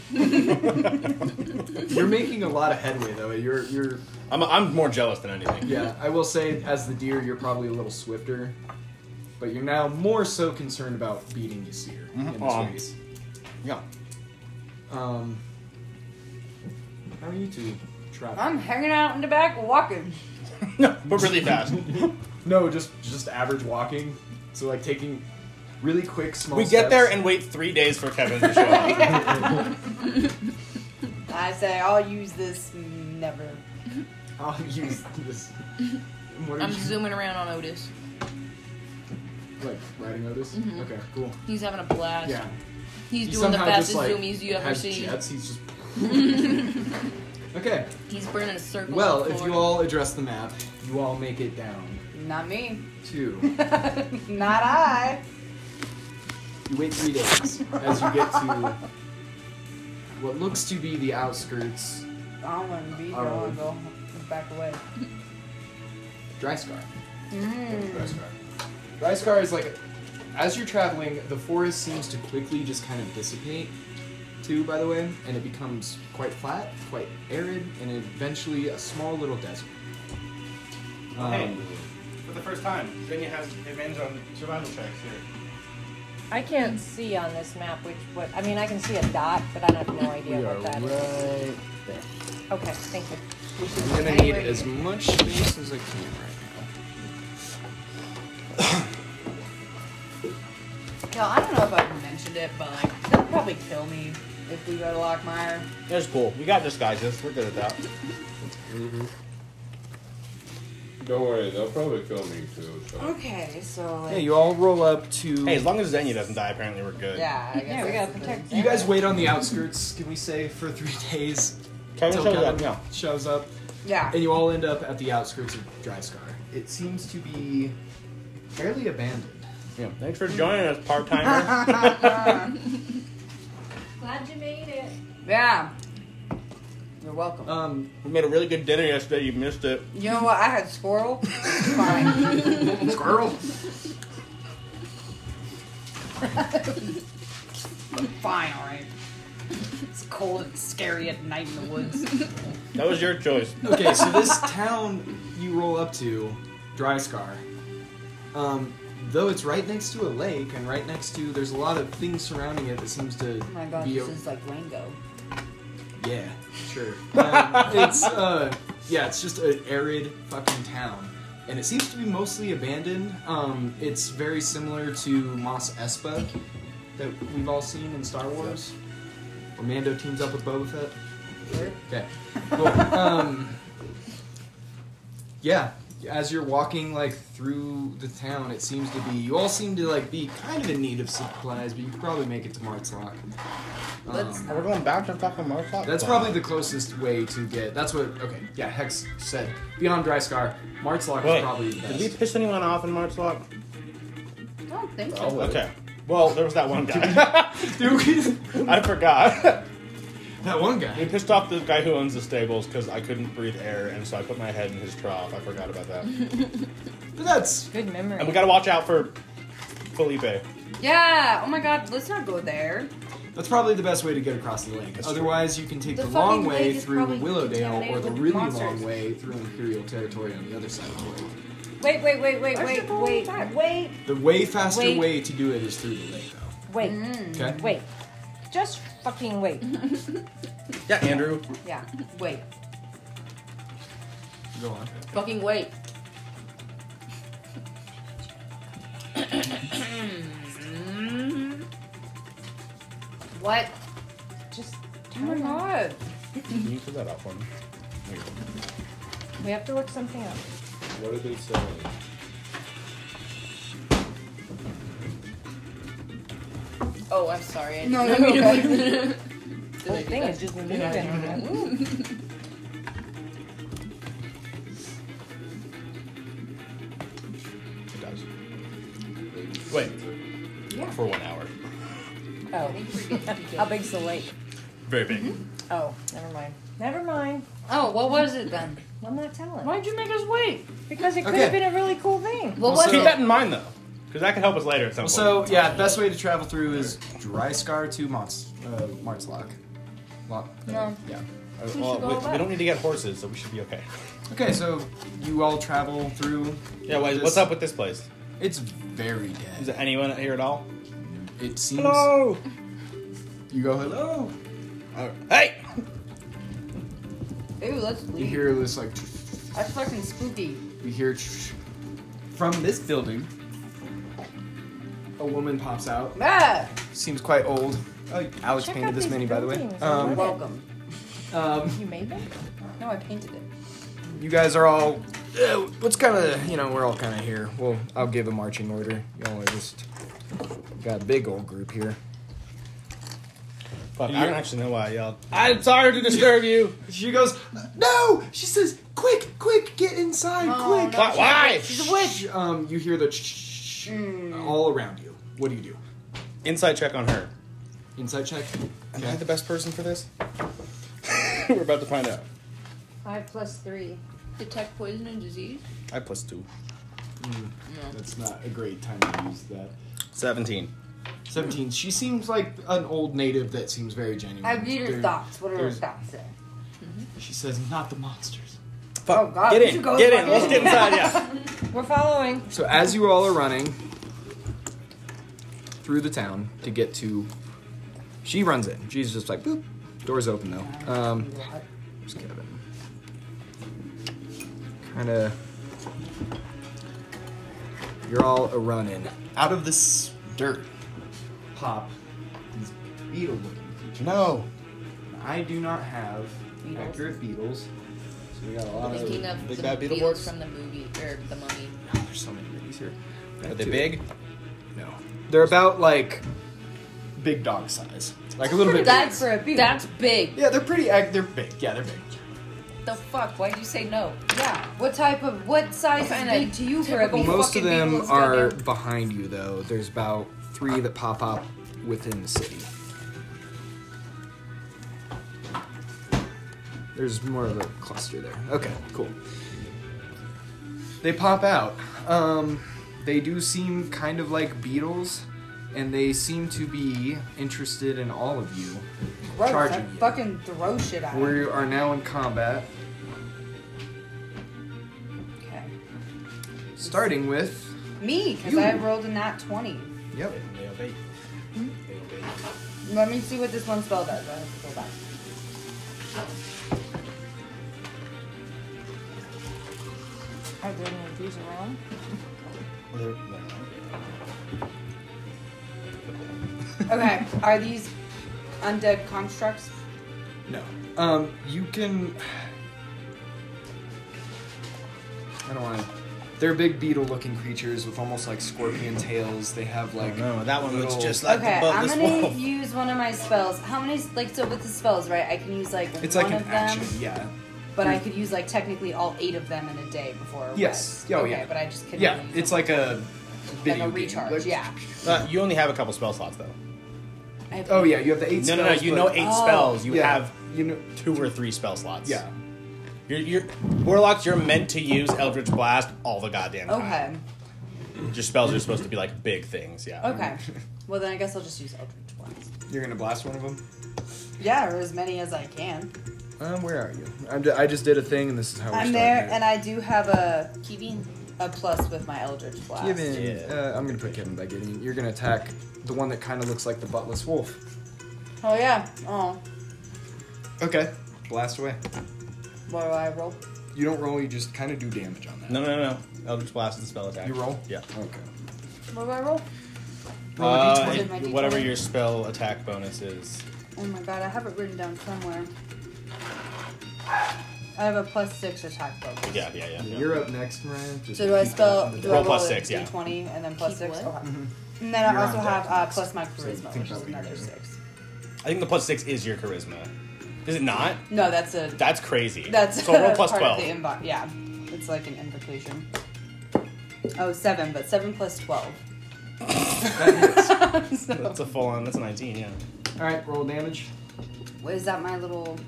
Speaker 1: You're making a lot of headway though. You're you're
Speaker 2: I'm, I'm more jealous than anything.
Speaker 1: yeah, I will say as the deer you're probably a little swifter. But you're now more so concerned about beating Ysir in this
Speaker 2: Aw.
Speaker 1: race.
Speaker 2: Yeah.
Speaker 1: Um How are you two traveling?
Speaker 3: I'm hanging out in the back walking.
Speaker 2: No, but really fast.
Speaker 1: No, just just average walking. So like taking really quick small
Speaker 2: we get there
Speaker 1: steps.
Speaker 2: and wait three days for Kevin to show up.
Speaker 3: I say I'll use this never.
Speaker 1: I'll use this what are
Speaker 5: I'm
Speaker 1: you
Speaker 5: zooming around on Otis.
Speaker 1: like riding Otis? Okay, cool.
Speaker 5: He's having a blast.
Speaker 1: Yeah.
Speaker 5: He's
Speaker 1: He
Speaker 5: doing the
Speaker 1: somehow
Speaker 5: fastest
Speaker 1: just, like,
Speaker 5: zoomies you ever
Speaker 1: has
Speaker 5: seen.
Speaker 1: Jets. He's just okay.
Speaker 5: He's burning a circle.
Speaker 1: Well,
Speaker 5: on the
Speaker 1: if you
Speaker 5: floor.
Speaker 1: all address the map, you all make it down
Speaker 3: Not me.
Speaker 1: to.
Speaker 3: Not I.
Speaker 1: You wait three days as you get to what looks to be the outskirts,
Speaker 3: I don't want to be here. I want to go back away.
Speaker 1: Dryscar.
Speaker 11: That's right.
Speaker 1: Dryscar is like, as you're traveling, the forest seems to quickly just kind of dissipate. Too, by the way, and it becomes quite flat, quite arid, and eventually a small little desert.
Speaker 17: Hey,
Speaker 1: Um,
Speaker 17: for the first time, Xenia has advantage on survival checks here.
Speaker 12: I can't see on this map which what I mean I can see a dot, but I have no idea
Speaker 1: we are
Speaker 12: what that is.
Speaker 1: right there.
Speaker 12: Okay, thank you.
Speaker 1: I'm gonna need as much space as I can right
Speaker 3: Yo, I don't know if I've mentioned it, but like they'll probably kill me if we go to Lockmire.
Speaker 2: That's cool. We got disguises. We're good at that.
Speaker 11: Don't worry, they'll probably kill me too. So.
Speaker 3: Okay, so
Speaker 1: now.
Speaker 3: like,
Speaker 1: Hey, you all roll up to.
Speaker 2: Hey, as long as Xenia doesn't die, apparently we're good.
Speaker 3: yeah, I guess
Speaker 12: Yeah, we
Speaker 3: that's
Speaker 12: gotta
Speaker 3: the
Speaker 12: protect
Speaker 3: thing.
Speaker 1: you guys wait on the outskirts, can we say, for three days
Speaker 2: Kevin
Speaker 1: till
Speaker 2: shows
Speaker 1: Kevin
Speaker 2: up. Yeah.
Speaker 1: shows up,
Speaker 3: Yeah,
Speaker 1: and you all end up at the outskirts of Dryscar. It seems to be fairly abandoned.
Speaker 2: yeah. Thanks for joining us, part timer.
Speaker 12: Glad you made it.
Speaker 3: yeah. You're welcome.
Speaker 1: Um,
Speaker 2: we made a really good dinner yesterday. You missed it.
Speaker 3: you know what? I had squirrel. It's Fine.
Speaker 1: squirrel.
Speaker 3: Fine. All right. It's cold and scary at night in the woods.
Speaker 2: That was your choice.
Speaker 1: Okay, so this town you roll up to, Dryscar, um, though it's right next to a lake and right next to there's a lot of things surrounding it that seems to
Speaker 3: Oh my god,
Speaker 1: be
Speaker 3: this
Speaker 1: a-
Speaker 3: is like Rango.
Speaker 1: Yeah, sure. Um, it's uh, yeah, it's just an arid fucking town, and it seems to be mostly abandoned. Um, it's very similar to Mos Espa that we've all seen in Star Wars, where Mando teams up with Boba Fett. Okay. Cool. um, yeah, as you're walking like through the town, it seems to be you all seem to like be kind of in need of supplies, but you could probably make it to Martzlock.
Speaker 3: Let's-
Speaker 2: We're going back to fucking Marshall.
Speaker 1: That's probably the closest way to get. That's what. Okay, yeah. Hex said beyond Dryscar, Martzlock is
Speaker 2: Wait,
Speaker 1: probably the
Speaker 2: did we
Speaker 1: best.
Speaker 2: piss anyone off in Marchlock?
Speaker 3: I don't think so.
Speaker 11: I'll
Speaker 2: Okay. Well, there was that one guy.
Speaker 1: Dude,
Speaker 2: I forgot.
Speaker 1: that one
Speaker 2: We
Speaker 1: guy.
Speaker 2: pissed off the guy who owns the stables because I couldn't breathe air, and so I put my head in his trough. I forgot about that. and
Speaker 1: But that's
Speaker 12: Good memory.
Speaker 2: we gotta watch out for Felipe.
Speaker 3: Yeah. Oh my god, let's not go there.
Speaker 1: that's probably the best way to get across the lake.
Speaker 2: That's true.
Speaker 1: Otherwise, you can take
Speaker 3: The
Speaker 1: the, long
Speaker 3: fucking
Speaker 1: way
Speaker 3: lake is
Speaker 1: through
Speaker 3: probably
Speaker 1: Willowdale, or
Speaker 3: contaminated
Speaker 1: the
Speaker 3: with
Speaker 1: really
Speaker 3: monsters.
Speaker 1: long way through Imperial territory on the other side of the lake.
Speaker 12: Wait, wait, wait, wait,
Speaker 3: Why should
Speaker 12: wait,
Speaker 3: I go
Speaker 12: wait,
Speaker 3: back?
Speaker 12: wait,
Speaker 1: The way faster
Speaker 12: Wait.
Speaker 1: way to do it is through the lake,
Speaker 12: wait,
Speaker 3: Hmm.
Speaker 1: though. Okay.
Speaker 12: wait. Just fucking wait.
Speaker 2: Yeah, Andrew.
Speaker 12: Yeah.
Speaker 3: Wait.
Speaker 1: Go on.
Speaker 5: Fucking wait.
Speaker 3: What?
Speaker 12: Just
Speaker 3: Oh my god.
Speaker 2: Can you put that up for me?
Speaker 12: we have to look something up.
Speaker 11: What are they selling?
Speaker 5: Oh, I'm sorry. I
Speaker 3: No,
Speaker 5: didn't
Speaker 3: you're
Speaker 5: mean to-
Speaker 12: The whole thing is just moving.
Speaker 2: Wait.
Speaker 3: Yeah.
Speaker 2: For one hour.
Speaker 3: Oh. How big's the lake?
Speaker 2: Very big.
Speaker 3: Oh, never mind.
Speaker 8: Never mind.
Speaker 3: Oh, what was it then?
Speaker 8: I'm not telling.
Speaker 3: Why'd you make us wait?
Speaker 8: Because it could have
Speaker 2: Okay.
Speaker 8: been a really cool thing.
Speaker 2: keep that in mind though, because that could help us later at some point.
Speaker 1: So yeah, best way to travel through is Dry Scar to Mont's uh, Martzlock. Lot, uh,
Speaker 2: No.
Speaker 1: Yeah.
Speaker 2: Uh, well, we, we don't need to get horses, so we should be okay.
Speaker 1: Okay, so you all travel through.
Speaker 2: Yeah, why-
Speaker 1: this-
Speaker 2: what's up with this place?
Speaker 1: It's very dead.
Speaker 2: Is there anyone here at all?
Speaker 1: It seems.
Speaker 2: Hello.
Speaker 1: You go hello.
Speaker 2: Hey.
Speaker 3: Ew, that's
Speaker 1: You
Speaker 3: leave.
Speaker 1: hear this like
Speaker 3: That's fucking spooky.
Speaker 1: you hear from this building. A woman pops out.
Speaker 3: Ah!
Speaker 1: Seems quite old. Oh, Alex
Speaker 3: Check out
Speaker 1: painted this
Speaker 3: these
Speaker 1: mini, by the way.
Speaker 12: Ah!
Speaker 3: buildings.
Speaker 1: Um,
Speaker 3: welcome.
Speaker 1: um,
Speaker 3: You made that? No, I painted it.
Speaker 1: you guys are all. Uh, what's kind of you know we're all kind of here. Well, I'll give a marching order. Y'all are just got a big old group here.
Speaker 2: Fuck, I don't actually know why I yelled. I'm sorry to disturb you.
Speaker 1: She goes, no. She says, quick, quick, get inside, quick.
Speaker 2: Oh, no, Why- she's a why? witch. Mm.
Speaker 1: She's a witch. Um, you hear the ch- ch- all around you. What do you do?
Speaker 2: Inside check on her.
Speaker 1: Inside check.
Speaker 2: Am I the best person for this? We're about to find out.
Speaker 12: Five plus three. Detect poison and disease.
Speaker 2: I plus two.
Speaker 1: That's not a great time to use that.
Speaker 2: Seventeen.
Speaker 1: Seventeen. She seems like an old native that seems very genuine.
Speaker 3: I read her
Speaker 1: There-
Speaker 3: thoughts. What are her
Speaker 1: there's-
Speaker 3: thoughts say?
Speaker 1: She says, not the monsters.
Speaker 3: Oh god,
Speaker 2: Get
Speaker 3: we
Speaker 2: in,
Speaker 3: should go
Speaker 2: get
Speaker 3: fuck
Speaker 2: in, let's get inside, yeah.
Speaker 8: We're following.
Speaker 1: So as you all are running through the town to get to, she runs in. She's just like, boop. Doors open though. Um, where's Kevin? Kind of. You're all a running out of this dirt. Pop these beetle-looking creatures.
Speaker 2: No,
Speaker 1: I do not have
Speaker 12: Beetles?
Speaker 1: accurate beetles, so we got a lot
Speaker 12: Thinking
Speaker 1: of
Speaker 12: of
Speaker 2: Big
Speaker 12: the
Speaker 2: Bad Beetleborgs?
Speaker 12: beetles from the movie or the mummy.
Speaker 1: There's so many minis here.
Speaker 2: Are they big?
Speaker 1: No. They're about like big dog size. Like a little bit.
Speaker 12: That's
Speaker 1: bigger.
Speaker 12: that's big.
Speaker 1: Yeah, they're pretty. ac- They're big. Yeah, they're big.
Speaker 12: The fuck? Why'd you say no?
Speaker 3: Yeah. What type of what size is
Speaker 12: Kinda
Speaker 3: big to you for a
Speaker 12: typical
Speaker 3: bee?
Speaker 1: Most of
Speaker 12: fucking
Speaker 1: them
Speaker 12: beetles down
Speaker 1: are
Speaker 12: there.
Speaker 1: behind you, though. There's about three that pop up within the city. There's more of a cluster there. Okay, cool. They pop out. Um, they do seem kind of like beetles, and they seem to be interested in all of you.
Speaker 3: Gross,
Speaker 1: charging
Speaker 3: I'd
Speaker 1: you.
Speaker 3: Fucking throw shit at him.
Speaker 1: We are now in combat,
Speaker 3: Okay.
Speaker 1: starting with.
Speaker 3: Me, because
Speaker 1: You.
Speaker 3: I rolled a nat 20.
Speaker 1: Yep.
Speaker 2: Hmm?
Speaker 3: Let me see what this one spell does. I have to go back.
Speaker 8: Are there any of these around?
Speaker 3: Okay, are these undead constructs?
Speaker 1: No. Um, you can. I don't want to. They're big beetle-looking creatures with almost like scorpion tails. They have like.
Speaker 2: no, that one looks
Speaker 1: little-
Speaker 2: just like
Speaker 3: okay,
Speaker 2: the bug
Speaker 3: I'm
Speaker 2: this
Speaker 3: gonna
Speaker 2: wolf.
Speaker 3: use one of my spells. How many, like, so with the spells, right? I can use like
Speaker 1: It's
Speaker 3: one
Speaker 1: like an
Speaker 3: of them,
Speaker 1: action. Yeah.
Speaker 3: but I could use like technically all eight of them in a day before. a
Speaker 1: Yes.
Speaker 3: rest.
Speaker 1: Oh,
Speaker 3: okay,
Speaker 1: yeah.
Speaker 3: but I just couldn't.
Speaker 1: Yeah,
Speaker 3: use
Speaker 1: it's
Speaker 3: them.
Speaker 1: like a. Video
Speaker 3: like a
Speaker 1: game.
Speaker 3: recharge.
Speaker 1: Like-
Speaker 3: yeah.
Speaker 2: Uh, you only have a couple spell slots though.
Speaker 3: I have-
Speaker 1: Oh yeah, you have the eight.
Speaker 2: No, no, no.
Speaker 1: spells,
Speaker 2: You
Speaker 1: but-
Speaker 2: know eight
Speaker 3: Oh.
Speaker 2: spells. You
Speaker 1: Yeah.
Speaker 2: have
Speaker 1: You know.
Speaker 2: two or three spell slots.
Speaker 1: Yeah.
Speaker 2: You're, you're warlocks. You're meant to use Eldritch Blast all the goddamn time.
Speaker 3: Okay.
Speaker 2: Your spells are supposed to be like big things. Yeah.
Speaker 3: Okay. well then, I guess I'll just use Eldritch Blast.
Speaker 1: You're gonna blast one of them.
Speaker 3: Yeah, or as many as I can.
Speaker 1: Um, where are you? I'm ju- I just did a thing, and this is how we're
Speaker 3: I'm
Speaker 1: starting
Speaker 3: there,
Speaker 1: it.
Speaker 3: and I do have a a plus with my Eldritch Blast.
Speaker 1: Kevin.
Speaker 2: Yeah.
Speaker 1: Uh, I'm gonna put Kevin back in. You're gonna attack the one that kind of looks like the buttless wolf.
Speaker 3: Oh yeah. Oh,
Speaker 1: Okay. Blast away.
Speaker 3: what do I roll?
Speaker 1: You don't roll. You just kind of do damage on that.
Speaker 2: No, no, no. Eldritch Blast is a spell attack.
Speaker 1: You roll.
Speaker 2: Yeah.
Speaker 1: Okay.
Speaker 3: What do I roll?
Speaker 1: Roll a
Speaker 2: Uh,
Speaker 1: d20.
Speaker 2: it-
Speaker 3: My D20.
Speaker 2: whatever your spell attack bonus is.
Speaker 3: Oh my god, I have it written down somewhere. I have a plus six attack bonus.
Speaker 2: Yeah, yeah, yeah. yeah.
Speaker 1: You're up next, Ryan. Just
Speaker 3: So do I
Speaker 1: keep
Speaker 3: spell?
Speaker 1: up on the
Speaker 3: Do
Speaker 2: Roll
Speaker 3: I roll
Speaker 2: plus
Speaker 3: a
Speaker 2: six, yeah. Mm-hmm.
Speaker 3: D20 and then plus
Speaker 12: Keep
Speaker 3: six.
Speaker 12: what?
Speaker 3: Okay. And then I
Speaker 1: You're
Speaker 3: also
Speaker 1: on
Speaker 3: have
Speaker 1: deck
Speaker 3: uh,
Speaker 1: next,
Speaker 3: plus my
Speaker 1: so you
Speaker 3: charisma,
Speaker 1: think
Speaker 3: which
Speaker 1: that'll
Speaker 3: is
Speaker 1: be
Speaker 3: another
Speaker 1: better.
Speaker 3: six.
Speaker 2: I think the plus six is your charisma. Is it not?
Speaker 3: No, that's a
Speaker 2: That's crazy.
Speaker 3: that's
Speaker 2: so roll plus
Speaker 3: part
Speaker 2: twelve.
Speaker 3: Of the invo- yeah, it's like an invocation. Oh, seven, but seven plus twelve.
Speaker 2: that hits. That's a full on. That's a 19. Yeah.
Speaker 1: All right, roll damage.
Speaker 3: What is that? My little,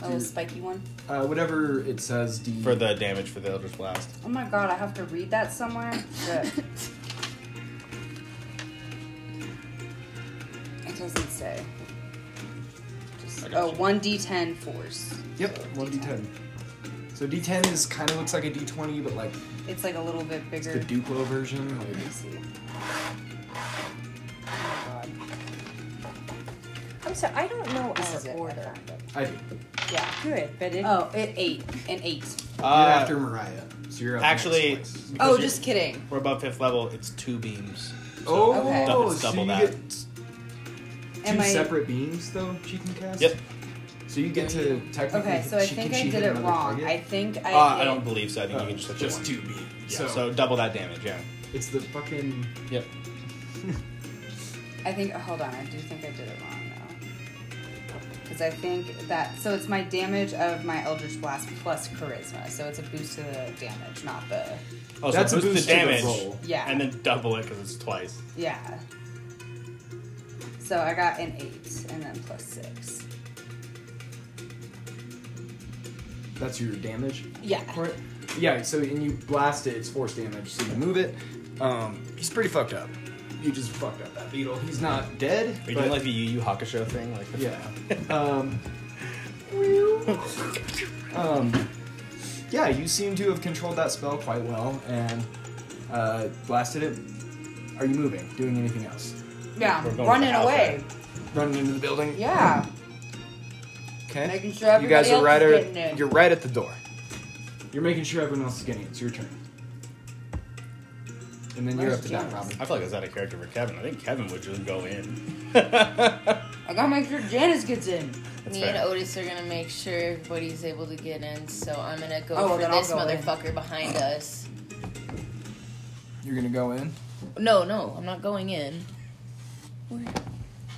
Speaker 3: my little
Speaker 1: Dude.
Speaker 3: spiky one.
Speaker 1: Uh, whatever it says. D
Speaker 2: for the damage for the Eldritch Blast.
Speaker 3: Oh my god, I have to read that somewhere. Shit. it doesn't say. Just,
Speaker 1: got
Speaker 3: oh, one d10 force.
Speaker 1: Yep, one d10. So d10 is kind of looks like a d20, but like
Speaker 3: It's like a little bit
Speaker 1: it's
Speaker 3: bigger.
Speaker 1: the Duplo version.
Speaker 3: Let me see. Oh
Speaker 8: I'm sorry, I don't know
Speaker 3: This is
Speaker 8: our
Speaker 3: it.
Speaker 8: order.
Speaker 1: I do.
Speaker 3: Yeah.
Speaker 8: Good, but it.
Speaker 3: Oh, it eight and eight.
Speaker 2: Uh,
Speaker 1: you're after Mariah, so you're up
Speaker 2: Actually,
Speaker 1: Next.
Speaker 2: because
Speaker 3: Oh,
Speaker 2: you're-
Speaker 3: just kidding.
Speaker 2: we're above fifth level. It's two beams.
Speaker 1: Oh,
Speaker 3: Okay.
Speaker 2: Dou- it's
Speaker 1: so
Speaker 2: double
Speaker 1: you
Speaker 2: that.
Speaker 1: get two
Speaker 3: Am I-
Speaker 1: separate beams though she can cast.
Speaker 2: Yep.
Speaker 1: So you get to technically.
Speaker 3: Okay, so I
Speaker 1: she-
Speaker 3: think
Speaker 1: can
Speaker 3: I
Speaker 1: she
Speaker 3: did
Speaker 1: hit
Speaker 3: it
Speaker 1: another
Speaker 3: wrong.
Speaker 1: target?
Speaker 3: I think I.
Speaker 2: Uh, I
Speaker 3: hit-
Speaker 2: don't believe so. I think you can just hit the
Speaker 1: just
Speaker 2: one.
Speaker 1: two beams.
Speaker 2: Yeah,
Speaker 1: so,
Speaker 2: so. double that damage. Yeah.
Speaker 1: it's the fucking.
Speaker 2: Yep.
Speaker 3: I think. Hold on, I do think I did it wrong though. Because I think that so it's my damage of my Eldritch Blast plus Charisma, so it's a boost to the damage, not the
Speaker 2: Oh,
Speaker 1: That's a
Speaker 2: so boost,
Speaker 1: boost to
Speaker 2: the
Speaker 1: the
Speaker 2: damage.
Speaker 1: roll.
Speaker 3: Yeah.
Speaker 2: And then double it because it's twice.
Speaker 3: yeah. So I got an eight and then plus six.
Speaker 1: That's your damage.
Speaker 3: Yeah.
Speaker 1: for it. Yeah, so and you blast it, it's force damage, so you move it. Um, he's pretty fucked up. You just fucked up that beetle. He's not dead.
Speaker 2: Are you
Speaker 1: but-
Speaker 2: doing like the Yu Yu Hakusho thing? Like the
Speaker 1: yeah. Um, um, yeah, you seem to have controlled that spell quite well and uh, blasted it. Are you moving? Doing anything else?
Speaker 3: Yeah,
Speaker 2: We're going
Speaker 3: running
Speaker 2: to the
Speaker 3: away.
Speaker 1: Running into the building?
Speaker 3: Yeah,
Speaker 1: Okay.
Speaker 3: making sure everybody
Speaker 1: you guys are
Speaker 3: else
Speaker 1: right.
Speaker 3: is
Speaker 1: At,
Speaker 3: getting in.
Speaker 1: You're right at the door. You're making sure everyone else is getting it. It's your turn. And then you're
Speaker 3: Where's
Speaker 1: up to that,
Speaker 3: James?
Speaker 1: Robin.
Speaker 2: I feel like that's out of character for Kevin. I think Kevin would just go in.
Speaker 3: I gotta make sure Janice gets in.
Speaker 2: That's
Speaker 12: Me
Speaker 2: fair.
Speaker 12: and Otis are gonna make sure everybody's able to get in, so I'm gonna go
Speaker 3: Oh, well,
Speaker 12: for
Speaker 3: then I'll
Speaker 12: this
Speaker 3: go in.
Speaker 12: motherfucker behind us.
Speaker 1: You're gonna go in.
Speaker 12: No, no, I'm not going in.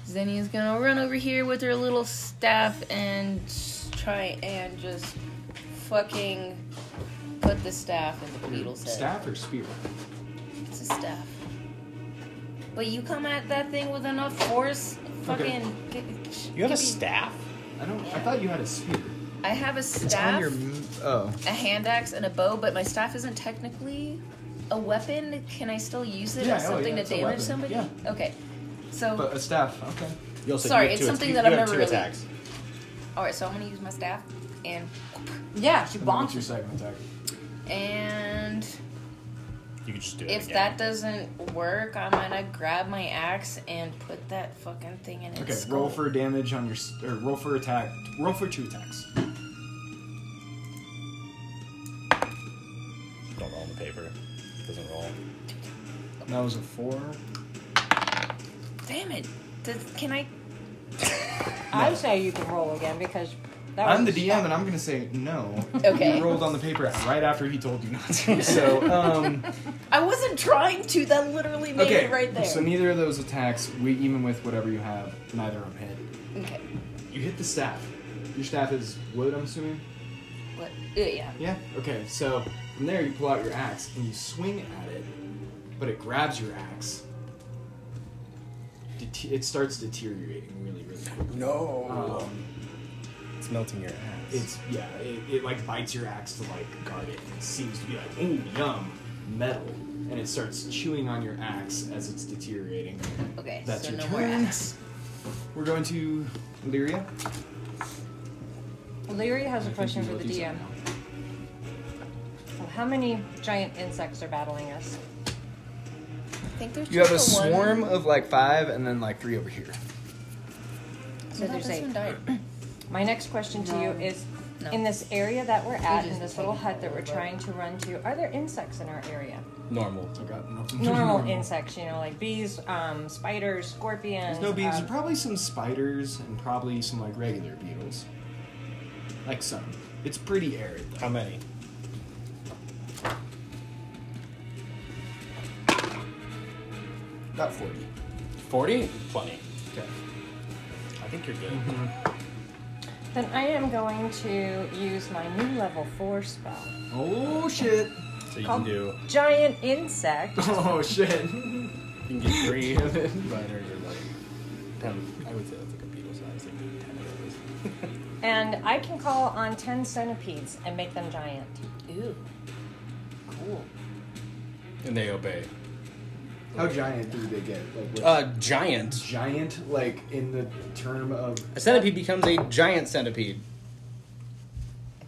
Speaker 12: Xenia's gonna run over here with her little staff and try and just fucking put the staff in the beetle's head.
Speaker 1: Staff or spear?
Speaker 12: It's a staff. But you come at that thing with enough force, fucking.
Speaker 2: You have a staff?
Speaker 1: I don't. I thought you had a spear.
Speaker 12: I have a
Speaker 1: It's on
Speaker 12: staff,
Speaker 1: your. Oh.
Speaker 12: a hand axe, and a bow, but my staff isn't technically a weapon. Can I still use it
Speaker 1: Yeah, oh,
Speaker 12: as something
Speaker 1: yeah,
Speaker 12: to
Speaker 1: it's a
Speaker 12: damage
Speaker 1: weapon.
Speaker 12: somebody?
Speaker 1: Yeah.
Speaker 12: Okay. So,
Speaker 1: But a staff. Okay.
Speaker 2: You also-
Speaker 12: Sorry,
Speaker 2: you have
Speaker 12: it's
Speaker 2: two-
Speaker 12: something
Speaker 2: you-
Speaker 12: that
Speaker 2: you
Speaker 12: I've
Speaker 2: have
Speaker 12: never
Speaker 2: two
Speaker 12: really-
Speaker 2: attacks.
Speaker 12: alright, so I'm gonna use my staff and.
Speaker 3: Yeah, she
Speaker 1: And then what's
Speaker 3: bonks.
Speaker 1: your second attack?
Speaker 12: And
Speaker 2: You could just do it.
Speaker 12: if
Speaker 2: again.
Speaker 12: that doesn't work, I'm gonna grab my axe and put that fucking thing in its
Speaker 1: Okay,
Speaker 12: skull.
Speaker 1: roll for damage on your s- or roll for attack. Roll for two attacks.
Speaker 2: Don't roll on the paper. It doesn't roll.
Speaker 1: That was a four.
Speaker 12: Damn it! Does, can I?
Speaker 8: I say you can roll again because that
Speaker 1: I'm the
Speaker 8: was
Speaker 1: DM, and I'm gonna say no.
Speaker 12: Okay.
Speaker 1: You rolled on the paper right after he told you not to. So, um,
Speaker 12: I wasn't trying to. That literally made
Speaker 1: okay.
Speaker 12: it right there.
Speaker 1: So neither of those attacks, we even with whatever you have, neither of them hit.
Speaker 12: okay.
Speaker 1: You hit the staff. Your staff is wood, I'm assuming.
Speaker 12: What? Uh, yeah.
Speaker 1: Yeah. Okay. So from there, you pull out your axe and you swing at it, but it grabs your axe. Det- it starts deteriorating really, really quickly.
Speaker 7: No.
Speaker 1: Um,
Speaker 2: Uh, It's melting your ass.
Speaker 1: It's yeah, it, it like bites your axe to like guard it. It seems to be like, ooh, yum, metal, and it starts chewing on your axe as it's deteriorating.
Speaker 12: Okay.
Speaker 1: That's
Speaker 12: so
Speaker 1: your
Speaker 12: no more
Speaker 1: turn.
Speaker 12: axe.
Speaker 1: We're going to Lyria.
Speaker 8: Leary has
Speaker 1: I
Speaker 8: a
Speaker 1: think
Speaker 8: question
Speaker 1: you
Speaker 8: for
Speaker 1: wrote
Speaker 8: the
Speaker 1: these
Speaker 8: DM.
Speaker 1: out now.
Speaker 8: Well, How many giant insects are battling us?
Speaker 12: I think there's
Speaker 1: You have a
Speaker 12: just the one-
Speaker 1: swarm of like five, and then like three over here.
Speaker 8: So
Speaker 12: I thought
Speaker 8: there's
Speaker 12: this
Speaker 8: eight.
Speaker 12: one died.
Speaker 8: My next question to you
Speaker 3: No.
Speaker 8: is
Speaker 12: No.
Speaker 8: in this area that we're at, in
Speaker 12: just
Speaker 8: this little
Speaker 12: take
Speaker 8: hut that we're
Speaker 12: over.
Speaker 8: trying to run to, are there insects in our area?
Speaker 2: normal.
Speaker 1: I got nothing.
Speaker 8: Normal insects, you know, like bees, um, spiders, scorpions.
Speaker 1: There's no bees.
Speaker 8: um,
Speaker 1: probably some spiders and probably some like regular beetles. Like some. It's pretty arid.
Speaker 2: How many?
Speaker 1: About forty.
Speaker 2: 40? Plenty.
Speaker 1: Okay.
Speaker 2: I think you're good.
Speaker 8: Then I am going to use my new level four spell
Speaker 1: Oh shit.
Speaker 2: So you
Speaker 12: Oh.
Speaker 8: Called
Speaker 2: can do.
Speaker 8: Giant Insect.
Speaker 1: Oh shit.
Speaker 7: You can get three of it, but or you're like ten. I would say that's like a beetle size, like ten of those.
Speaker 8: And I can call on 10 centipedes and make them giant.
Speaker 5: Ooh.
Speaker 8: Cool.
Speaker 2: and they obey.
Speaker 18: How giant do they get? Like what-
Speaker 2: Uh, giant.
Speaker 18: Giant, like in the term of
Speaker 2: A centipede becomes a giant centipede.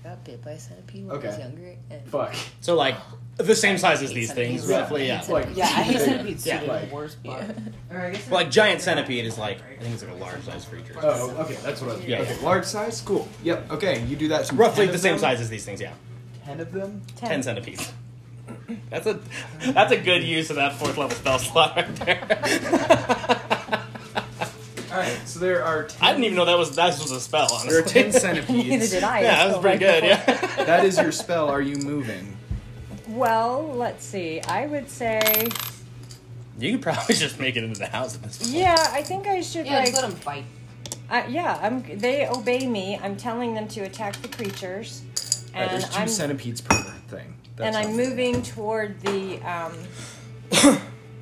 Speaker 12: I got bit by a centipede when I was
Speaker 2: Okay.
Speaker 12: younger. And
Speaker 2: So like the same size as these things, roughly. Yeah. Yeah.
Speaker 12: worst part.
Speaker 2: Well, like giant centipede is like I think it's like a large size creature.
Speaker 1: Oh, okay, that's what I was.
Speaker 2: Yeah.
Speaker 1: Okay, large size, cool. Yep. Okay, you do that. to 10
Speaker 2: Roughly the
Speaker 1: of
Speaker 2: same
Speaker 1: them?
Speaker 2: size as these things. Yeah.
Speaker 1: Ten of them.
Speaker 2: Ten, centipedes. That's a that's a good use of that fourth level spell slot right there.
Speaker 1: All right, so there are. Ten
Speaker 2: I didn't even know that was that was a spell. Honestly.
Speaker 1: There are ten centipedes.
Speaker 8: Neither did I.
Speaker 2: Yeah, that
Speaker 8: That's
Speaker 2: was pretty
Speaker 8: what
Speaker 2: good. Yeah.
Speaker 1: that is your spell. Are you moving?
Speaker 8: Well, let's see. I would say,
Speaker 2: You could probably just make it into the house at this point.
Speaker 8: yeah, I think I should
Speaker 3: Yeah,
Speaker 8: like.
Speaker 3: just let 'em fight.
Speaker 8: Uh, yeah, I'm, they obey me. I'm telling them to attack the creatures.
Speaker 1: All right,
Speaker 8: And
Speaker 1: Uh, there's 2
Speaker 8: I'm
Speaker 1: centipedes per thing.
Speaker 8: and I'm moving toward the um,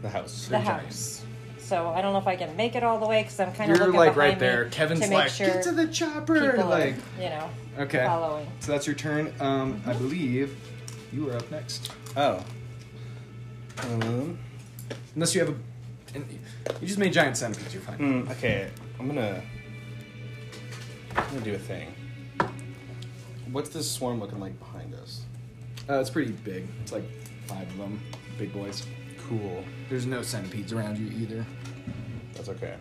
Speaker 2: the house.
Speaker 8: the house. So I don't know if I can make it all the way because I'm kind of
Speaker 1: You're,
Speaker 8: looking
Speaker 1: like, right
Speaker 8: behind me
Speaker 1: there. Kevin's
Speaker 8: to make
Speaker 1: like,
Speaker 8: sure
Speaker 1: "Get to the chopper,"
Speaker 8: people are,
Speaker 1: like-
Speaker 8: you know,
Speaker 1: Okay.
Speaker 8: following.
Speaker 1: So that's your turn. Um, I believe you are up next.
Speaker 2: Oh. Um,
Speaker 1: Unless you have a. and You just made giant centipedes. You're fine.
Speaker 2: Mm, okay, I'm gonna. I'm gonna do a thing. What's this swarm looking like behind us?
Speaker 1: Uh, it's pretty big. It's like five of them, big boys.
Speaker 2: Cool.
Speaker 1: There's no centipedes around you either.
Speaker 2: That's okay.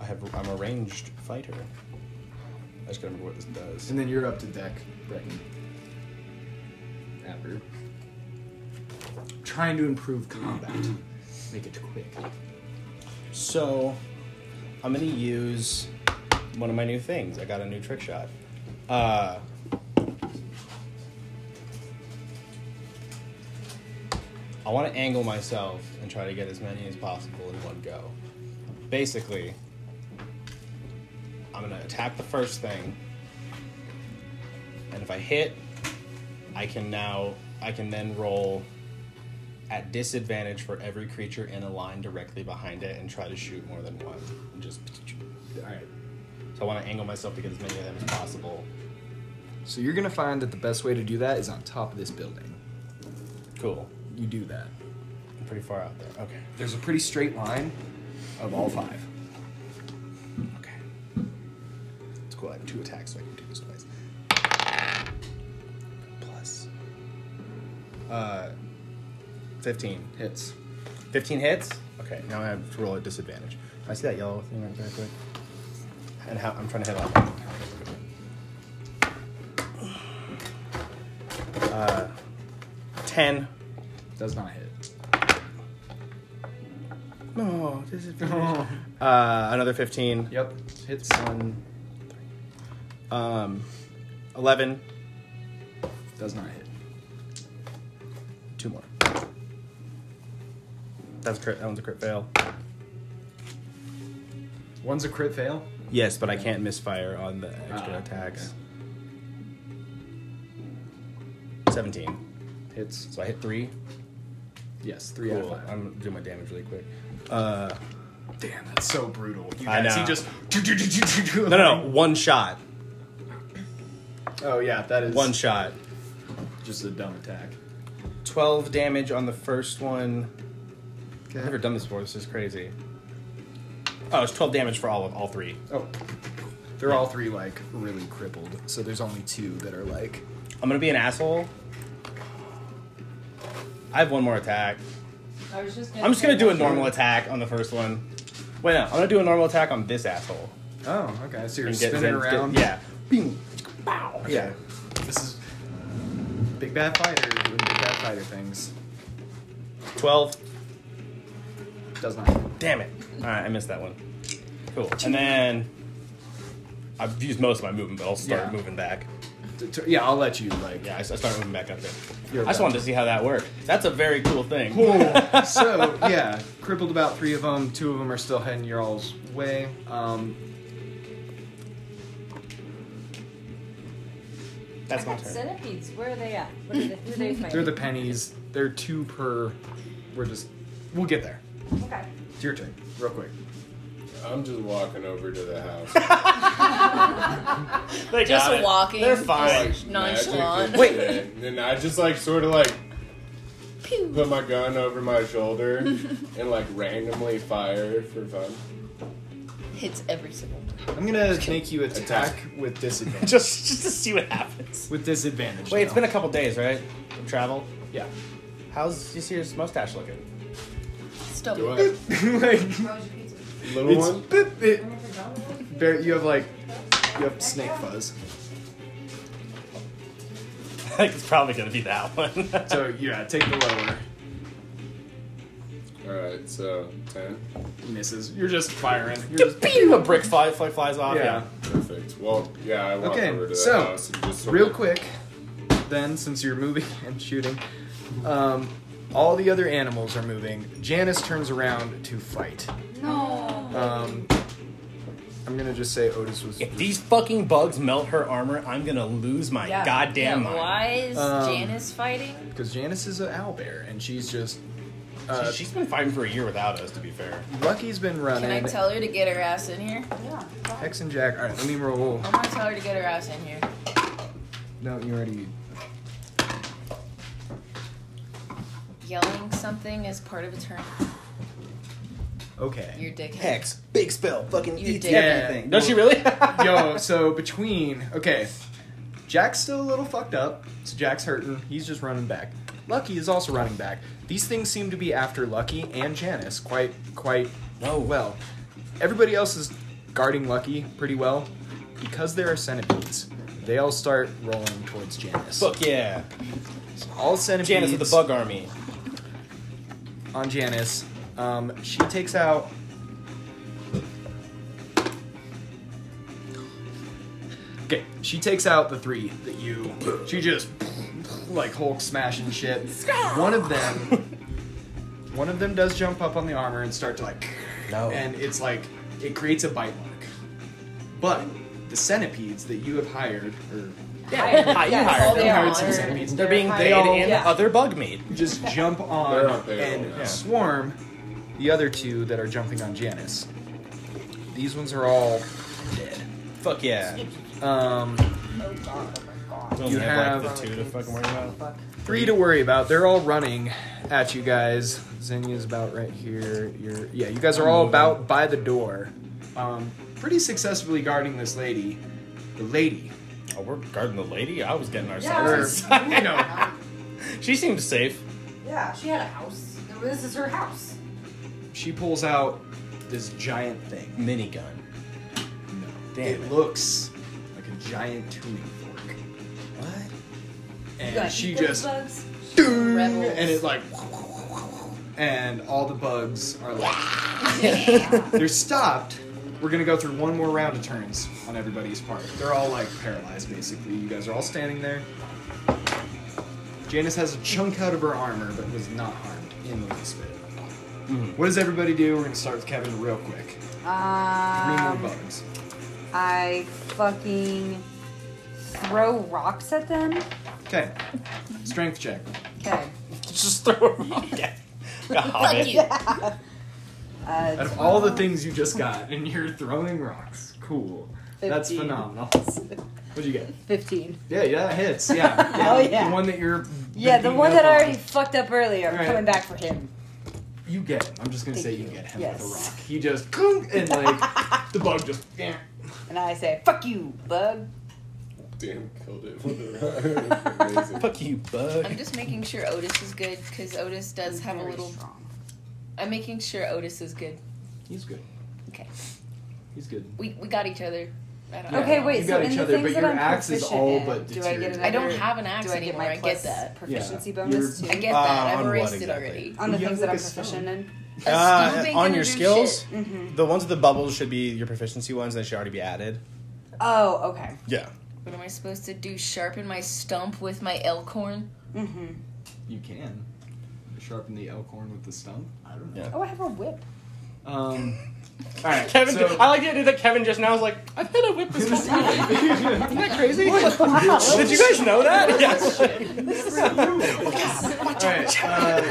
Speaker 2: I have. I'm a ranged fighter. I just gotta remember what this does.
Speaker 1: And then you're up to deck, Brecken. After. Trying to improve combat. Make it quick.
Speaker 2: So, I'm gonna use one of my new things. I got a new trick shot. Uh, I want to angle myself and try to get as many as possible in one go. Basically, I'm gonna attack the first thing, and if I hit, I can now I can then roll at disadvantage for every creature in a line directly behind it and try to shoot more than one. And just all
Speaker 1: right.
Speaker 2: So I want to angle myself to get as many of them as possible.
Speaker 1: So you're gonna find that the best way to do that is on top of this building.
Speaker 2: Cool.
Speaker 1: You do that.
Speaker 2: I'm pretty far out there. Okay.
Speaker 1: There's a pretty straight line of all five.
Speaker 2: It's cool. I have two attacks, so I can do this twice. Plus. Uh, 15 hits. 15 hits? Okay, now I have to roll at disadvantage. Can I see that yellow thing right there, quick? And how I'm trying to hit on. Uh, 10.
Speaker 1: Does not hit.
Speaker 2: No, this is. Uh, another 15.
Speaker 1: Yep. Hits.
Speaker 2: One. Um, 11.
Speaker 1: Does not hit.
Speaker 2: Two more. That's a crit. That one's a crit fail.
Speaker 1: One's a crit fail.
Speaker 2: Yes, but I can't misfire on the extra attacks. 17.
Speaker 1: Hits.
Speaker 2: So I hit three.
Speaker 1: Yes, three out of
Speaker 2: Cool.
Speaker 1: five.
Speaker 2: I'm gonna do my damage really quick. Uh,
Speaker 1: Damn, that's so brutal. You
Speaker 2: I
Speaker 1: guys,
Speaker 2: know.
Speaker 1: He just.
Speaker 2: no, no, no, one shot.
Speaker 1: Oh yeah, that is
Speaker 2: One shot.
Speaker 1: Just a dumb attack.
Speaker 2: 12 damage on the first one. I've never done this before. This is crazy. Oh, it's 12 damage for all of all three.
Speaker 1: Oh. They're all three like really crippled, so there's only two that are like.
Speaker 2: I'm gonna be an asshole. I have one more attack.
Speaker 3: I was just
Speaker 2: I'm just gonna do a normal attack on the first one. Wait, no, I'm gonna do a normal attack on this asshole.
Speaker 1: Oh, okay. So you're
Speaker 2: And get-
Speaker 1: spinning
Speaker 2: then get-
Speaker 1: around.
Speaker 2: yeah.
Speaker 1: Yeah. This is Big Bad Fighter doing Big Bad Fighter things.
Speaker 2: 12.
Speaker 1: Does not. hit.
Speaker 2: Damn it. Alright, I missed that one. Cool. And then I've used most of my movement, but I'll start
Speaker 1: Yeah.
Speaker 2: moving back.
Speaker 1: T- t- Yeah, I'll let you like.
Speaker 2: Yeah, I s- I start moving back up there.
Speaker 1: You're
Speaker 2: I just
Speaker 1: back.
Speaker 2: wanted to see how that worked. That's a very cool thing.
Speaker 1: Cool. so yeah, crippled about three of them. Two of them are still heading your all's way. Um,
Speaker 2: That's
Speaker 8: I got centipedes. Where are they at? What are they, who are they fighting?
Speaker 1: They're the pennies. They're two per. We're just. We'll get there.
Speaker 8: Okay.
Speaker 18: It's your turn, real quick.
Speaker 11: I'm just walking over to the house.
Speaker 12: They Just got it. walking. They're fine. Just nonchalant. Wait.
Speaker 11: Wait. And I just like sort of like put my gun over my shoulder and like randomly fire for fun.
Speaker 12: Hits every single one.
Speaker 1: I'm gonna make you attack with disadvantage.
Speaker 2: just just to see what happens.
Speaker 1: With disadvantage.
Speaker 2: Wait, it's been a couple days, right? From travel.
Speaker 1: Yeah.
Speaker 2: How's you see your mustache looking?
Speaker 12: Stop.
Speaker 11: Do
Speaker 2: I?
Speaker 1: little
Speaker 11: one?
Speaker 1: you have like you have snake fuzz.
Speaker 2: I think it's probably gonna be that one.
Speaker 1: so yeah, take the lower.
Speaker 11: All right, so ten
Speaker 1: misses. You're just firing. You're just
Speaker 2: a brick fly, fly flies off.
Speaker 1: Yeah.
Speaker 11: Perfect. Well, yeah, I walk over to
Speaker 1: Okay,
Speaker 11: the
Speaker 1: so
Speaker 11: house and just sort
Speaker 1: real
Speaker 11: of-
Speaker 1: quick, then since you're moving and shooting, um, all the other animals are moving. Janice turns around to fight.
Speaker 3: No.
Speaker 1: Um, I'm gonna just say Otis was.
Speaker 2: If these fucking bugs melt her armor, I'm gonna lose my goddamn mind.
Speaker 12: Why is
Speaker 1: Um,
Speaker 12: Janice fighting?
Speaker 1: Because Janice is an owlbear, and she's just. Uh,
Speaker 2: she's been fighting for a year without us, to be fair.
Speaker 1: Lucky's been running.
Speaker 12: Can I tell her to get her ass in here? Yeah.
Speaker 1: Hex and Jack. Alright, let me roll.
Speaker 12: I'm gonna tell her to get her ass in here.
Speaker 1: No, you already.
Speaker 12: Yelling something is part of a turn.
Speaker 1: Okay.
Speaker 12: Your dickhead.
Speaker 1: Hex. Big spell. Fucking E
Speaker 12: You eats did. everything.
Speaker 2: Does she really?
Speaker 1: Yo, so between. Okay. Jack's still a little fucked up, so Jack's hurting. He's just running back. Lucky is also running back. These things seem to be after Lucky and Janice quite, quite oh,
Speaker 2: no.
Speaker 1: well. Everybody else is guarding Lucky pretty well because there are centipedes. They all start rolling towards Janice.
Speaker 2: Fuck yeah.
Speaker 1: All centipedes.
Speaker 2: Janice with the bug army.
Speaker 1: on Janice. Um, she takes out. Okay, she takes out the three that you. She just like Hulk smashing shit. One of them, one of them does jump up on the armor and start to like.
Speaker 2: No.
Speaker 1: And it's like it creates a bite mark. But the centipedes that you have hired or.
Speaker 2: Yeah,
Speaker 1: Hi- you
Speaker 2: yeah,
Speaker 1: hired
Speaker 2: all
Speaker 1: them.
Speaker 2: they are
Speaker 1: Hired some
Speaker 2: honored.
Speaker 1: centipedes.
Speaker 2: They're being
Speaker 1: They
Speaker 2: paid
Speaker 1: all-
Speaker 2: in
Speaker 1: Yeah.
Speaker 2: other bug meat.
Speaker 1: Just jump on
Speaker 2: They're not paid
Speaker 1: and
Speaker 2: all, yeah.
Speaker 1: swarm the other two that are jumping on Janice. These ones are all dead.
Speaker 2: Fuck yeah.
Speaker 1: Um,
Speaker 2: Don't
Speaker 1: you
Speaker 2: we have,
Speaker 1: have
Speaker 2: like, the two to fucking worry about.
Speaker 1: three to worry about. They're all running at you guys. Zinnia's about right here. You're yeah. You guys are
Speaker 2: I'm
Speaker 1: all
Speaker 2: moving.
Speaker 1: about by the door. Um, pretty successfully guarding this lady. The lady.
Speaker 2: Oh, we're guarding the lady. I was getting ourselves.
Speaker 1: Yes.
Speaker 2: Yeah. she seems safe.
Speaker 3: Yeah, she had a house. This is her house.
Speaker 1: She pulls out this giant thing.
Speaker 2: Minigun.
Speaker 1: No.
Speaker 2: Damn
Speaker 1: it
Speaker 2: it.
Speaker 1: looks like a giant tuning fork.
Speaker 2: What?
Speaker 1: And she
Speaker 3: eat those
Speaker 1: just
Speaker 3: bugs?
Speaker 1: Ding!
Speaker 3: Rebels.
Speaker 1: and it like and all the bugs are like they're stopped we're gonna go through one more round of turns on everybody's part they're all like paralyzed basically you guys are all standing there janice has a chunk out of her armor but was not harmed in the least bit what does everybody do we're gonna start with kevin real quick three more
Speaker 3: Um,
Speaker 1: bugs
Speaker 3: I fucking throw rocks at them.
Speaker 1: okay strength check
Speaker 3: Okay.
Speaker 2: Just throw a rock at
Speaker 3: Fuck you. Uh,
Speaker 1: out of all the things you just got and you're throwing rocks cool that's
Speaker 3: Fifteen.
Speaker 1: phenomenal what'd you get
Speaker 3: 15.
Speaker 1: Yeah, yeah, that hits. Yeah.
Speaker 3: Hell Oh, yeah.
Speaker 1: The one that you're.
Speaker 3: Yeah, the
Speaker 1: thinking
Speaker 3: one
Speaker 1: of
Speaker 3: that
Speaker 1: on-
Speaker 3: I already fucked up earlier. I'm
Speaker 1: Right.
Speaker 3: coming back for him.
Speaker 1: You get him. I'm just gonna
Speaker 3: Thank
Speaker 1: say you, get him with a
Speaker 3: Yes.
Speaker 1: rock. He just and like the bug just.
Speaker 3: And I say, fuck you, bug.
Speaker 11: damn killed it with a rock. Amazing.
Speaker 2: Fuck you, bug.
Speaker 12: I'm just making sure Otis is good because Otis does have a little. I'm making sure Otis is good.
Speaker 1: He's good.
Speaker 12: Okay.
Speaker 1: He's good.
Speaker 12: We, we got each other. I
Speaker 1: Yeah.
Speaker 12: don't know.
Speaker 3: Okay, wait,
Speaker 1: You
Speaker 3: so
Speaker 1: got
Speaker 3: in
Speaker 1: each
Speaker 3: the
Speaker 1: other,
Speaker 3: things
Speaker 1: but
Speaker 3: that
Speaker 1: your
Speaker 3: I'm
Speaker 1: axe is
Speaker 3: proficient
Speaker 1: all
Speaker 3: in,
Speaker 1: but
Speaker 3: do I get
Speaker 1: deteriorated.
Speaker 12: I don't
Speaker 3: another-
Speaker 12: have an axe
Speaker 3: do I get
Speaker 12: anymore.
Speaker 3: my
Speaker 12: I get
Speaker 3: plus
Speaker 12: that.
Speaker 1: proficiency
Speaker 3: proficiency
Speaker 1: Yeah.
Speaker 3: bonus
Speaker 1: bonus,
Speaker 3: too?
Speaker 1: You're-
Speaker 12: I get
Speaker 2: Uh,
Speaker 12: that. I've
Speaker 2: on what
Speaker 12: erased it
Speaker 2: exactly?
Speaker 12: already.
Speaker 3: on the
Speaker 1: You have
Speaker 3: things
Speaker 1: like
Speaker 3: that I'm
Speaker 1: a stone.
Speaker 3: proficient Mm-hmm. in.
Speaker 12: still
Speaker 2: Uh,
Speaker 12: think
Speaker 2: on
Speaker 12: gonna
Speaker 2: your
Speaker 12: do
Speaker 2: skills,
Speaker 12: shit.
Speaker 2: the ones with the bubbles should be your proficiency ones. They should already be added.
Speaker 3: Oh, okay.
Speaker 2: Yeah.
Speaker 12: What am I supposed to do? Sharpen my stump with my elk horn?
Speaker 3: Mm-hmm.
Speaker 1: You can sharpen the elk horn with the stump. I don't know.
Speaker 2: Yeah.
Speaker 3: Oh, I have a whip.
Speaker 1: Um. All right,
Speaker 2: Kevin,
Speaker 1: So,
Speaker 2: I like the idea that Kevin just now was like, I've had a whip this whole time. Isn't that crazy? Did you guys know that? Yeah.
Speaker 1: all Oh, right. Uh,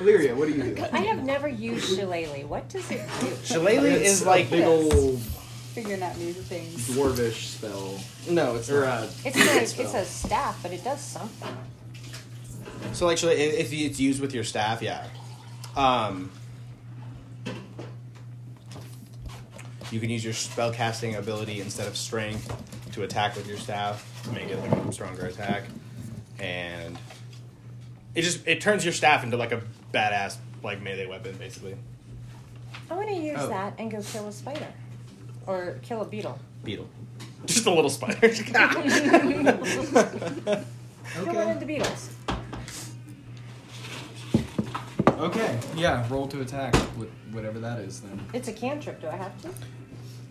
Speaker 1: Illyria, what do you do?
Speaker 8: I have never used shillelagh. What does it do?
Speaker 19: Shillelagh
Speaker 1: It's
Speaker 19: is
Speaker 1: a
Speaker 19: like
Speaker 1: big old
Speaker 3: Figuring out new things.
Speaker 1: dwarvish spell.
Speaker 19: No, it's
Speaker 2: uh,
Speaker 1: or uh,
Speaker 19: not.
Speaker 1: A
Speaker 8: It's a, it's
Speaker 1: spell.
Speaker 8: a staff, but it does something.
Speaker 2: So actually, i- if it's used with your staff, yeah. Um, you can use your spellcasting ability instead of strength to attack with your staff to make it like a stronger attack, and it just it turns your staff into like a badass like melee weapon basically.
Speaker 8: I want to use
Speaker 2: Oh.
Speaker 8: that and go kill a spider, or kill a beetle.
Speaker 2: Beetle, just a little spider.
Speaker 8: Kill one of the beetles.
Speaker 20: Okay, yeah, roll to attack with whatever that is then.
Speaker 8: It's a cantrip. Do I have to?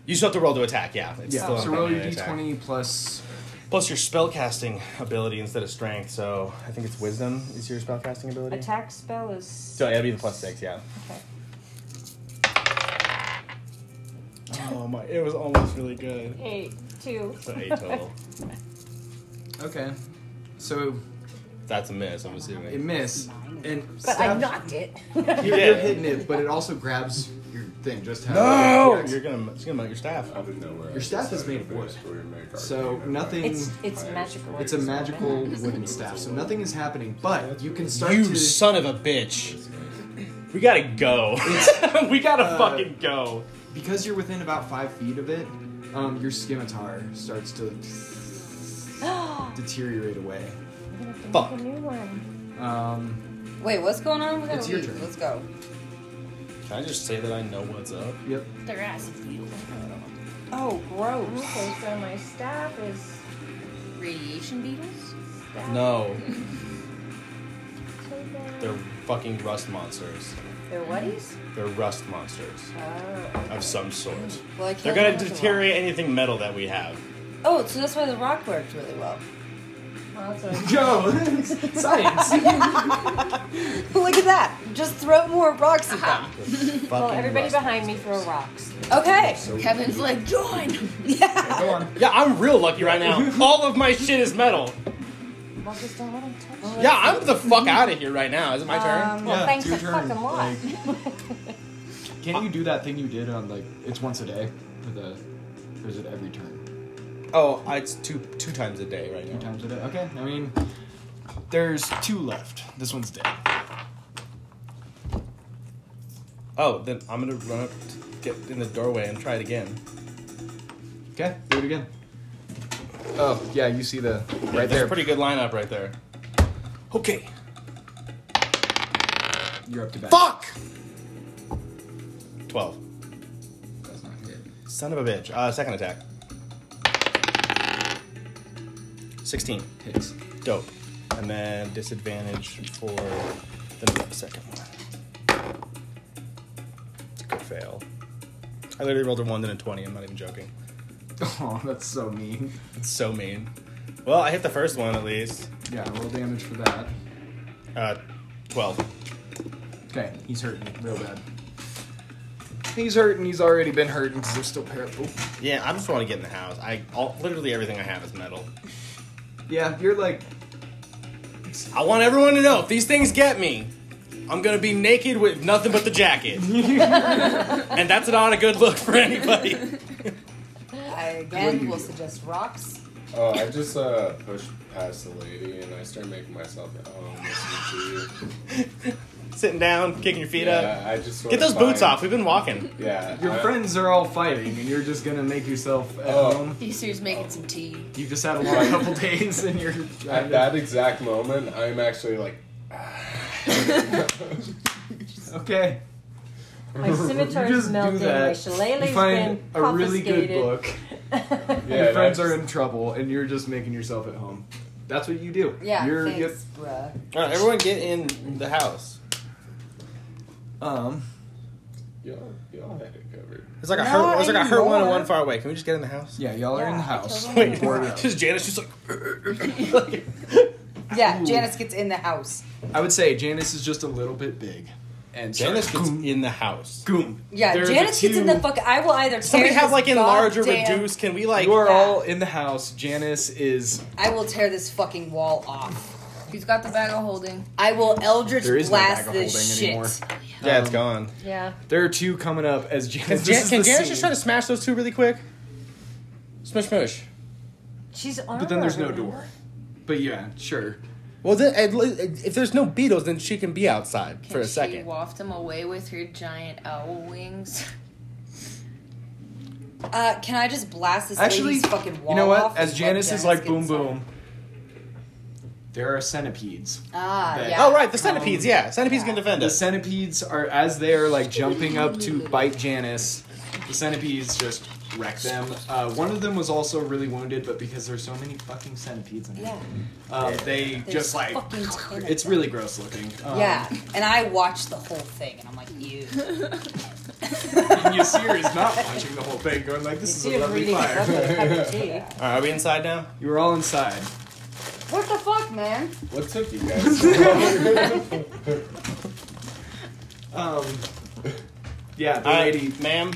Speaker 2: you still have to roll to attack. Yeah, it's
Speaker 20: yeah,
Speaker 2: still
Speaker 20: so
Speaker 2: a
Speaker 20: roll your
Speaker 2: melee attack.
Speaker 20: d20 plus.
Speaker 2: Plus your spellcasting ability instead of strength, so I think it's wisdom is your spellcasting ability.
Speaker 8: Attack spell is
Speaker 2: So it'll be the plus six, yeah.
Speaker 8: okay.
Speaker 2: Oh my! It was almost really good.
Speaker 8: Eight, two.
Speaker 2: So eight total.
Speaker 20: Okay. So
Speaker 2: That's a miss. I'm assuming
Speaker 20: it missed. And
Speaker 8: But I knocked it.
Speaker 1: You're, you're hitting it, but it also grabs your thing. Just how
Speaker 2: No! You're gonna it's gonna melt your staff.
Speaker 11: Out of nowhere.
Speaker 1: Your staff is made of wood, so nothing.
Speaker 8: It's it's magical.
Speaker 1: It's a magical wooden staff, so nothing is happening. But you can start
Speaker 2: You
Speaker 1: to.
Speaker 2: son of a bitch! We gotta go. we gotta
Speaker 1: Uh,
Speaker 2: fucking go.
Speaker 1: because you're within about five feet of it, um, your scimitar starts to deteriorate away.
Speaker 2: Fuck.
Speaker 8: new one.
Speaker 1: Um,
Speaker 3: Wait, what's going on? We gotta
Speaker 1: It's your
Speaker 3: leave.
Speaker 1: turn.
Speaker 3: Let's go.
Speaker 2: Can I just say that I know what's up?
Speaker 1: Yep.
Speaker 12: Their ass is beautiful.
Speaker 3: Oh, gross.
Speaker 8: Okay, so my staff is
Speaker 12: Radiation beetles?
Speaker 8: staff
Speaker 2: No,
Speaker 8: taken.
Speaker 2: they're fucking rust monsters.
Speaker 8: They're whaties?
Speaker 2: They're rust monsters
Speaker 8: Oh.
Speaker 2: of some sort.
Speaker 3: Well, I
Speaker 2: They're
Speaker 3: killed
Speaker 2: gonna
Speaker 3: one with a rock.
Speaker 2: deteriorate anything metal that we have.
Speaker 3: Oh, so that's why the rock worked really well.
Speaker 8: Well, that's what
Speaker 1: Yo, science.
Speaker 3: Look at that. Just throw more rocks at them.
Speaker 8: well,
Speaker 2: Fucking
Speaker 8: everybody
Speaker 2: rust
Speaker 8: behind me throw rocks.
Speaker 1: Uh-huh.
Speaker 3: Okay.
Speaker 12: Kevin's like, join!
Speaker 1: Go on.
Speaker 2: Yeah, I'm real lucky right now. All of my shit is metal.
Speaker 8: Well, just don't let them touch
Speaker 2: Yeah, I'm the fuck out of here right now. Is it my turn?
Speaker 8: Um, well,
Speaker 1: Yeah,
Speaker 8: thanks
Speaker 1: it's
Speaker 8: a
Speaker 1: your turn.
Speaker 8: fucking lot.
Speaker 1: Can't you do that thing you did on like it's once a day for the? Or is it every turn?
Speaker 2: Oh, I- it's two two times a day right
Speaker 1: Two
Speaker 2: now.
Speaker 1: times a day. Okay. I mean, there's two left. This one's dead.
Speaker 2: Oh, then I'm gonna run up, to get in the doorway, and try it again.
Speaker 1: Okay. Do it again. Oh yeah, you see the right
Speaker 2: That's
Speaker 1: there.
Speaker 2: a pretty good lineup right there. Okay.
Speaker 1: You're up to bat.
Speaker 2: Fuck. Twelve.
Speaker 1: That's not good.
Speaker 2: Son of a bitch. Uh, second attack. Sixteen.
Speaker 1: Hits.
Speaker 2: Dope. And then disadvantage for the second one. It's a good fail. I literally rolled a 1 then a 20. I'm not even joking.
Speaker 1: Oh, that's so mean.
Speaker 2: It's so mean. Well, I hit the first one at least.
Speaker 1: Yeah, roll damage for that.
Speaker 2: Uh, 12.
Speaker 1: Okay, he's hurting real bad. He's hurting. He's already been hurting because they're still par. Oop.
Speaker 2: Yeah, I just want to get in the house. I all, Literally everything I have is metal.
Speaker 1: Yeah, you're like
Speaker 2: I want everyone to know if these things get me, I'm going to be naked with nothing but the jacket. and that's not a good look for anybody.
Speaker 3: I again will suggest rocks.
Speaker 11: Oh, I just uh, pushed past the lady and I started making myself at home. Mr. G.
Speaker 2: Sitting down, kicking your feet
Speaker 11: yeah,
Speaker 2: up.
Speaker 11: I just
Speaker 2: Get
Speaker 11: wanna
Speaker 2: those boots
Speaker 11: find-
Speaker 2: off. We've been walking.
Speaker 11: Yeah.
Speaker 1: your
Speaker 11: I-
Speaker 1: friends are all fighting, and you're just gonna make yourself at
Speaker 11: Oh.
Speaker 1: home.
Speaker 12: Easter's making some tea.
Speaker 1: You just had a long couple days, and you're
Speaker 11: At that exact moment, I'm actually like, ah.
Speaker 1: okay.
Speaker 8: My scimitar's
Speaker 1: you just
Speaker 8: melting,
Speaker 1: do that.
Speaker 8: my shillelagh's
Speaker 1: you find
Speaker 8: been
Speaker 1: a really good
Speaker 8: confiscated.
Speaker 1: book.
Speaker 11: yeah,
Speaker 1: your friends
Speaker 11: that's-
Speaker 1: are in trouble, and you're just making yourself at home. That's what you do.
Speaker 3: Yeah,
Speaker 1: You're,
Speaker 3: thanks, bruh.
Speaker 2: All right, everyone get in the house.
Speaker 1: yep, um.
Speaker 11: Y'all, y'all had it covered.
Speaker 2: It's like a
Speaker 3: No,
Speaker 2: hurt. It's like a hurt one and
Speaker 3: anymore.
Speaker 2: one far away. Can we just get in the house?
Speaker 1: Yeah, y'all are in the
Speaker 8: Yeah, I
Speaker 1: house.
Speaker 8: totally
Speaker 2: Wait,
Speaker 1: Bored out.
Speaker 2: just Janice just like
Speaker 3: Yeah, Janice gets in the house.
Speaker 1: I would say Janice is just a little bit big, and
Speaker 2: Janice
Speaker 1: starts
Speaker 2: gets in the house.
Speaker 1: goom.
Speaker 3: Yeah,
Speaker 1: There's a
Speaker 3: Janice gets in the
Speaker 1: few-
Speaker 3: fuck. I will either tear
Speaker 2: Somebody have
Speaker 3: this
Speaker 2: like enlarge or
Speaker 3: goddamn-
Speaker 2: reduce. Can we like?
Speaker 1: you are
Speaker 3: Yeah.
Speaker 1: all in the house. Janice is
Speaker 3: I will tear this fucking wall off.
Speaker 12: He's got the bag of holding.
Speaker 21: I will Eldritch
Speaker 1: There is no bag
Speaker 21: blast
Speaker 1: of
Speaker 21: this
Speaker 1: holding
Speaker 21: shit.
Speaker 1: anymore.
Speaker 2: Yeah, it's gone.
Speaker 21: Yeah.
Speaker 1: There are two coming up as
Speaker 2: Can,
Speaker 1: Janice.
Speaker 2: Jan- can Janice just try to smash those two really quick? Smush, smush.
Speaker 8: She's armor.
Speaker 1: But then there's no door. But yeah, sure.
Speaker 2: Well, then, at le- if there's no beetles, then she can be outside for a
Speaker 12: She
Speaker 2: second.
Speaker 12: waft him away with her giant owl wings.
Speaker 21: Uh, can I just blast this
Speaker 1: Actually,
Speaker 21: lady's fucking wall
Speaker 1: you know what?
Speaker 21: off
Speaker 1: As
Speaker 21: with
Speaker 1: Janice
Speaker 21: what
Speaker 1: is like
Speaker 21: Janice
Speaker 1: boom
Speaker 21: gets-
Speaker 1: boom, there are centipedes.
Speaker 3: Uh,
Speaker 21: Ah,
Speaker 1: that-
Speaker 21: yeah.
Speaker 2: Oh, centipedes, Um, yeah. Centipedes can defend
Speaker 1: The
Speaker 2: us.
Speaker 1: centipedes are, as they are like jumping up to bite Janice, the centipedes just wreck them. Uh, one of them was also really wounded, but because there's so many fucking centipedes in it,
Speaker 21: Yeah.
Speaker 1: um, they
Speaker 21: There's
Speaker 1: just like.
Speaker 21: fucking ten of
Speaker 1: It's
Speaker 21: them.
Speaker 1: really gross looking. Um,
Speaker 21: yeah, and I watched the whole thing, and I'm like, you.
Speaker 1: And Yasir is not watching the whole thing, going like, this is a
Speaker 21: Yasir's
Speaker 1: lovely
Speaker 21: reading
Speaker 1: fire.
Speaker 21: a cup of tea. Alright,
Speaker 2: are we inside now?
Speaker 1: You were all inside.
Speaker 3: What the fuck, man?
Speaker 11: What took you guys?
Speaker 1: um, yeah, the
Speaker 2: All right,
Speaker 1: lady.
Speaker 2: ma'am.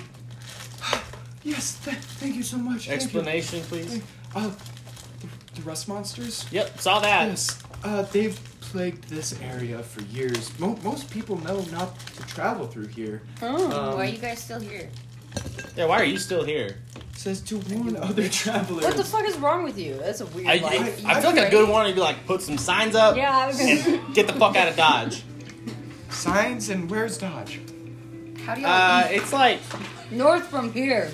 Speaker 1: Yes, th- thank you so much. Thank you.
Speaker 2: Explanation, please.
Speaker 1: Uh, the, the rust monsters?
Speaker 2: Yep, saw that.
Speaker 1: Yes, uh, they've plagued this area for years. Mo- most people know not to travel through here. Um,
Speaker 12: Why are you guys still here?
Speaker 2: Yeah, why are you still here?
Speaker 1: Says to warn other travelers.
Speaker 3: What the fuck is wrong with you? That's a weird
Speaker 2: I,
Speaker 3: like.
Speaker 2: I, I feel like a good one would be like, put some signs up
Speaker 3: Yeah, I was gonna-
Speaker 2: and get the fuck out of Dodge.
Speaker 1: Signs and where's Dodge?
Speaker 12: How do you
Speaker 2: Uh, it's like
Speaker 3: north from here?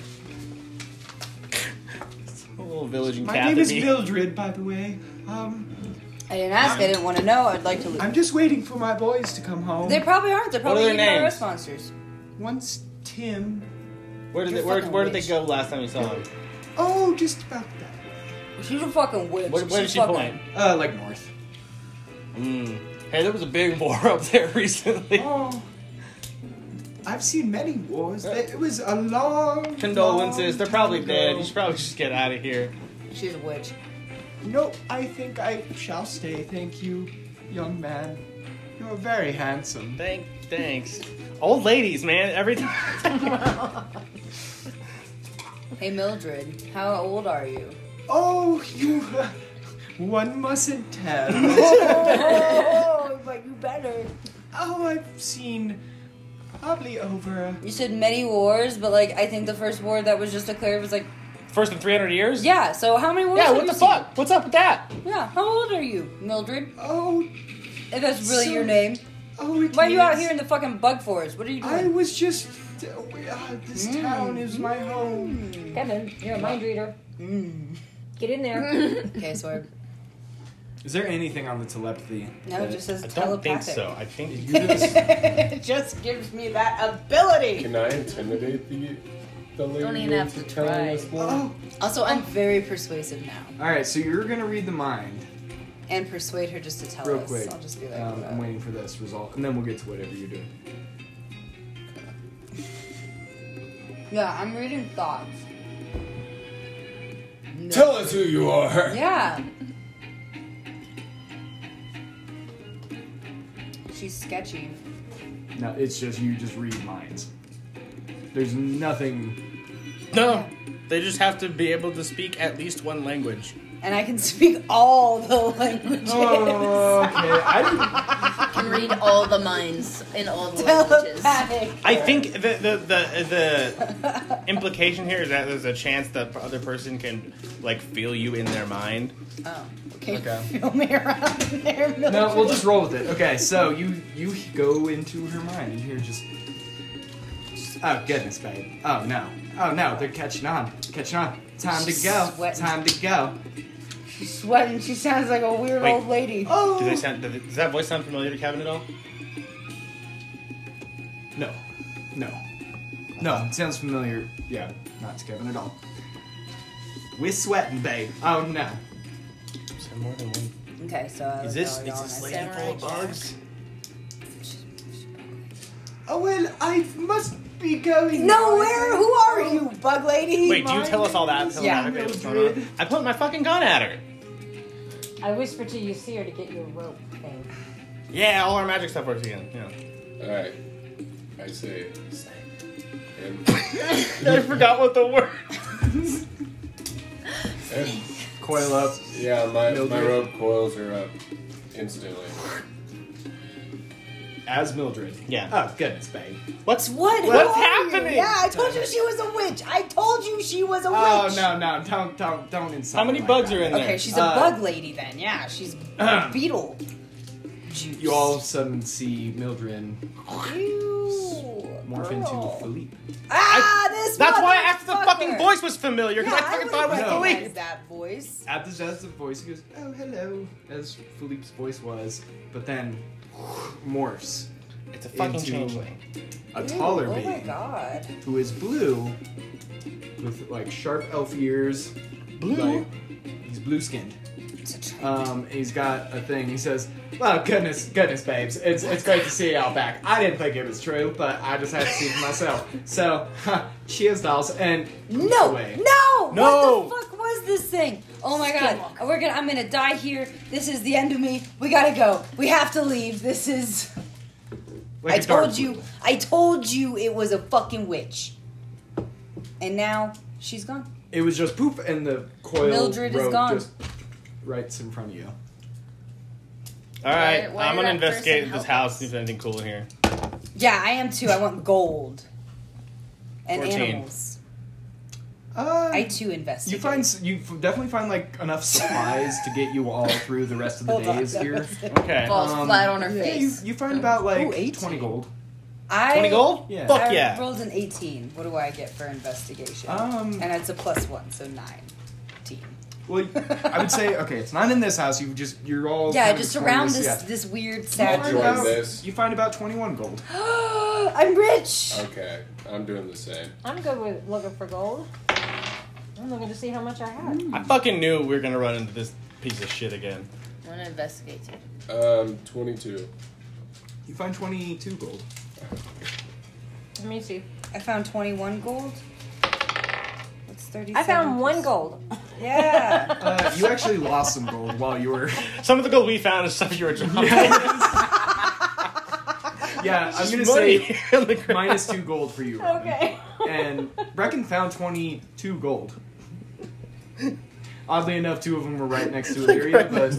Speaker 2: a little village in
Speaker 1: My name is
Speaker 2: Kathakee.
Speaker 1: Mildred, by the way. Um,
Speaker 3: I didn't ask. I didn't want to know. I'd like to.
Speaker 1: I'm just waiting for my boys to come home.
Speaker 3: They probably aren't. They're
Speaker 2: What are
Speaker 3: probably
Speaker 2: their
Speaker 3: eating my
Speaker 2: names?
Speaker 3: rust monsters.
Speaker 1: Once Tim.
Speaker 2: Where did
Speaker 3: You're
Speaker 2: they, where,
Speaker 3: fucking
Speaker 2: where did they
Speaker 3: rich.
Speaker 2: go last time you saw them?
Speaker 1: Oh, just about that.
Speaker 3: She's a fucking witch.
Speaker 2: Where, where did
Speaker 3: She's
Speaker 2: she
Speaker 3: fucking-
Speaker 2: point?
Speaker 1: Uh, like north.
Speaker 2: Mm. Hey, there was a big war up there recently.
Speaker 1: Oh. I've seen many wars. It was a long.
Speaker 2: Condolences.
Speaker 1: long
Speaker 2: They're probably
Speaker 1: time ago.
Speaker 2: dead. You should probably just get out of here.
Speaker 3: She's a witch.
Speaker 1: No, I think I shall stay. Thank you, young man. You're very handsome.
Speaker 2: Thank, thanks. Old ladies, man. Every time.
Speaker 3: Hey Mildred, how old are you?
Speaker 1: Oh, you. One mustn't tell.
Speaker 3: oh, but you better.
Speaker 1: oh, I've seen probably over.
Speaker 3: You said many wars, but like I think the first war that was just declared was like
Speaker 2: First in 300 years?
Speaker 3: yeah. So how many wars?
Speaker 2: Yeah,
Speaker 3: have
Speaker 2: what
Speaker 3: you
Speaker 2: the fuck? What's up with that?
Speaker 3: seen? Yeah, how old are you, Mildred?
Speaker 1: Oh,
Speaker 3: if that's really
Speaker 1: so-
Speaker 3: your name.
Speaker 1: Oh, it
Speaker 3: Why are you out
Speaker 1: is.
Speaker 3: here in the fucking bug forest? What are you
Speaker 1: I
Speaker 3: doing?
Speaker 1: was just. Uh, this
Speaker 3: Mm.
Speaker 1: town is my home.
Speaker 8: Kevin, you're a mind reader. Get in there.
Speaker 3: Hmm. okay, sword.
Speaker 1: Mm. Is there anything on the telepathy?
Speaker 3: No, it just says
Speaker 2: I don't think
Speaker 3: telepathic.
Speaker 2: so. I think you
Speaker 3: it just gives me that ability.
Speaker 11: Can I intimidate the, the lady?
Speaker 3: Don't even have to
Speaker 11: into telling us more?
Speaker 1: Oh.
Speaker 3: Also, I'm very persuasive now,
Speaker 1: All right, so you're gonna read the mind
Speaker 3: and persuade her just to tell
Speaker 1: real
Speaker 3: us.
Speaker 1: quick.
Speaker 3: I'll Oh, just be like, uh,
Speaker 1: um, I'm waiting for this result, and then we'll get to whatever you're doing.
Speaker 3: yeah, I'm reading thoughts. No.
Speaker 11: Tell us who you are.
Speaker 3: Yeah. She's sketchy.
Speaker 1: No, it's just you just read minds. There's nothing.
Speaker 2: No, they just have to be able to speak at least one language.
Speaker 3: And I can speak all the languages.
Speaker 2: Oh.
Speaker 12: Can read all the minds in all the languages.
Speaker 3: Telepathic.
Speaker 2: I think the the, the the implication here is that there's a chance that the other person can like feel you in their mind.
Speaker 3: Oh, okay.
Speaker 1: Okay.
Speaker 3: Feel me around there.
Speaker 1: No, we'll just roll with it. Okay, so you you go into her mind and you're just. Oh goodness, babe. Oh no. Oh no, they're catching on. Catching on. Time to
Speaker 3: She's
Speaker 1: go.
Speaker 3: sweating.
Speaker 1: Time to go.
Speaker 3: She's sweating. She sounds like a weird
Speaker 2: Wait.
Speaker 3: old lady.
Speaker 1: Oh.
Speaker 2: Do they sound? do they- Does that voice sound familiar to Kevin at all?
Speaker 1: No. No. No, it sounds familiar. Yeah, not to Kevin at all. We're sweating, babe. Oh no.
Speaker 3: Okay, so I
Speaker 2: Is
Speaker 3: look
Speaker 2: this is this
Speaker 3: all y'all and I
Speaker 2: lady
Speaker 3: said,
Speaker 2: full of
Speaker 3: "Alright,
Speaker 2: bugs?
Speaker 1: Oh well, I must be going.
Speaker 3: Nowhere. Who are you, bug lady?
Speaker 2: Wait, do you tell us all that? telepathically
Speaker 3: Yeah.
Speaker 2: what's going on? I put my fucking gun at her.
Speaker 8: I whisper to you, see her to get your rope thing.
Speaker 2: Yeah, all our magic stuff works again. Yeah.
Speaker 11: Alright. I say. And,
Speaker 2: I forgot what the word.
Speaker 11: and
Speaker 1: coil up.
Speaker 11: Yeah, my, my
Speaker 1: Mildred.
Speaker 11: rope coils are up instantly.
Speaker 22: As Mildred.
Speaker 2: Yeah.
Speaker 22: Oh, goodness, babe. What's what?
Speaker 23: Who are
Speaker 22: What's
Speaker 23: you?
Speaker 22: happening?
Speaker 23: Yeah, I told you she was a witch. I told you she was a
Speaker 22: Oh
Speaker 23: witch.
Speaker 22: no, no, don't, don't, don't insult.
Speaker 2: How many bugs are in there?
Speaker 3: Okay, she's a
Speaker 22: Uh,
Speaker 3: bug lady then. Yeah, she's a beetle.
Speaker 1: You all of a sudden see Mildred morph into Philippe.
Speaker 3: Ah, this.
Speaker 2: That's why I
Speaker 3: mother-
Speaker 2: asked if the fucking voice was familiar because
Speaker 3: Yeah,
Speaker 2: I fucking
Speaker 3: I
Speaker 2: thought it was
Speaker 1: recognize
Speaker 2: Philippe.
Speaker 3: that voice.
Speaker 1: At the as the voice, he goes, "Oh, hello," as Philippe's voice was, but then morphs.
Speaker 2: It's
Speaker 3: a fucking
Speaker 1: into
Speaker 3: changeling.
Speaker 1: A
Speaker 3: Ew,
Speaker 1: taller
Speaker 3: oh
Speaker 1: being
Speaker 3: my god.
Speaker 1: who is blue, with like sharp elf ears.
Speaker 2: Blue.
Speaker 1: he's blue skinned. Um, and he's got a thing. He says, "Well, goodness, goodness, babes, it's it's great to see y'all back. I didn't think it was true, but I just had to see for myself. So, huh, cheers, dolls, and
Speaker 3: No,
Speaker 1: away.
Speaker 3: no,
Speaker 1: No!
Speaker 3: What the fuck was this thing? Oh my god, we're gonna, I'm gonna die here. This is the end of me. We gotta go. We have to leave. This is.
Speaker 1: Like
Speaker 3: I
Speaker 1: a dark
Speaker 3: told you. I told you it was a fucking witch. And now she's gone.
Speaker 1: It was just poof, and the coil
Speaker 3: Mildred is
Speaker 1: rope
Speaker 3: gone.
Speaker 1: just right in front of you.
Speaker 2: All right,
Speaker 3: Why- why
Speaker 2: I'm gonna
Speaker 3: did that
Speaker 2: investigate
Speaker 3: person
Speaker 2: this
Speaker 3: help
Speaker 2: house. See if there's anything cool in here.
Speaker 3: Yeah, I am too. I want gold. And
Speaker 2: 14.
Speaker 3: animals. I too investigate.
Speaker 1: You find s- you f- definitely find like enough supplies to get you all through the rest of the
Speaker 3: Hold on,
Speaker 1: days
Speaker 3: that
Speaker 1: here.
Speaker 3: was it. Okay. Falls flat on her
Speaker 1: Um, yeah,
Speaker 3: face.
Speaker 1: You, you find about like
Speaker 3: Ooh, 18.
Speaker 1: twenty gold.
Speaker 3: I,
Speaker 1: 20 gold? Yeah. Fuck
Speaker 3: I
Speaker 1: yeah.
Speaker 3: rolled an 18. What do I get for investigation?
Speaker 1: Um,
Speaker 3: and it's a plus one, so 9.
Speaker 1: Well, I would say okay, it's not in this house. You just you're all
Speaker 3: yeah,
Speaker 1: kind of
Speaker 3: just
Speaker 1: exploring
Speaker 3: around this
Speaker 1: yeah.
Speaker 3: this weird
Speaker 1: You
Speaker 3: sad
Speaker 1: find about- You find about twenty-one gold.
Speaker 3: I'm rich.
Speaker 11: Okay, I'm doing the same.
Speaker 8: I'm good with looking for gold. I'm looking to see how much I had.
Speaker 2: I fucking knew we were gonna run into this piece of shit again.
Speaker 12: I'm gonna investigate you.
Speaker 11: Um, 22.
Speaker 1: You find twenty-two gold.
Speaker 8: Let me see.
Speaker 3: I found 21 gold. That's 30.
Speaker 8: I found one gold.
Speaker 3: Yeah.
Speaker 1: Uh, you actually lost some gold while you were.
Speaker 2: Some of the gold we found is stuff you were dropping.
Speaker 1: Yeah, I'm
Speaker 2: Just
Speaker 1: gonna
Speaker 2: money
Speaker 1: say
Speaker 2: in the ground.
Speaker 1: minus two gold for you. Robin.
Speaker 8: Okay.
Speaker 1: and Brecken found 22 gold. Oddly enough, two of them were right next to Illyria, but.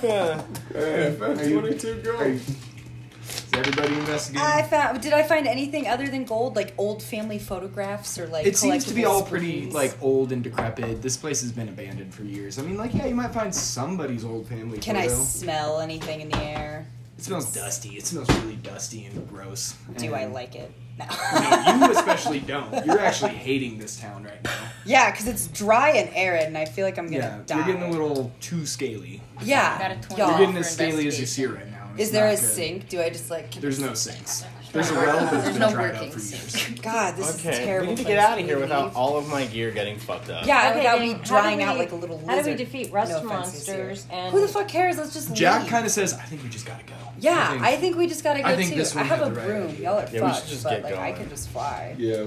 Speaker 11: Hey, I found
Speaker 1: Are you-
Speaker 11: 22 gold.
Speaker 1: are you- Is everybody investigating?
Speaker 3: I found. Did I find anything other than gold, like old family photographs or like?
Speaker 1: it seems to be
Speaker 3: collectible
Speaker 1: all pretty
Speaker 3: spoons?
Speaker 1: like old and decrepit. This place has been abandoned for years. I mean, like yeah, you might find somebody's old family
Speaker 3: Can I
Speaker 1: photo.
Speaker 3: smell anything in the air?
Speaker 1: it smells dusty. It smells really dusty and gross.
Speaker 3: Do I
Speaker 1: And-
Speaker 3: like it?
Speaker 1: No, you especially don't. You're actually hating this town right now.
Speaker 3: Yeah, because it's dry and arid, and I feel like I'm gonna
Speaker 1: yeah,
Speaker 3: die.
Speaker 1: you're getting a little too scaly.
Speaker 3: Yeah,
Speaker 12: Got a 20
Speaker 3: y'all.
Speaker 1: You're getting as scaly as you see right now.
Speaker 3: Is
Speaker 1: It's
Speaker 3: there a
Speaker 1: not good.
Speaker 3: sink? Do I just like?
Speaker 1: There's no sinks. There's a well that's
Speaker 3: There's
Speaker 1: been
Speaker 3: no
Speaker 1: dried up
Speaker 3: working
Speaker 1: for years.
Speaker 3: God, this is a
Speaker 2: okay,
Speaker 3: terrible.
Speaker 2: we need to
Speaker 3: place
Speaker 2: get out of
Speaker 3: me
Speaker 2: here without
Speaker 3: leave.
Speaker 2: all of my gear getting fucked up.
Speaker 3: Yeah,
Speaker 8: Okay,
Speaker 3: without
Speaker 8: gang,
Speaker 3: me
Speaker 8: how do
Speaker 3: drying
Speaker 8: we-
Speaker 3: out like a little lizard.
Speaker 8: How do we defeat rust
Speaker 3: No offense,
Speaker 8: monsters?
Speaker 3: Lucia.
Speaker 8: And
Speaker 3: Who the fuck cares? Let's just
Speaker 1: Jack
Speaker 3: leave.
Speaker 1: kind of says, "I think we just gotta go."
Speaker 3: Yeah, I think we just gotta go
Speaker 1: I think
Speaker 3: too.
Speaker 1: this
Speaker 3: I
Speaker 1: one
Speaker 3: have
Speaker 1: had
Speaker 3: a
Speaker 1: the right
Speaker 3: broom.
Speaker 1: idea.
Speaker 3: Y'all are
Speaker 1: Yeah, we should
Speaker 3: fucked,
Speaker 1: just
Speaker 3: but
Speaker 1: get
Speaker 3: like I
Speaker 1: going.
Speaker 3: can just fly.
Speaker 11: Yeah,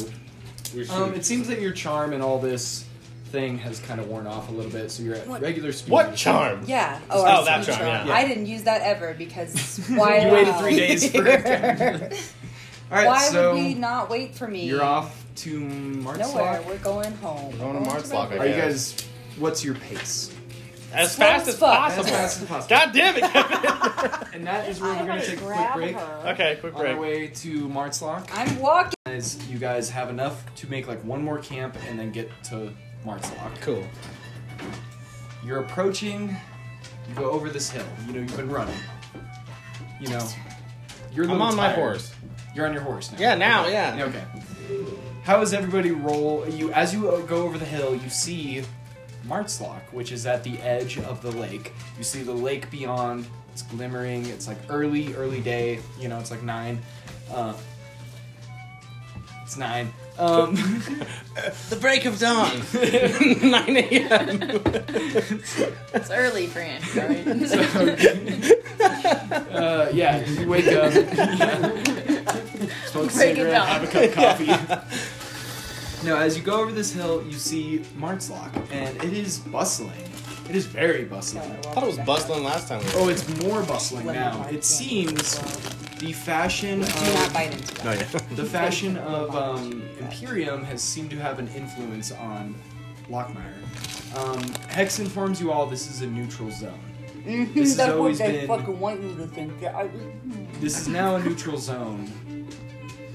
Speaker 11: we should.
Speaker 1: Um, it seems that your charm and all this thing has kind of worn off a little bit, so you're at
Speaker 3: What-
Speaker 1: regular speed.
Speaker 2: What charm?
Speaker 3: Yeah.
Speaker 2: Oh,
Speaker 3: our
Speaker 2: that
Speaker 3: speed
Speaker 2: charm, yeah.
Speaker 3: I didn't use that ever because why?
Speaker 1: You
Speaker 3: the
Speaker 1: waited
Speaker 3: hell?
Speaker 1: three days for it to- All right,
Speaker 3: why
Speaker 1: so
Speaker 3: would we not wait for me?
Speaker 1: you're off to Martzlock.
Speaker 3: Nowhere. We're going home.
Speaker 2: We're going to Martzlock, I
Speaker 1: Are you
Speaker 2: guess.
Speaker 1: guys? What's your pace?
Speaker 2: As fast as possible.
Speaker 1: As fast as possible.
Speaker 2: God damn it!
Speaker 1: and that is where we're going to take a quick break.
Speaker 2: Okay, quick
Speaker 1: On
Speaker 2: break.
Speaker 1: our way to Martzlock.
Speaker 3: I'm walking.
Speaker 1: Guys, you guys have enough to make like one more camp and then get to Martzlock.
Speaker 2: Cool.
Speaker 1: You're approaching. You go over this hill. You know you've been running. You know. You're a
Speaker 2: I'm
Speaker 1: little
Speaker 2: on my
Speaker 1: tired.
Speaker 2: horse.
Speaker 1: You're on your horse now.
Speaker 2: Yeah, now,
Speaker 1: Okay.
Speaker 2: yeah.
Speaker 1: Okay. How does everybody roll? You as you uh, go over the hill, you see Martzlock, which is at the edge of the lake. You see the lake beyond. It's glimmering. It's like early, early day. You know, it's like nine. Uh, it's nine. Um,
Speaker 2: the break of dawn. 9 a.m.
Speaker 12: It's early for Andrew, right?
Speaker 1: uh, yeah, you wake up. Smoke a
Speaker 12: Break it
Speaker 1: cigarette,
Speaker 12: down.
Speaker 1: have a cup of coffee. now, as you go over this hill, you see Martzlock, and it is bustling. It is very bustling.
Speaker 2: I thought it was bustling last time.
Speaker 1: Oh, it's more bustling now. It seems the fashion of
Speaker 2: No, yeah.
Speaker 1: the fashion of um, Imperium has seemed to have an influence on Lockmire. Um, Hex informs you all this is a neutral zone.
Speaker 3: Mhm,
Speaker 1: This has
Speaker 3: that's what
Speaker 1: always
Speaker 3: they
Speaker 1: been-
Speaker 3: fucking want you to think. That I,
Speaker 1: This is now a neutral zone.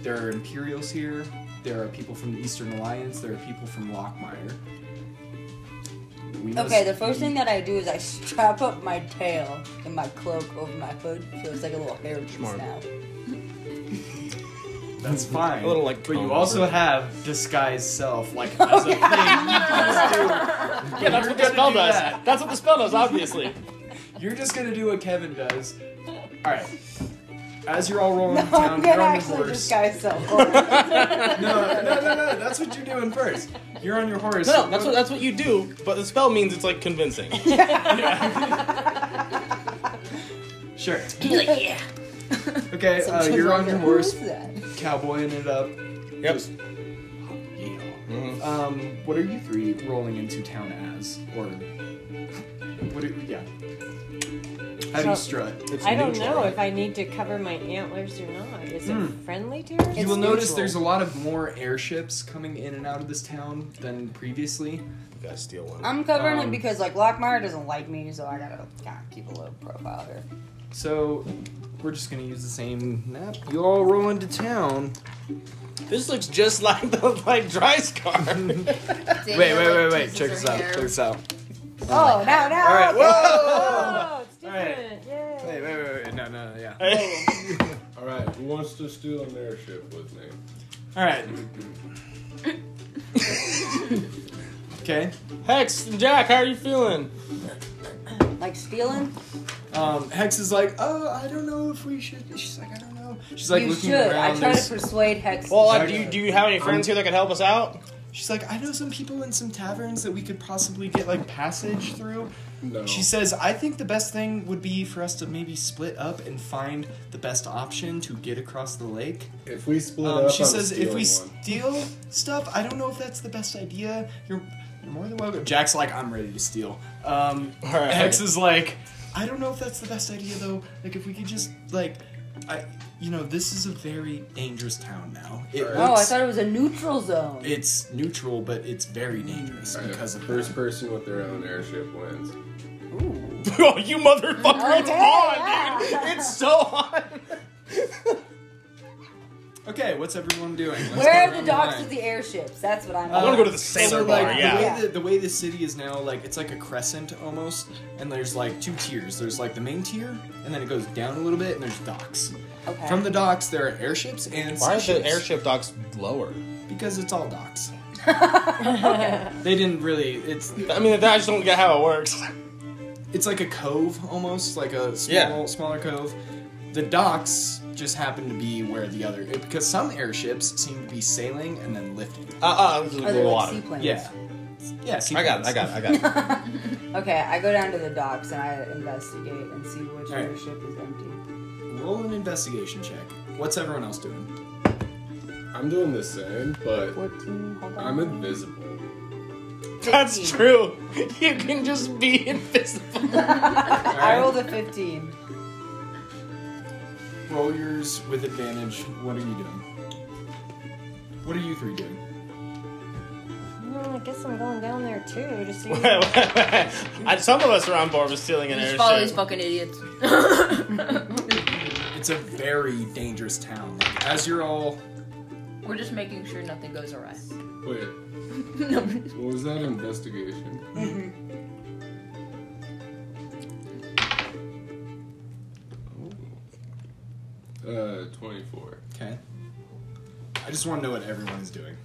Speaker 1: There are Imperials here. There are people from the Eastern Alliance. There are people from Lockmire. We must-
Speaker 3: Okay, the first thing that I do is I strap up my tail and my cloak over my hood, so it's like a little hair piece
Speaker 1: Smart.
Speaker 3: now.
Speaker 1: That's fine.
Speaker 2: A little, like,
Speaker 1: but you
Speaker 2: comb
Speaker 1: also
Speaker 2: over.
Speaker 1: have disguise self, like as a
Speaker 2: Yeah, that's what the spell does. That's what the spell does, obviously.
Speaker 1: You're just gonna do what Kevin does. Alright. As you're all rolling
Speaker 3: No,
Speaker 1: down,
Speaker 3: I'm
Speaker 1: you're
Speaker 3: gonna
Speaker 1: on
Speaker 3: actually
Speaker 1: your horse.
Speaker 3: disguise self.
Speaker 1: no, no, no, no, that's what you're doing first. You're on your horse.
Speaker 2: No, no, that's what that's what you do. But the spell means it's like convincing.
Speaker 1: Sure.
Speaker 3: yeah.
Speaker 1: Okay, uh,
Speaker 3: Sometimes
Speaker 1: you're
Speaker 3: I
Speaker 1: on your
Speaker 3: go,
Speaker 1: horse,
Speaker 3: "Who's that?"
Speaker 1: cowboying it up. Yep. Um, what are you three rolling into town as, or what? Are, yeah. How do
Speaker 8: So,
Speaker 1: you strut?
Speaker 8: I don't know if I need to cover my antlers or not. Is it
Speaker 1: Hmm.
Speaker 8: friendly to her?
Speaker 1: you will notice there's a lot of more airships coming in and out of this town than previously.
Speaker 2: Gotta steal one.
Speaker 3: I'm covering
Speaker 1: Um,
Speaker 3: it because like Lockmire doesn't like me, so I gotta kinda keep a low profile here.
Speaker 1: So we're just gonna use the same map. You all roll into town.
Speaker 2: This looks just like the like dry scar. wait,
Speaker 1: Wait, wait, wait, wait! Check this out. Check this out.
Speaker 3: Oh, now, now.
Speaker 1: All right.
Speaker 3: okay.
Speaker 8: Oh,
Speaker 1: Whoa! Wait, wait, wait, wait! No, no, no, yeah.
Speaker 11: All right, who wants to steal an airship with me?
Speaker 1: All right. Okay.
Speaker 2: Hex and Jack, how are you feeling?
Speaker 3: Like stealing?
Speaker 1: Um, Hex is like, oh, I don't know if we should. She's like, I don't know. She's like
Speaker 3: you
Speaker 1: looking
Speaker 3: should.
Speaker 1: around.
Speaker 3: I try
Speaker 1: there's-
Speaker 3: to persuade Hex.
Speaker 2: Well, like, do you, do you have any friends here that could help us out?
Speaker 1: She's like, I know some people in some taverns that we could possibly get like passage through. She says, I think the best thing would be for us to maybe split up and find the best option to get across the lake.
Speaker 11: If we split
Speaker 1: Um,
Speaker 11: up,
Speaker 1: she
Speaker 11: I'm
Speaker 1: says, if we
Speaker 11: stealing one.
Speaker 1: steal stuff, I don't know if that's the best idea. You're, you're more than welcome. Jack's like, I'm ready to steal. Um,
Speaker 2: right.
Speaker 1: Hex is like, I don't know if that's the best idea though. Like, if we could just like, I, you know, this is a very dangerous town now. It
Speaker 3: Oh, I
Speaker 1: looks-
Speaker 3: thought it was a neutral zone.
Speaker 1: it's neutral, but it's very dangerous because of
Speaker 11: First person with their own airship wins.
Speaker 2: oh, you motherfucker! It's
Speaker 3: Okay,
Speaker 2: on, dude. It's so on.
Speaker 1: Okay, what's everyone doing? Let's go
Speaker 3: Where are
Speaker 1: around
Speaker 3: the docks
Speaker 1: line.
Speaker 3: of the airships? That's what I'm.
Speaker 1: Uh,
Speaker 3: after.
Speaker 1: so, like, The way,
Speaker 3: Yeah.
Speaker 1: the, the way the city is now, like it's like a crescent almost, and there's like two tiers. There's like the main tier, and then it goes down a little bit, and there's docks.
Speaker 3: Okay.
Speaker 1: From the docks, there are airships and
Speaker 2: Why is the
Speaker 1: ships.
Speaker 2: airship docks lower?
Speaker 1: Because it's all docks. They didn't really. It's.
Speaker 2: I mean, I just don't get how it works. Uh,
Speaker 1: It's like a cove almost, like a small,
Speaker 2: Yeah.
Speaker 1: smaller cove. The docks just happen to be where the other, because some airships seem to be sailing and then lifting.
Speaker 2: Uh, uh, this is
Speaker 3: Are they like water. seaplanes?
Speaker 1: Yeah. Yeah,
Speaker 2: I got it, I got it, I got it.
Speaker 3: Okay, I go down to the docks and I investigate and see which
Speaker 1: All right.
Speaker 3: airship is empty.
Speaker 1: Roll an investigation check. What's everyone else doing?
Speaker 11: I'm doing the same, but I'm invisible.
Speaker 2: That's true. You can just be invisible.
Speaker 3: I rolled a 15.
Speaker 1: Roll yours with advantage. What are you doing? What are you three doing?
Speaker 8: Mm, I guess I'm going down there too to see.
Speaker 2: And Some of us are on board with stealing an
Speaker 12: Just follow these
Speaker 2: airship.
Speaker 12: fucking idiots.
Speaker 1: It's a very dangerous town. Like, as you're all.
Speaker 12: We're just making sure nothing goes awry.
Speaker 11: Wait, what was that investigation?
Speaker 1: Mm-hmm.
Speaker 11: Uh, 24.
Speaker 1: Okay. I just want to know what everyone's doing.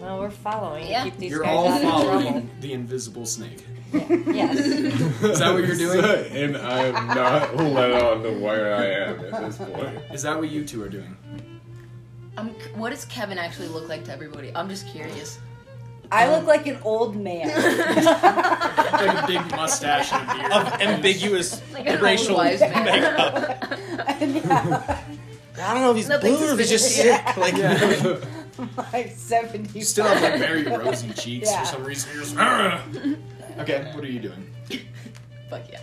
Speaker 8: Well, we're following. to
Speaker 12: Yeah.
Speaker 8: Keep these
Speaker 1: you're
Speaker 8: guys
Speaker 1: all
Speaker 8: out of
Speaker 1: following the invisible snake.
Speaker 8: trouble. yes.
Speaker 1: Is that what you're doing?
Speaker 11: and I am not let on to where I am at this point.
Speaker 1: Is that what you two are doing?
Speaker 12: I'm, what does Kevin actually look like to everybody? I'm just curious.
Speaker 1: Um,
Speaker 3: I look like an old man.
Speaker 1: Like a big mustache and a beard.
Speaker 2: Of ambiguous
Speaker 12: Like an
Speaker 2: racial
Speaker 12: old wise man.
Speaker 2: makeup. I don't know if he's
Speaker 12: Nothing's
Speaker 2: blue or if he's just sick.
Speaker 3: suspicious.
Speaker 2: Like,
Speaker 3: like 70.
Speaker 1: You still have like very rosy cheeks
Speaker 3: Yeah.
Speaker 1: for some reason. You're just. "Argh." Okay, what are you doing?
Speaker 12: Fuck yeah.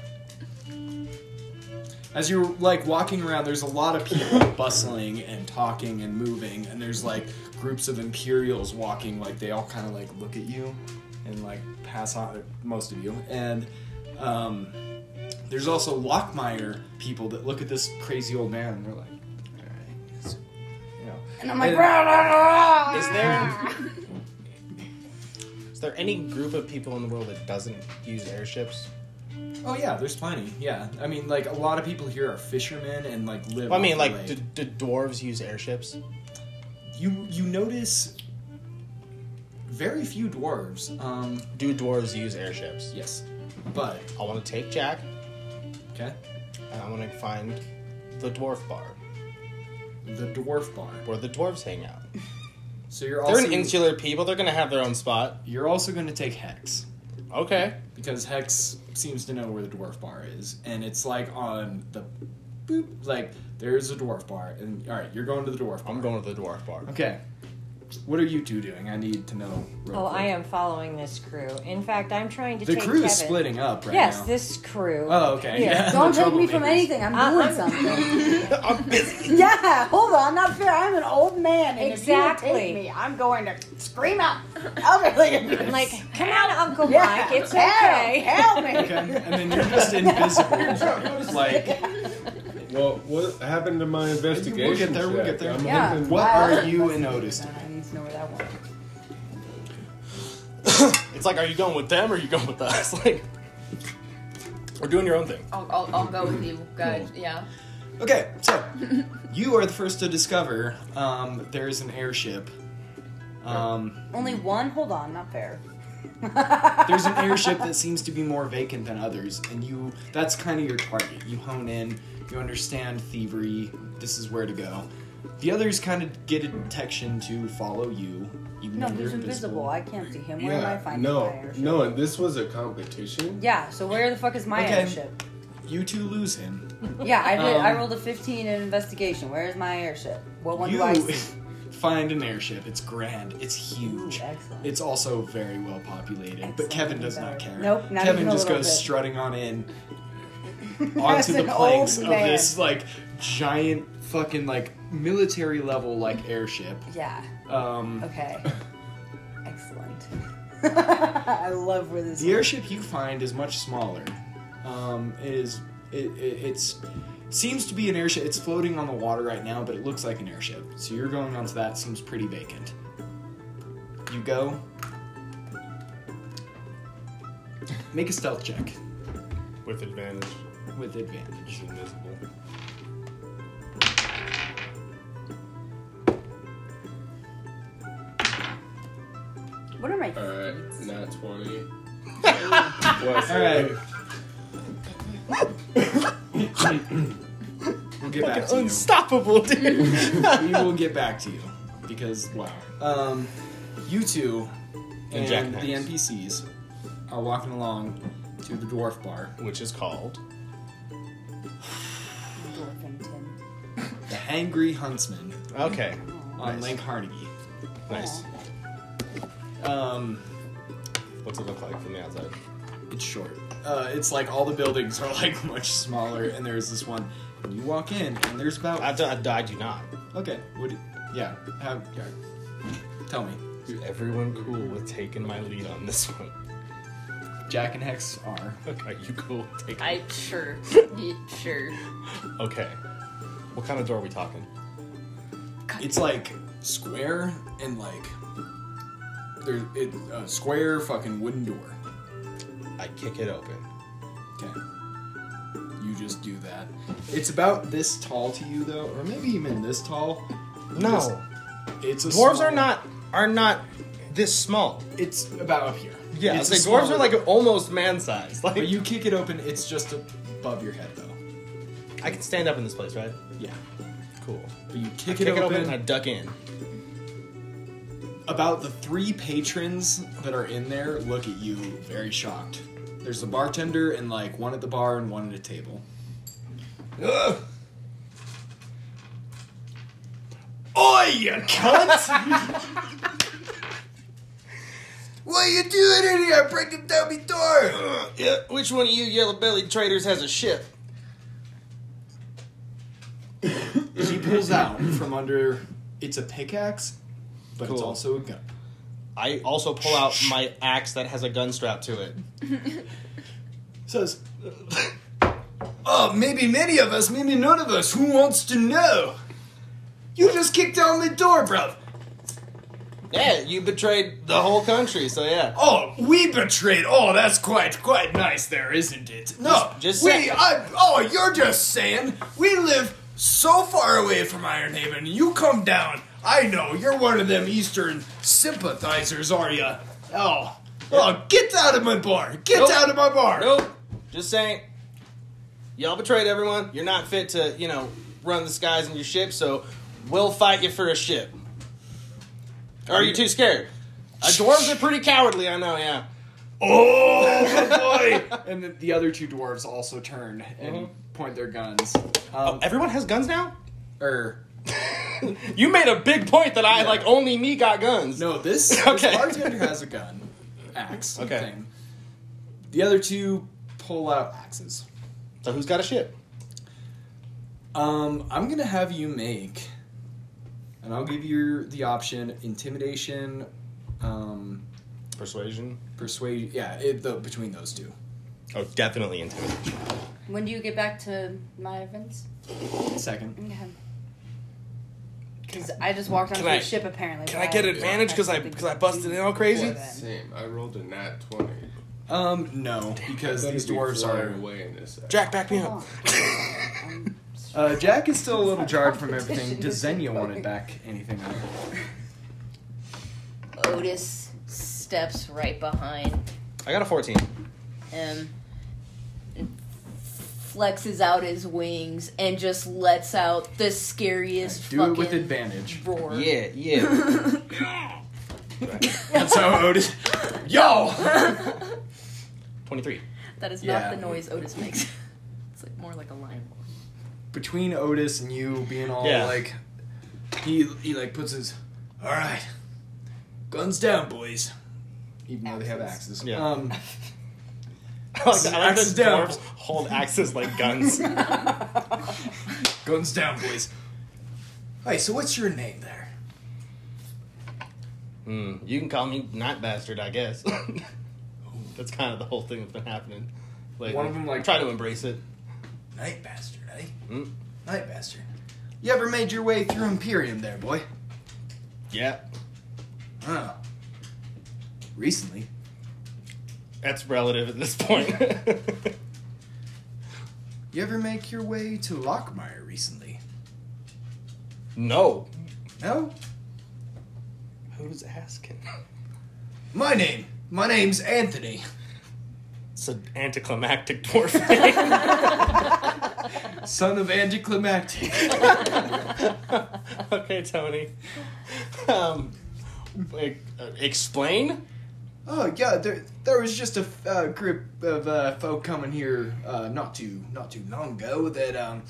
Speaker 1: As you're like walking around, there's a lot of people bustling and talking and moving, and there's like groups of Imperials walking, like they all kind of like look at you, and and like pass on most of you. And um, there's also Lockmire people that look at this crazy old man and they're like, all right, yes." you know.
Speaker 12: And I'm like, "Rah, rah, rah, rah."
Speaker 2: Is there is there any group of people in the world that doesn't use airships?
Speaker 1: Oh yeah, there's plenty. Yeah, I mean, like a lot of people here are fishermen and like live.
Speaker 2: Well, I mean,
Speaker 1: off the
Speaker 2: like, do,
Speaker 1: lake.
Speaker 2: do dwarves use airships?
Speaker 1: you you notice very few dwarves. Um,
Speaker 2: do dwarves use airships?
Speaker 1: Yes, but
Speaker 2: I want to take Jack.
Speaker 1: Okay.
Speaker 2: And I want to find the dwarf bar.
Speaker 1: The dwarf bar.
Speaker 2: Where the dwarves hang out.
Speaker 1: So you're
Speaker 2: They're
Speaker 1: also
Speaker 2: an insular people. They're gonna have their own spot.
Speaker 1: You're also gonna take Hex.
Speaker 2: Okay.
Speaker 1: because Hex seems to know where the dwarf bar is, and it's like on the boop. Like there's a dwarf bar, and all right, you're going to the dwarf. bar. I'm
Speaker 2: going to the dwarf bar.
Speaker 1: Okay. What are you two doing? I need to know. real
Speaker 8: Oh, I
Speaker 1: quick.
Speaker 8: am following this crew. In fact, I'm trying to
Speaker 1: The
Speaker 8: take
Speaker 1: crew is
Speaker 8: Kevin.
Speaker 1: splitting up right
Speaker 8: yes,
Speaker 1: now.
Speaker 8: this crew.
Speaker 1: Oh, okay.
Speaker 8: Yeah.
Speaker 1: Yeah.
Speaker 3: Don't
Speaker 1: the
Speaker 3: take me
Speaker 1: troublemakers.
Speaker 3: from anything. I'm
Speaker 8: Uh,
Speaker 3: doing
Speaker 8: I'm-
Speaker 3: something. Yeah, hold on. Not fair. I'm an old man. And If you don't
Speaker 8: Exactly.
Speaker 3: take me, I'm going to scream out elderly abuse.
Speaker 8: Like, come out, Uncle
Speaker 3: Yeah.
Speaker 8: Mike. It's
Speaker 3: Help,
Speaker 8: okay.
Speaker 3: help me.
Speaker 1: Okay, and then you're just invisible. like,
Speaker 11: Well, what happened to my investigation?
Speaker 1: We'll get there, we'll
Speaker 11: check?
Speaker 1: get there.
Speaker 11: I'm
Speaker 3: Yeah.
Speaker 11: looking-
Speaker 1: what
Speaker 3: Wow.
Speaker 1: are you and Otis doing?
Speaker 3: I need to know where that one.
Speaker 2: It's like, are you going with them or are you going with us? Like, we're doing your own thing.
Speaker 12: I'll, I'll, I'll go with you guys. Yeah.
Speaker 1: Okay, so you are the first to discover um, there is an airship. Um,
Speaker 3: Only one. Hold on. Not fair.
Speaker 1: there's an airship that seems to be more vacant than others, and you that's kind of your target. You hone in, you understand thievery, this is where to go. The others kind of get a detection to follow you. even
Speaker 3: No,
Speaker 1: though
Speaker 3: he's
Speaker 1: you're
Speaker 3: invisible. I can't see him. Where am I finding
Speaker 11: no,
Speaker 3: my airship?
Speaker 11: no, and this was a competition.
Speaker 3: Yeah. So where the fuck is my
Speaker 1: Okay.
Speaker 3: airship?
Speaker 1: You two lose him.
Speaker 3: Yeah, I did. I
Speaker 1: Um,
Speaker 3: rolled a 15 in investigation. Where is my airship? What one
Speaker 1: you
Speaker 3: do I see?
Speaker 1: find an airship. It's grand. It's huge. It's also very well populated. But Kevin does not care.
Speaker 3: Nope, not
Speaker 1: Kevin
Speaker 3: even a
Speaker 1: just
Speaker 3: little
Speaker 1: goes
Speaker 3: bit.
Speaker 1: strutting on in
Speaker 3: As
Speaker 1: onto the
Speaker 3: an old
Speaker 1: planks of
Speaker 3: man.
Speaker 1: this like giant fucking like military level like airship.
Speaker 3: Yeah.
Speaker 1: Um,
Speaker 3: Okay. Excellent. I love where this.
Speaker 1: The airship you find is much smaller. Um, it is it, it it's seems to be an airship. It's floating on the water right now, but it looks like an airship. So you're going onto that. Seems pretty vacant. You go. Make a stealth check
Speaker 11: With advantage.
Speaker 1: with advantage.
Speaker 11: invisible.
Speaker 3: What are my?
Speaker 11: All right, not twenty.
Speaker 1: All right. we'll get back to you.
Speaker 2: Unstoppable, dude.
Speaker 1: we will get back to you because wow. Um, you two
Speaker 2: And
Speaker 1: and,
Speaker 2: Jack
Speaker 1: the NPCs are walking along to the dwarf bar,
Speaker 2: which is called
Speaker 1: the Hangry Huntsman
Speaker 2: okay.
Speaker 1: on
Speaker 2: Nice.
Speaker 1: Lake Harnagy.
Speaker 2: Nice.
Speaker 1: Um,
Speaker 2: What's it look like from the outside?
Speaker 1: it's short. Uh, it's like all the buildings are like much smaller, and there's this one. And you walk in, and there's about
Speaker 2: I, do- I, do- I do not.
Speaker 1: okay. What? Yeah. Have, yeah. Tell me.
Speaker 2: Is everyone cool with taking my lead on this one?
Speaker 1: Jack and Hex are.
Speaker 2: Are you cool with taking?
Speaker 12: I sure. Yeah, sure.
Speaker 2: Okay. What kind of door are we talking?
Speaker 1: It's like square and like there's it a square fucking wooden door.
Speaker 2: I kick it open.
Speaker 1: Okay. You just do that. It's about this tall to you though, or maybe even this tall. You
Speaker 2: No.
Speaker 1: just- it's a
Speaker 2: Dwarves
Speaker 1: small-
Speaker 2: are not are not this small.
Speaker 1: It's about up here.
Speaker 2: Yeah,
Speaker 1: It's
Speaker 2: like
Speaker 1: a
Speaker 2: dwarves
Speaker 1: smaller-
Speaker 2: are like almost man sized. Like
Speaker 1: But you kick it open, it's just above your head though.
Speaker 2: I can stand up in this place, right?
Speaker 1: Yeah.
Speaker 2: Cool.
Speaker 1: But you
Speaker 2: I
Speaker 1: kick, it, open,
Speaker 2: and I duck in.
Speaker 1: About the three patrons that are in there look at you very shocked. There's the bartender and like one at the bar and one at a table. Ugh. Oi, you cunt!
Speaker 2: What are you doing in here? Breaking down my door! Yeah. Which one of you yellow bellied traitors has a ship?
Speaker 1: he pulls out from under. It's a pickaxe, but it's
Speaker 2: Cool.
Speaker 1: also a gun.
Speaker 2: I also pull out my axe that has a gun strap to it.
Speaker 1: Says, oh, maybe many of us, maybe none of us. Who wants to know? You just kicked down the door, brother.
Speaker 2: Yeah, you betrayed the whole country, so yeah.
Speaker 1: Oh, we betrayed. Oh, that's quite quite nice, there, isn't it? No,
Speaker 2: just
Speaker 1: we.
Speaker 2: saying.
Speaker 1: I, oh, you're just saying we live so far away from Ironhaven. You come down. I know you're one of them Eastern sympathizers, are you? Oh, oh, get out of my bar. Get
Speaker 2: Nope.
Speaker 1: out of my bar.
Speaker 2: Nope. Just saying. Y'all betrayed everyone. You're not fit to, you know, run the skies in your ship, so we'll fight you for a ship. Or are you too scared? Uh, dwarves are pretty cowardly, I know, yeah.
Speaker 1: Oh boy! and the, the other two dwarves also turn and
Speaker 2: Uh-huh.
Speaker 1: point their guns. Um,
Speaker 2: everyone has guns now.
Speaker 1: Er,
Speaker 2: You made a big point that I, like, only me got guns.
Speaker 1: No, this,
Speaker 2: Okay.
Speaker 1: this bartender has a gun, axe, okay. thing. The other two pull out axes.
Speaker 2: So who's got a ship?
Speaker 1: Um, I'm gonna have you make, and I'll give you the option: intimidation, um,
Speaker 2: persuasion,
Speaker 1: persuasion. Yeah, it, the, between those two.
Speaker 2: Oh, definitely intimidation.
Speaker 3: When do you get back to my events?
Speaker 1: Second.
Speaker 3: Because I just walked onto
Speaker 2: Can I-
Speaker 3: the ship apparently.
Speaker 2: Can
Speaker 3: but
Speaker 2: I get advantage because I because I busted in all crazy?
Speaker 11: Same. I rolled a nat twenty.
Speaker 1: Um, no, because
Speaker 11: Better
Speaker 1: these
Speaker 11: be
Speaker 1: dwarves
Speaker 11: flying
Speaker 1: are.
Speaker 11: away in this.
Speaker 2: Jack, back me
Speaker 3: Oh,
Speaker 2: up.
Speaker 1: Uh, Jack is still a little jarred from everything. Does Zenya want it back anything?
Speaker 12: Otis steps right behind
Speaker 2: I got a fourteen.
Speaker 12: him, and flexes out his wings, and just lets out the scariest
Speaker 1: Do
Speaker 12: fucking
Speaker 1: it with advantage.
Speaker 12: roar.
Speaker 2: Yeah, yeah.
Speaker 1: That's how Otis. Yo.
Speaker 2: Twenty-three.
Speaker 12: That is
Speaker 1: Yeah.
Speaker 12: not the noise Otis makes. it's like more like a lion.
Speaker 1: Between Otis and you being all
Speaker 2: Yeah.
Speaker 1: like, he he like puts his, all right, guns down, boys. Even though they have axes.
Speaker 2: Yeah.
Speaker 1: Um,
Speaker 2: I like that- I like that
Speaker 1: Axes down.
Speaker 2: dwarves hold axes like guns.
Speaker 1: guns down, boys. Hey, so what's your name there?
Speaker 2: Hmm. You can call me Night Bastard, I guess. that's kind of the whole thing that's been happening. Like,
Speaker 1: One of 'em, like-
Speaker 2: try to embrace it.
Speaker 1: Night bastard, eh?
Speaker 2: Mm.
Speaker 1: Night bastard. You ever made your way through Imperium there, boy?
Speaker 2: Yeah,
Speaker 1: Huh. Recently.
Speaker 2: that's relative at this point.
Speaker 1: You ever make your way to Lockmire recently?
Speaker 2: no.
Speaker 1: No?
Speaker 2: Who's asking?
Speaker 1: My name. My name's Anthony.
Speaker 2: It's an anticlimactic dwarf.
Speaker 1: Son of Anticlimactic.
Speaker 2: okay, Tony. Um, like, uh, explain.
Speaker 1: Oh yeah, there there was just a uh, group of uh, folk coming here uh, not too not too long ago. That um,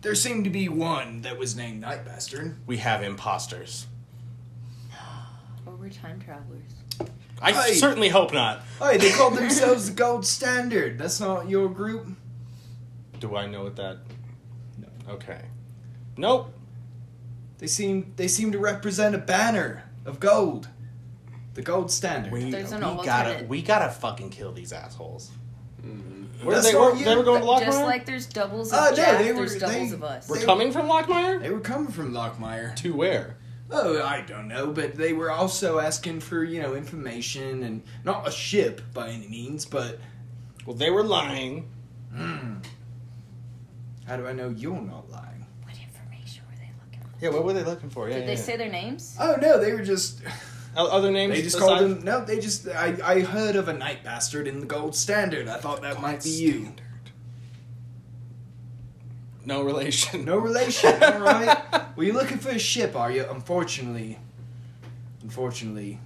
Speaker 1: there seemed to be one that was named Night Bastard.
Speaker 2: We have imposters.
Speaker 12: Or we're time travelers.
Speaker 2: I
Speaker 1: Hey.
Speaker 2: certainly hope not.
Speaker 1: Hey, they called themselves the Gold Standard. That's not your group.
Speaker 2: Do I know what that? No. Okay. Nope.
Speaker 1: They seem they seem to represent a banner of gold, the Gold Standard.
Speaker 2: We,
Speaker 12: There's
Speaker 2: we
Speaker 12: an
Speaker 2: gotta
Speaker 12: alternate.
Speaker 2: we gotta fucking kill these assholes. Where
Speaker 1: Mm-hmm. That's
Speaker 2: they
Speaker 1: not
Speaker 2: were
Speaker 1: you.
Speaker 2: they were going to
Speaker 12: Just
Speaker 2: Lockmire.
Speaker 12: like there's doubles of
Speaker 1: Oh, no,
Speaker 12: Jack,
Speaker 1: they were-
Speaker 12: there's doubles
Speaker 1: they-
Speaker 12: of us.
Speaker 2: we're
Speaker 1: they-
Speaker 2: coming from Lockmire
Speaker 1: They were coming from Lockmire.
Speaker 2: to where?
Speaker 1: Oh, I don't know, but they were also asking for you know information and not a ship by any means, but
Speaker 2: Well, they were lying.
Speaker 1: Hmm. How do I know you're not lying?
Speaker 12: What information were they looking for?
Speaker 2: Yeah, what were they looking for? Yeah,
Speaker 12: Did they
Speaker 2: yeah,
Speaker 12: say their names?
Speaker 1: Oh no, they were just
Speaker 2: yeah. O- other names.
Speaker 1: they just
Speaker 2: besides-
Speaker 1: called him no, they just I, I heard of a night bastard in the gold standard. I thought that might be you.
Speaker 2: No relation.
Speaker 1: No relation, alright? Well you're looking for a ship, are you? Unfortunately Unfortunately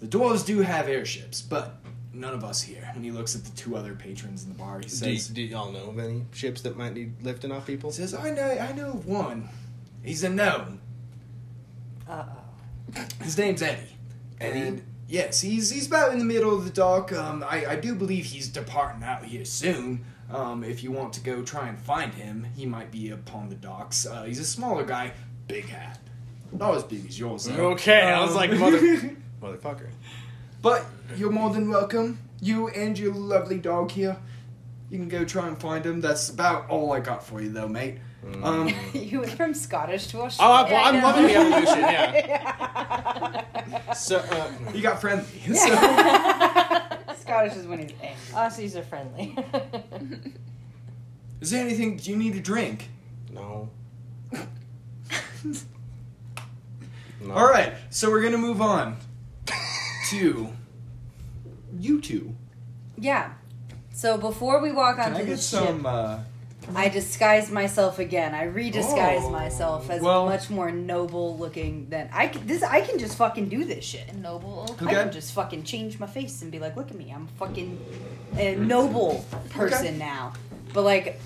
Speaker 1: The dwarves do have airships, but none of us here. And he looks at the two other patrons in the bar. He
Speaker 2: Do,
Speaker 1: says
Speaker 2: do y'all know of any ships that might need lifting off people?
Speaker 1: says, I know I know of one. He's a gnome.
Speaker 24: Uh oh.
Speaker 1: His name's Eddie. Eddie? And yes, he's he's about in the middle of the dock. Um, I, I do believe he's departing out here soon. Um, if you want to go try and find him, he might be upon the docks. Uh, he's a smaller guy, big hat. Not as big as yours. Though.
Speaker 2: Okay, I was like, mother- Motherfucker.
Speaker 1: But you're more than welcome. You and your lovely dog here. You can go try and find him. That's about all I got for you, though, mate. Um,
Speaker 25: you went from Scottish to
Speaker 1: Oh,
Speaker 25: Australian.
Speaker 1: I- well, I'm loving the evolution,
Speaker 2: so uh,
Speaker 1: you got friendly.
Speaker 25: Scottish is when he's angry. Aussies are friendly.
Speaker 1: Is there anything do you need a drink?
Speaker 2: No.
Speaker 1: All right, so we're gonna move on to you two.
Speaker 3: Yeah. So before we walk
Speaker 1: Can
Speaker 3: onto
Speaker 1: I
Speaker 3: the
Speaker 1: get
Speaker 3: ship,
Speaker 1: some? Uh,
Speaker 3: I disguise myself again. I redisguise
Speaker 1: Oh.
Speaker 3: myself as
Speaker 1: Well-
Speaker 3: much more noble looking than I can. This I can just fucking do this shit. Noble. I
Speaker 1: Okay.
Speaker 3: can just fucking change my face and be like, look at me, I'm fucking a
Speaker 1: Mm-hmm.
Speaker 3: noble person
Speaker 25: Okay.
Speaker 3: now. But like,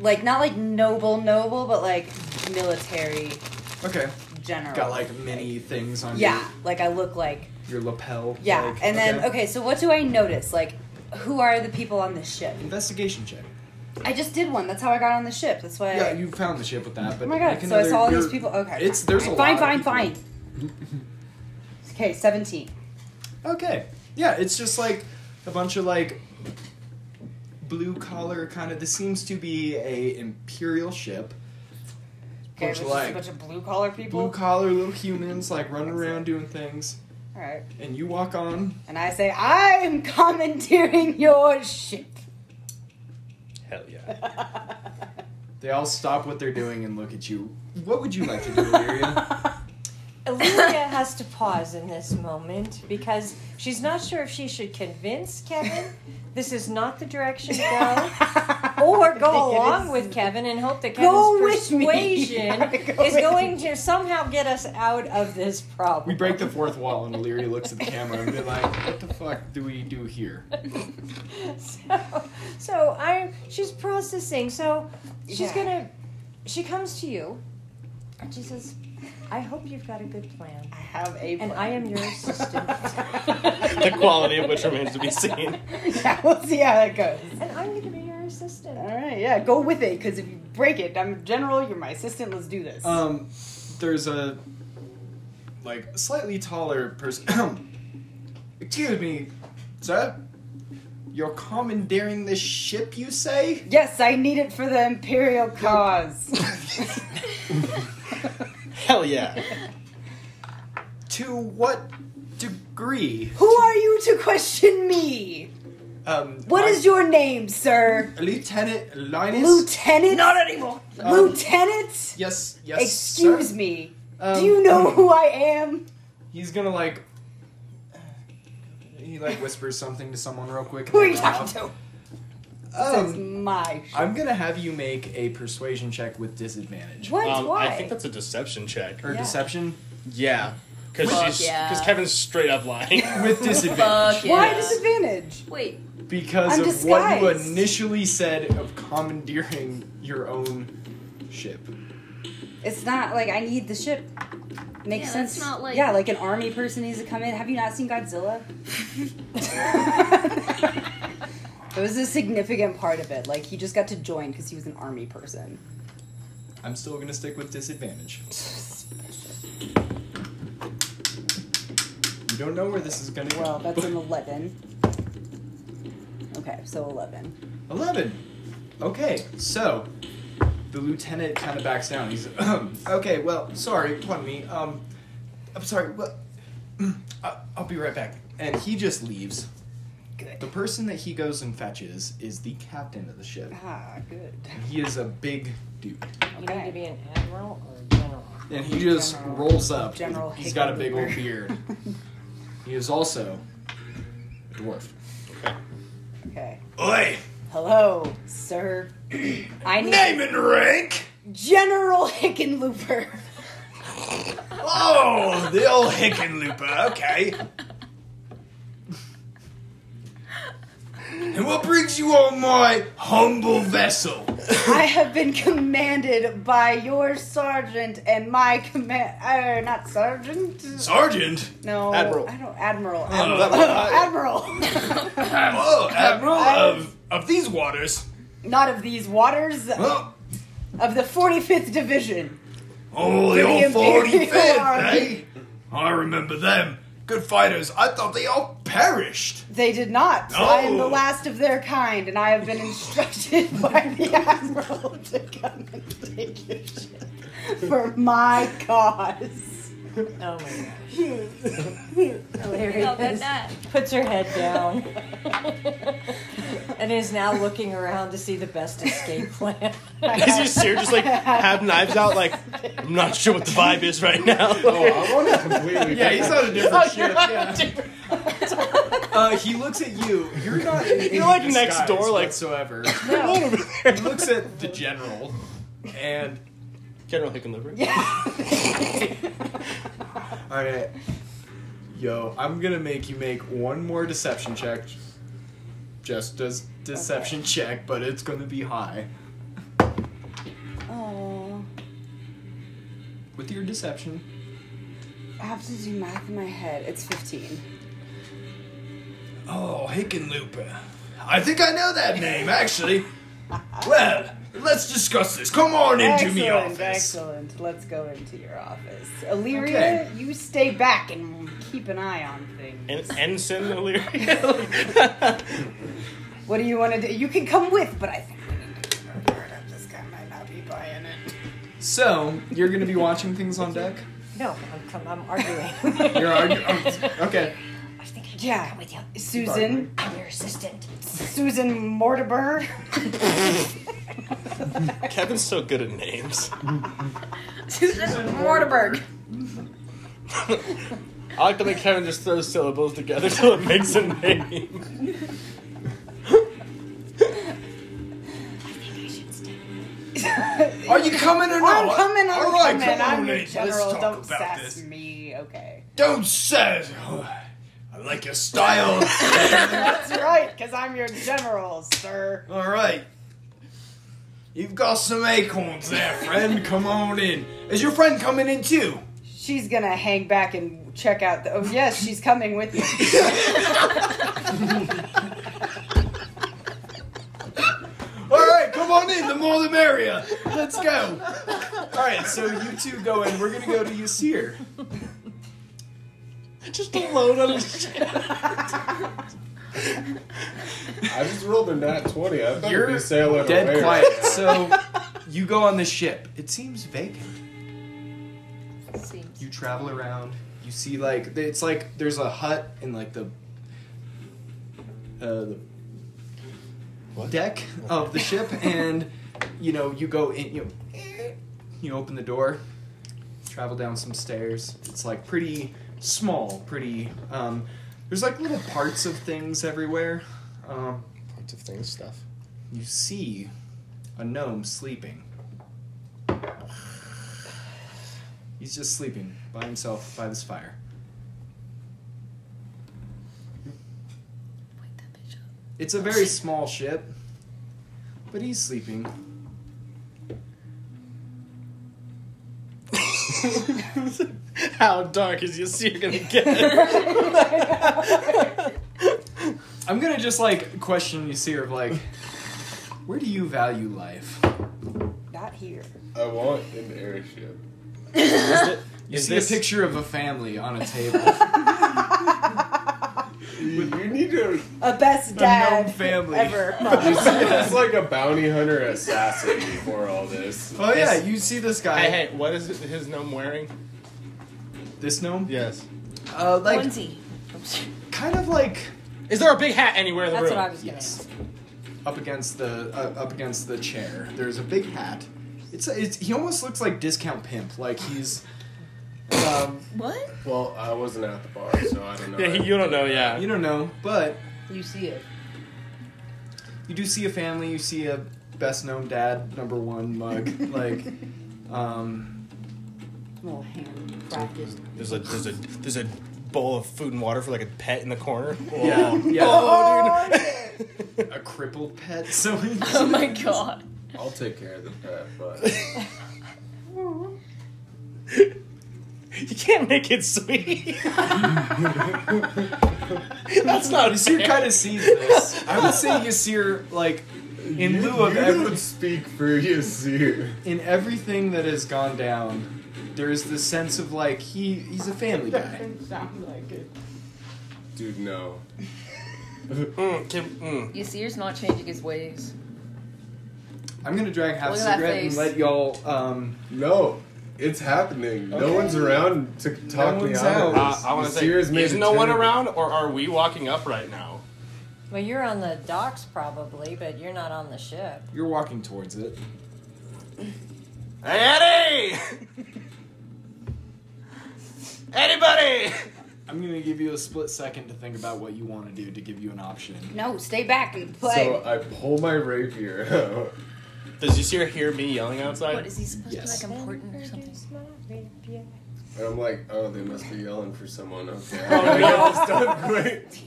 Speaker 3: like not like noble noble, but like military
Speaker 1: okay.
Speaker 3: general.
Speaker 1: Got like many things on
Speaker 3: yeah, like I look like
Speaker 1: your, your lapel.
Speaker 3: yeah.
Speaker 1: like,
Speaker 3: and then okay. so what do I notice? Like, who are the people on this ship?
Speaker 1: Investigation check.
Speaker 3: I just did one. That's how I got on the ship. That's why.
Speaker 1: Yeah,
Speaker 3: I,
Speaker 1: you found the ship with that. But
Speaker 3: oh my god!
Speaker 1: make
Speaker 3: So I
Speaker 1: another-
Speaker 3: saw all these
Speaker 1: you're-
Speaker 3: people. Okay.
Speaker 1: It's there's a
Speaker 3: fine,
Speaker 1: lot.
Speaker 3: fine, fine. okay, seventeen.
Speaker 1: Okay. Yeah, it's just like a bunch of like blue collar kind of. This seems to be a imperial ship.
Speaker 3: Okay,
Speaker 1: Bunch
Speaker 3: which
Speaker 1: of
Speaker 3: is a
Speaker 1: like
Speaker 3: bunch of blue collar people.
Speaker 1: blue collar little humans like running around doing things,
Speaker 3: all right.
Speaker 1: and you walk on.
Speaker 3: And I say, I am commandeering your ship.
Speaker 2: Hell yeah.
Speaker 1: They all stop what they're doing and look at you. What would you like to do, Lyrian?
Speaker 8: Illyria has to pause in this moment because she's not sure if she should convince Kevin this is not the direction to go, or go
Speaker 25: It
Speaker 8: along
Speaker 25: is-
Speaker 8: with Kevin and hope that
Speaker 25: Go
Speaker 8: Kevin's
Speaker 25: with me.
Speaker 8: persuasion
Speaker 25: Yeah, go
Speaker 8: is
Speaker 25: with
Speaker 8: going to somehow get us out of this problem.
Speaker 1: we break the fourth wall, and Illyria looks at the camera and be like, "What the fuck do we do here?"
Speaker 8: so, so I'm. She's processing. So she's
Speaker 25: Yeah.
Speaker 8: gonna. She comes to you, and she says, "I hope you've got a good plan." I
Speaker 3: have a.
Speaker 8: And I am your assistant.
Speaker 2: the quality of which remains to be seen.
Speaker 3: yeah, we'll see how that goes.
Speaker 8: And I'm going to be your assistant.
Speaker 3: All right, yeah, go with it, because if you break it, I'm general, you're my assistant, let's do this.
Speaker 1: Um, there's a like slightly taller person. Excuse me, sir. You're commandeering this ship, you say?
Speaker 3: yes, I need it for the imperial cause.
Speaker 2: Hell yeah.
Speaker 1: To what degree?
Speaker 3: Who are you to question me?
Speaker 1: Um,
Speaker 3: What is your name, sir?
Speaker 1: Lieutenant Linus?
Speaker 3: Lieutenant? Not anymore.
Speaker 1: Um,
Speaker 3: Lieutenant?
Speaker 1: Yes, yes.
Speaker 3: Excuse
Speaker 1: sir.
Speaker 3: me.
Speaker 1: Um,
Speaker 3: Do you know who I am?
Speaker 1: He's gonna like. He like whispers something to someone real quick.
Speaker 3: Who are
Speaker 1: and
Speaker 3: you
Speaker 1: then
Speaker 3: talking
Speaker 1: out.
Speaker 3: to?
Speaker 1: Um,
Speaker 3: That's my. sh-
Speaker 1: I'm gonna have you make a persuasion check with disadvantage.
Speaker 3: What? Um, I Why?
Speaker 2: I think that's a deception check.
Speaker 1: Or deception?
Speaker 2: Yeah. Because
Speaker 1: Fuck
Speaker 2: she's
Speaker 3: yeah.
Speaker 2: because Kevin's straight up lying.
Speaker 1: With disadvantage. Fuck
Speaker 3: Why
Speaker 1: yeah.
Speaker 3: disadvantage? Wait.
Speaker 1: Because
Speaker 3: I'm
Speaker 1: of what you
Speaker 3: disguised.
Speaker 1: initially said of commandeering your own ship.
Speaker 3: It's not like I need the ship. Makes
Speaker 12: Yeah,
Speaker 3: sense.
Speaker 12: that's not like-
Speaker 3: yeah, like an army person needs to come in. Have you not seen Godzilla? it was a significant part of it. Like he just got to join because he was an army person.
Speaker 1: I'm still gonna stick with disadvantage. You don't know where this is gonna go.
Speaker 3: Well, that's an eleven. Okay, so eleven.
Speaker 1: 11. Okay, so the lieutenant kind of backs down. He's, um, okay, well, sorry, pardon me. Um, I'm sorry, well, I- I'll be right back. And he just leaves.
Speaker 3: Good.
Speaker 1: The person that he goes and fetches is the captain of the ship.
Speaker 3: Ah, good.
Speaker 1: He is a big dude.
Speaker 8: You need to be an admiral or a general.
Speaker 1: And he just rolls up.
Speaker 8: General
Speaker 1: He's got a big old beard. he is also a dwarf. Okay.
Speaker 3: Okay.
Speaker 1: Oi!
Speaker 3: Hello, sir. I need
Speaker 1: Name and rank!
Speaker 3: General Hickenlooper.
Speaker 1: Oh, the old Hickenlooper. Okay. And what brings you on my humble vessel?
Speaker 3: I have been commanded by your sergeant and my command. Uh, not sergeant.
Speaker 1: Sergeant?
Speaker 3: No.
Speaker 1: Admiral.
Speaker 3: I don't. Admiral.
Speaker 1: Oh, Admiral.
Speaker 3: Admiral. Admiral.
Speaker 1: Oh, Admiral of, of these waters.
Speaker 3: not of these waters.
Speaker 1: Oh.
Speaker 3: Of the 45th Division.
Speaker 1: Oh,
Speaker 3: To
Speaker 1: the old
Speaker 3: Imperial
Speaker 1: 45th,
Speaker 3: Army.
Speaker 1: eh? I remember them.
Speaker 26: good fighters. I thought they all perished.
Speaker 3: They did not.
Speaker 26: No.
Speaker 3: I am the last of their kind, and I have been instructed by the Admiral to come and take your ship for my cause. Oh my gosh.
Speaker 8: Hilarious. Puts her head down and is now looking around to see the best escape plan.
Speaker 2: Is your seer just like have knives out? Like I'm not sure what the vibe is right now.
Speaker 11: Oh, I want to completely.
Speaker 1: Yeah, he's on a different
Speaker 2: you're
Speaker 1: ship,
Speaker 2: on a
Speaker 1: yeah.
Speaker 2: different-
Speaker 1: Uh, he looks at you. You're not. In,
Speaker 2: You're like
Speaker 1: in
Speaker 2: next
Speaker 1: disguise
Speaker 2: door, like-
Speaker 1: whatsoever.
Speaker 2: No. What
Speaker 1: He looks at the general, and
Speaker 2: General Hickenlooper.
Speaker 1: all right, yo, I'm gonna make you make one more deception check. Just does deception check, but it's gonna be high.
Speaker 3: Oh,
Speaker 1: With your deception,
Speaker 3: I have to do math in my head. It's 15.
Speaker 26: Oh, Hickenlooper. I think I know that name, actually. well, let's discuss this. Come on into
Speaker 3: excellent,
Speaker 26: me office.
Speaker 3: Excellent. Let's go into your office. Illyria,
Speaker 2: Okay.
Speaker 3: you stay back and keep an eye on things.
Speaker 2: En- ensign Illyria.
Speaker 3: What do you want to do? You can come with, but I think we need to get our guard up. This guy might not be buying it.
Speaker 1: so you're gonna be watching things on deck.
Speaker 8: No, I'm, com- I'm arguing.
Speaker 1: You're arguing. Okay.
Speaker 3: Yeah.
Speaker 8: with you.
Speaker 3: Susan.
Speaker 8: I'm your assistant.
Speaker 3: Susan Mortimer.
Speaker 2: Kevin's so good at names.
Speaker 3: Susan Mortimer.
Speaker 2: I like to make Kevin just throw syllables together till it makes a name.
Speaker 26: Are you coming or not?
Speaker 3: I'm coming. I'm
Speaker 26: All right,
Speaker 3: coming.
Speaker 26: come on
Speaker 3: I'm your
Speaker 26: in. Let's
Speaker 3: general.
Speaker 26: talk
Speaker 3: Don't
Speaker 26: about
Speaker 3: sass
Speaker 26: this.
Speaker 3: me. Okay.
Speaker 26: Don't say. I like your style.
Speaker 3: That's right, because I'm your general, sir.
Speaker 26: All right. You've got some acorns there, friend. Come on in. Is your friend coming in too?
Speaker 3: She's gonna hang back and check out the. Oh yes, she's coming with you.
Speaker 26: All right, come on in. The more the merrier.
Speaker 1: Let's go. All right, so you two go in. We're gonna go to Yasir.
Speaker 2: Just a load on his ship.
Speaker 11: I just rolled a nat 20. I thought
Speaker 1: You're
Speaker 11: you'd be sailing
Speaker 1: dead
Speaker 11: away.
Speaker 1: quiet.
Speaker 11: right now.
Speaker 1: so you go on the ship. It seems vacant. You travel around. You see like it's like there's a hut in like the uh, the deck of the ship, and you know you go in. You you open the door, travel down some stairs. It's like pretty small, pretty. Um, there's like little parts of things everywhere. Um,
Speaker 27: parts of things stuff.
Speaker 1: You see a gnome sleeping. He's just sleeping by himself by this fire. It's a very small ship, but he's sleeping.
Speaker 2: How dark is Yasir gonna get?
Speaker 1: I'm gonna just like question you, see, of like, where do you value life?
Speaker 3: Not here.
Speaker 11: I want an airship.
Speaker 1: You
Speaker 11: Is
Speaker 1: see
Speaker 11: this-
Speaker 1: a picture of a family on a table.
Speaker 11: You need to.
Speaker 3: A best
Speaker 1: dad
Speaker 3: family. ever.
Speaker 11: You see, it's like a bounty hunter assassin before all this.
Speaker 1: Oh yeah, you see this guy.
Speaker 2: Hey, hey, what is his gnome wearing?
Speaker 1: This gnome?
Speaker 2: Yes.
Speaker 1: Uh, like kind of like.
Speaker 2: Is there a big hat anywhere in the
Speaker 1: That's
Speaker 2: room?
Speaker 1: what I was gonna Yes. up against the uh, up against the chair. There's a big hat. It's, it's he almost looks like discount pimp. Like he's um,
Speaker 12: What?
Speaker 11: Well, I wasn't at the bar, so I don't know.
Speaker 2: Yeah, you don't know. Yeah,
Speaker 1: you don't know, but
Speaker 12: You see it.
Speaker 1: you do see a family. You see a best known dad number one mug. like um,
Speaker 3: little hand crafted.
Speaker 2: There's a there's a there's a bowl of food and water for like a pet in the corner.
Speaker 1: yeah, yeah.
Speaker 2: Oh,
Speaker 1: a crippled pet. So
Speaker 12: Oh my god.
Speaker 11: I'll take care of the pet, but
Speaker 2: dude. You can't make it sweet. That's not.
Speaker 1: Yasir kind of sees this. I would say Yasir like in lieu of
Speaker 11: you
Speaker 1: every-
Speaker 11: don't speak for Yasir.
Speaker 1: in everything that has gone down, There's the sense of like he he's a family guy.
Speaker 3: Doesn't sound like it.
Speaker 11: Dude, no.
Speaker 12: You see, he's not changing his ways.
Speaker 1: I'm gonna drag half
Speaker 12: Look at that
Speaker 1: cigarette and
Speaker 12: face.
Speaker 1: let y'all. Um,
Speaker 11: no, it's happening. No one's around to talk me
Speaker 1: one's
Speaker 11: out. of
Speaker 2: Uh,
Speaker 11: this.
Speaker 2: I want to
Speaker 11: The
Speaker 2: say,
Speaker 11: seer's made
Speaker 2: is
Speaker 11: a
Speaker 2: no one
Speaker 11: turn.
Speaker 2: around, or are we walking up right now?
Speaker 8: Well, you're on the docks probably, but you're not on the ship.
Speaker 1: you're walking towards it.
Speaker 2: Hey, Eddie! Anybody?
Speaker 1: I'm gonna give you a split second to think about what you want to do to give you an option.
Speaker 3: No, stay back and play.
Speaker 11: So I pull my rapier. out.
Speaker 2: Does Yasir hear me yelling outside? What
Speaker 12: is he supposed
Speaker 11: Yes.
Speaker 12: to be like important or something?
Speaker 11: And I'm like, oh, they must be yelling for someone. Okay.
Speaker 2: Oh,
Speaker 11: I
Speaker 2: no.
Speaker 11: almost done quick.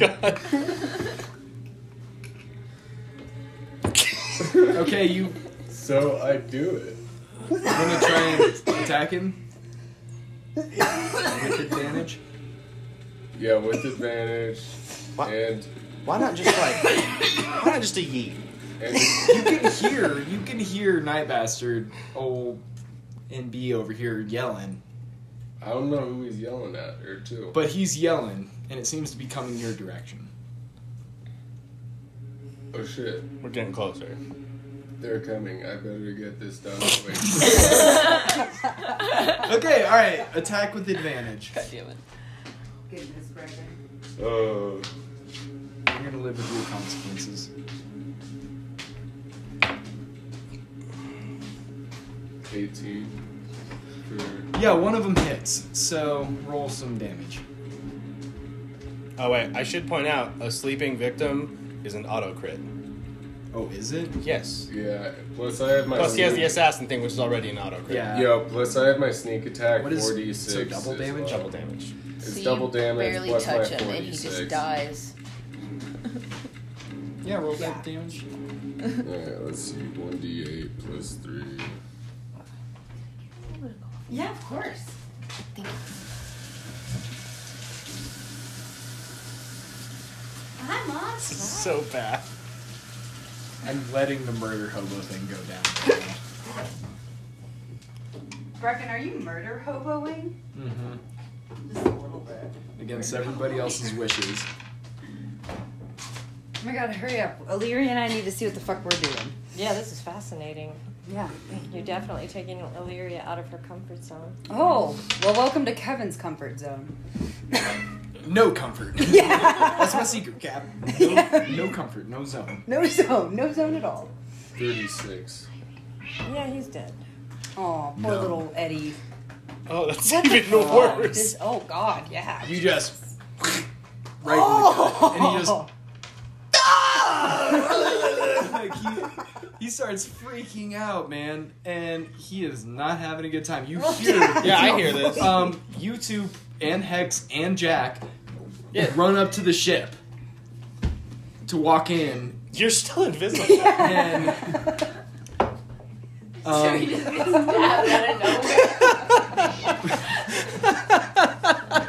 Speaker 2: Oh
Speaker 1: okay, you.
Speaker 11: So I do it.
Speaker 1: I'm gonna try and attack him. With advantage.
Speaker 11: Yeah, with advantage. And
Speaker 1: Why not just like? Why not just a yeet? you can hear, you can hear Night Bastard, old NB over here yelling,
Speaker 11: I don't know who he's yelling at or to.
Speaker 1: but he's yelling, and it seems to be coming your direction.
Speaker 11: oh shit,
Speaker 2: we're getting closer.
Speaker 11: They're coming. I better get this done. quick.
Speaker 1: Okay, all right, attack with advantage. God
Speaker 28: damn it!
Speaker 3: Goodness, Breckin.
Speaker 11: Oh.
Speaker 1: You're gonna live with your consequences.
Speaker 11: Eighteen. For...
Speaker 1: Yeah, one of them hits, so roll some damage.
Speaker 2: Oh wait, I should point out a sleeping victim is an auto crit.
Speaker 1: Oh, is it?
Speaker 2: Yes.
Speaker 11: Yeah. Plus I have my.
Speaker 2: Plus he has the
Speaker 11: sneak-
Speaker 2: assassin thing, which is already an auto crit.
Speaker 1: Yeah.
Speaker 11: Yo, plus I have my sneak attack.
Speaker 2: What is-
Speaker 11: 46
Speaker 2: so double
Speaker 11: as
Speaker 2: damage?
Speaker 11: well.
Speaker 2: Double damage.
Speaker 11: It's
Speaker 12: So you
Speaker 11: double damage
Speaker 12: barely
Speaker 11: plus
Speaker 12: touch
Speaker 11: my
Speaker 12: him, and he
Speaker 11: 46.
Speaker 12: just dies.
Speaker 1: Yeah, roll that damage.
Speaker 11: Yeah, let's see. 1d8 plus 3.
Speaker 3: Yeah, of course. Hi, Mom.
Speaker 2: so bad.
Speaker 1: I'm letting the murder hobo thing go down.
Speaker 3: Brecken, are you murder hoboing?
Speaker 1: mm-hmm.
Speaker 3: Just a little bit.
Speaker 1: Against everybody else's wishes.
Speaker 29: Oh my god, hurry up. O'Leary and I need to see what the fuck we're doing.
Speaker 8: Yeah, this is fascinating.
Speaker 29: Yeah.
Speaker 8: You're definitely taking Illyria out of her comfort zone.
Speaker 29: Oh, well, welcome to Kevin's comfort zone.
Speaker 1: No comfort. Yeah. That's my secret, Cap. No, no comfort, no zone.
Speaker 3: No zone, no zone at all.
Speaker 11: 36.
Speaker 8: Yeah, he's dead.
Speaker 29: Oh, poor
Speaker 1: No.
Speaker 29: little Eddie.
Speaker 2: Oh, that's
Speaker 29: What the
Speaker 2: even
Speaker 29: fuck?
Speaker 2: worse.
Speaker 29: This- oh god, yeah.
Speaker 1: You just right in the, and he just
Speaker 29: Oh.
Speaker 1: like he, he starts freaking out, man, and he is not having a good time. You hear?
Speaker 2: Yeah, I hear this.
Speaker 1: Um, you two and Hex and Jack run up to the ship to walk in.
Speaker 2: You're still invisible.
Speaker 1: And, um,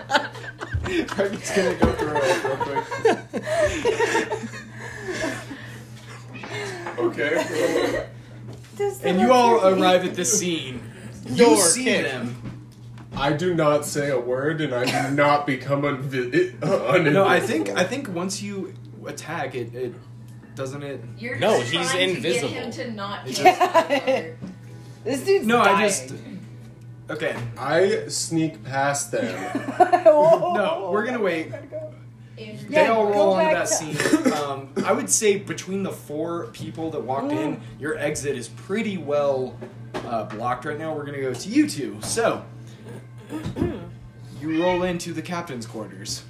Speaker 1: I'm just gonna go through it real quick.
Speaker 11: Okay.
Speaker 1: And you all arrive at this scene. You
Speaker 11: Your
Speaker 1: see
Speaker 11: kid.
Speaker 1: them.
Speaker 11: I do not say a word, and I do not become unvi- uninvisible.
Speaker 1: No, I think I think once you attack it, it doesn't it.
Speaker 12: You're
Speaker 2: No,
Speaker 12: just
Speaker 2: he's
Speaker 12: trying
Speaker 2: invisible.
Speaker 12: To get him to not
Speaker 1: It
Speaker 12: kill
Speaker 1: just-
Speaker 12: the
Speaker 3: This dude's
Speaker 1: No,
Speaker 3: dying.
Speaker 1: I just. Okay.
Speaker 11: I sneak past them.
Speaker 1: No, we're gonna wait.
Speaker 12: motherfucker.
Speaker 1: They all
Speaker 12: Go
Speaker 1: roll onto that
Speaker 12: back to-
Speaker 1: scene. Um, I would say between the four people that walked
Speaker 3: Mm.
Speaker 1: in, your exit is pretty well uh, blocked right now. We're gonna go to you two. So you roll into the captain's quarters.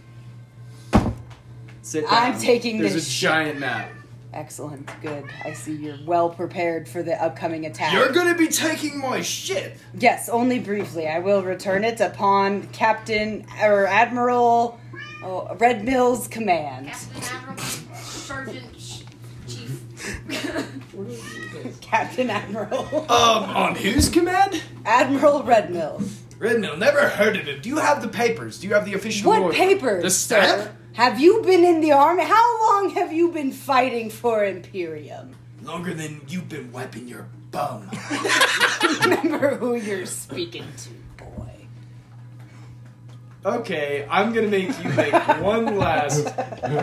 Speaker 1: Sit down.
Speaker 3: I'm taking
Speaker 1: There's
Speaker 3: this
Speaker 1: a
Speaker 3: shit.
Speaker 1: giant map.
Speaker 3: Excellent, good. I see you're well prepared for the upcoming attack.
Speaker 1: You're gonna be taking my ship.
Speaker 3: Yes, only briefly. I will return it upon Captain or Admiral oh, Red Mill's command.
Speaker 12: Sergeant Chief.
Speaker 3: Captain Admiral.
Speaker 1: Um, on whose command?
Speaker 3: Admiral Red Mill.
Speaker 1: Redmill, never heard of him. Do you have the papers? Do you have the official?
Speaker 3: What
Speaker 1: order?
Speaker 3: papers,
Speaker 1: The stamp?
Speaker 3: Have you been in the army? How long have you been fighting for Imperium?
Speaker 30: Longer than you've been wiping your bum.
Speaker 31: Remember who you're speaking to, boy.
Speaker 1: Okay, I'm gonna make you make one last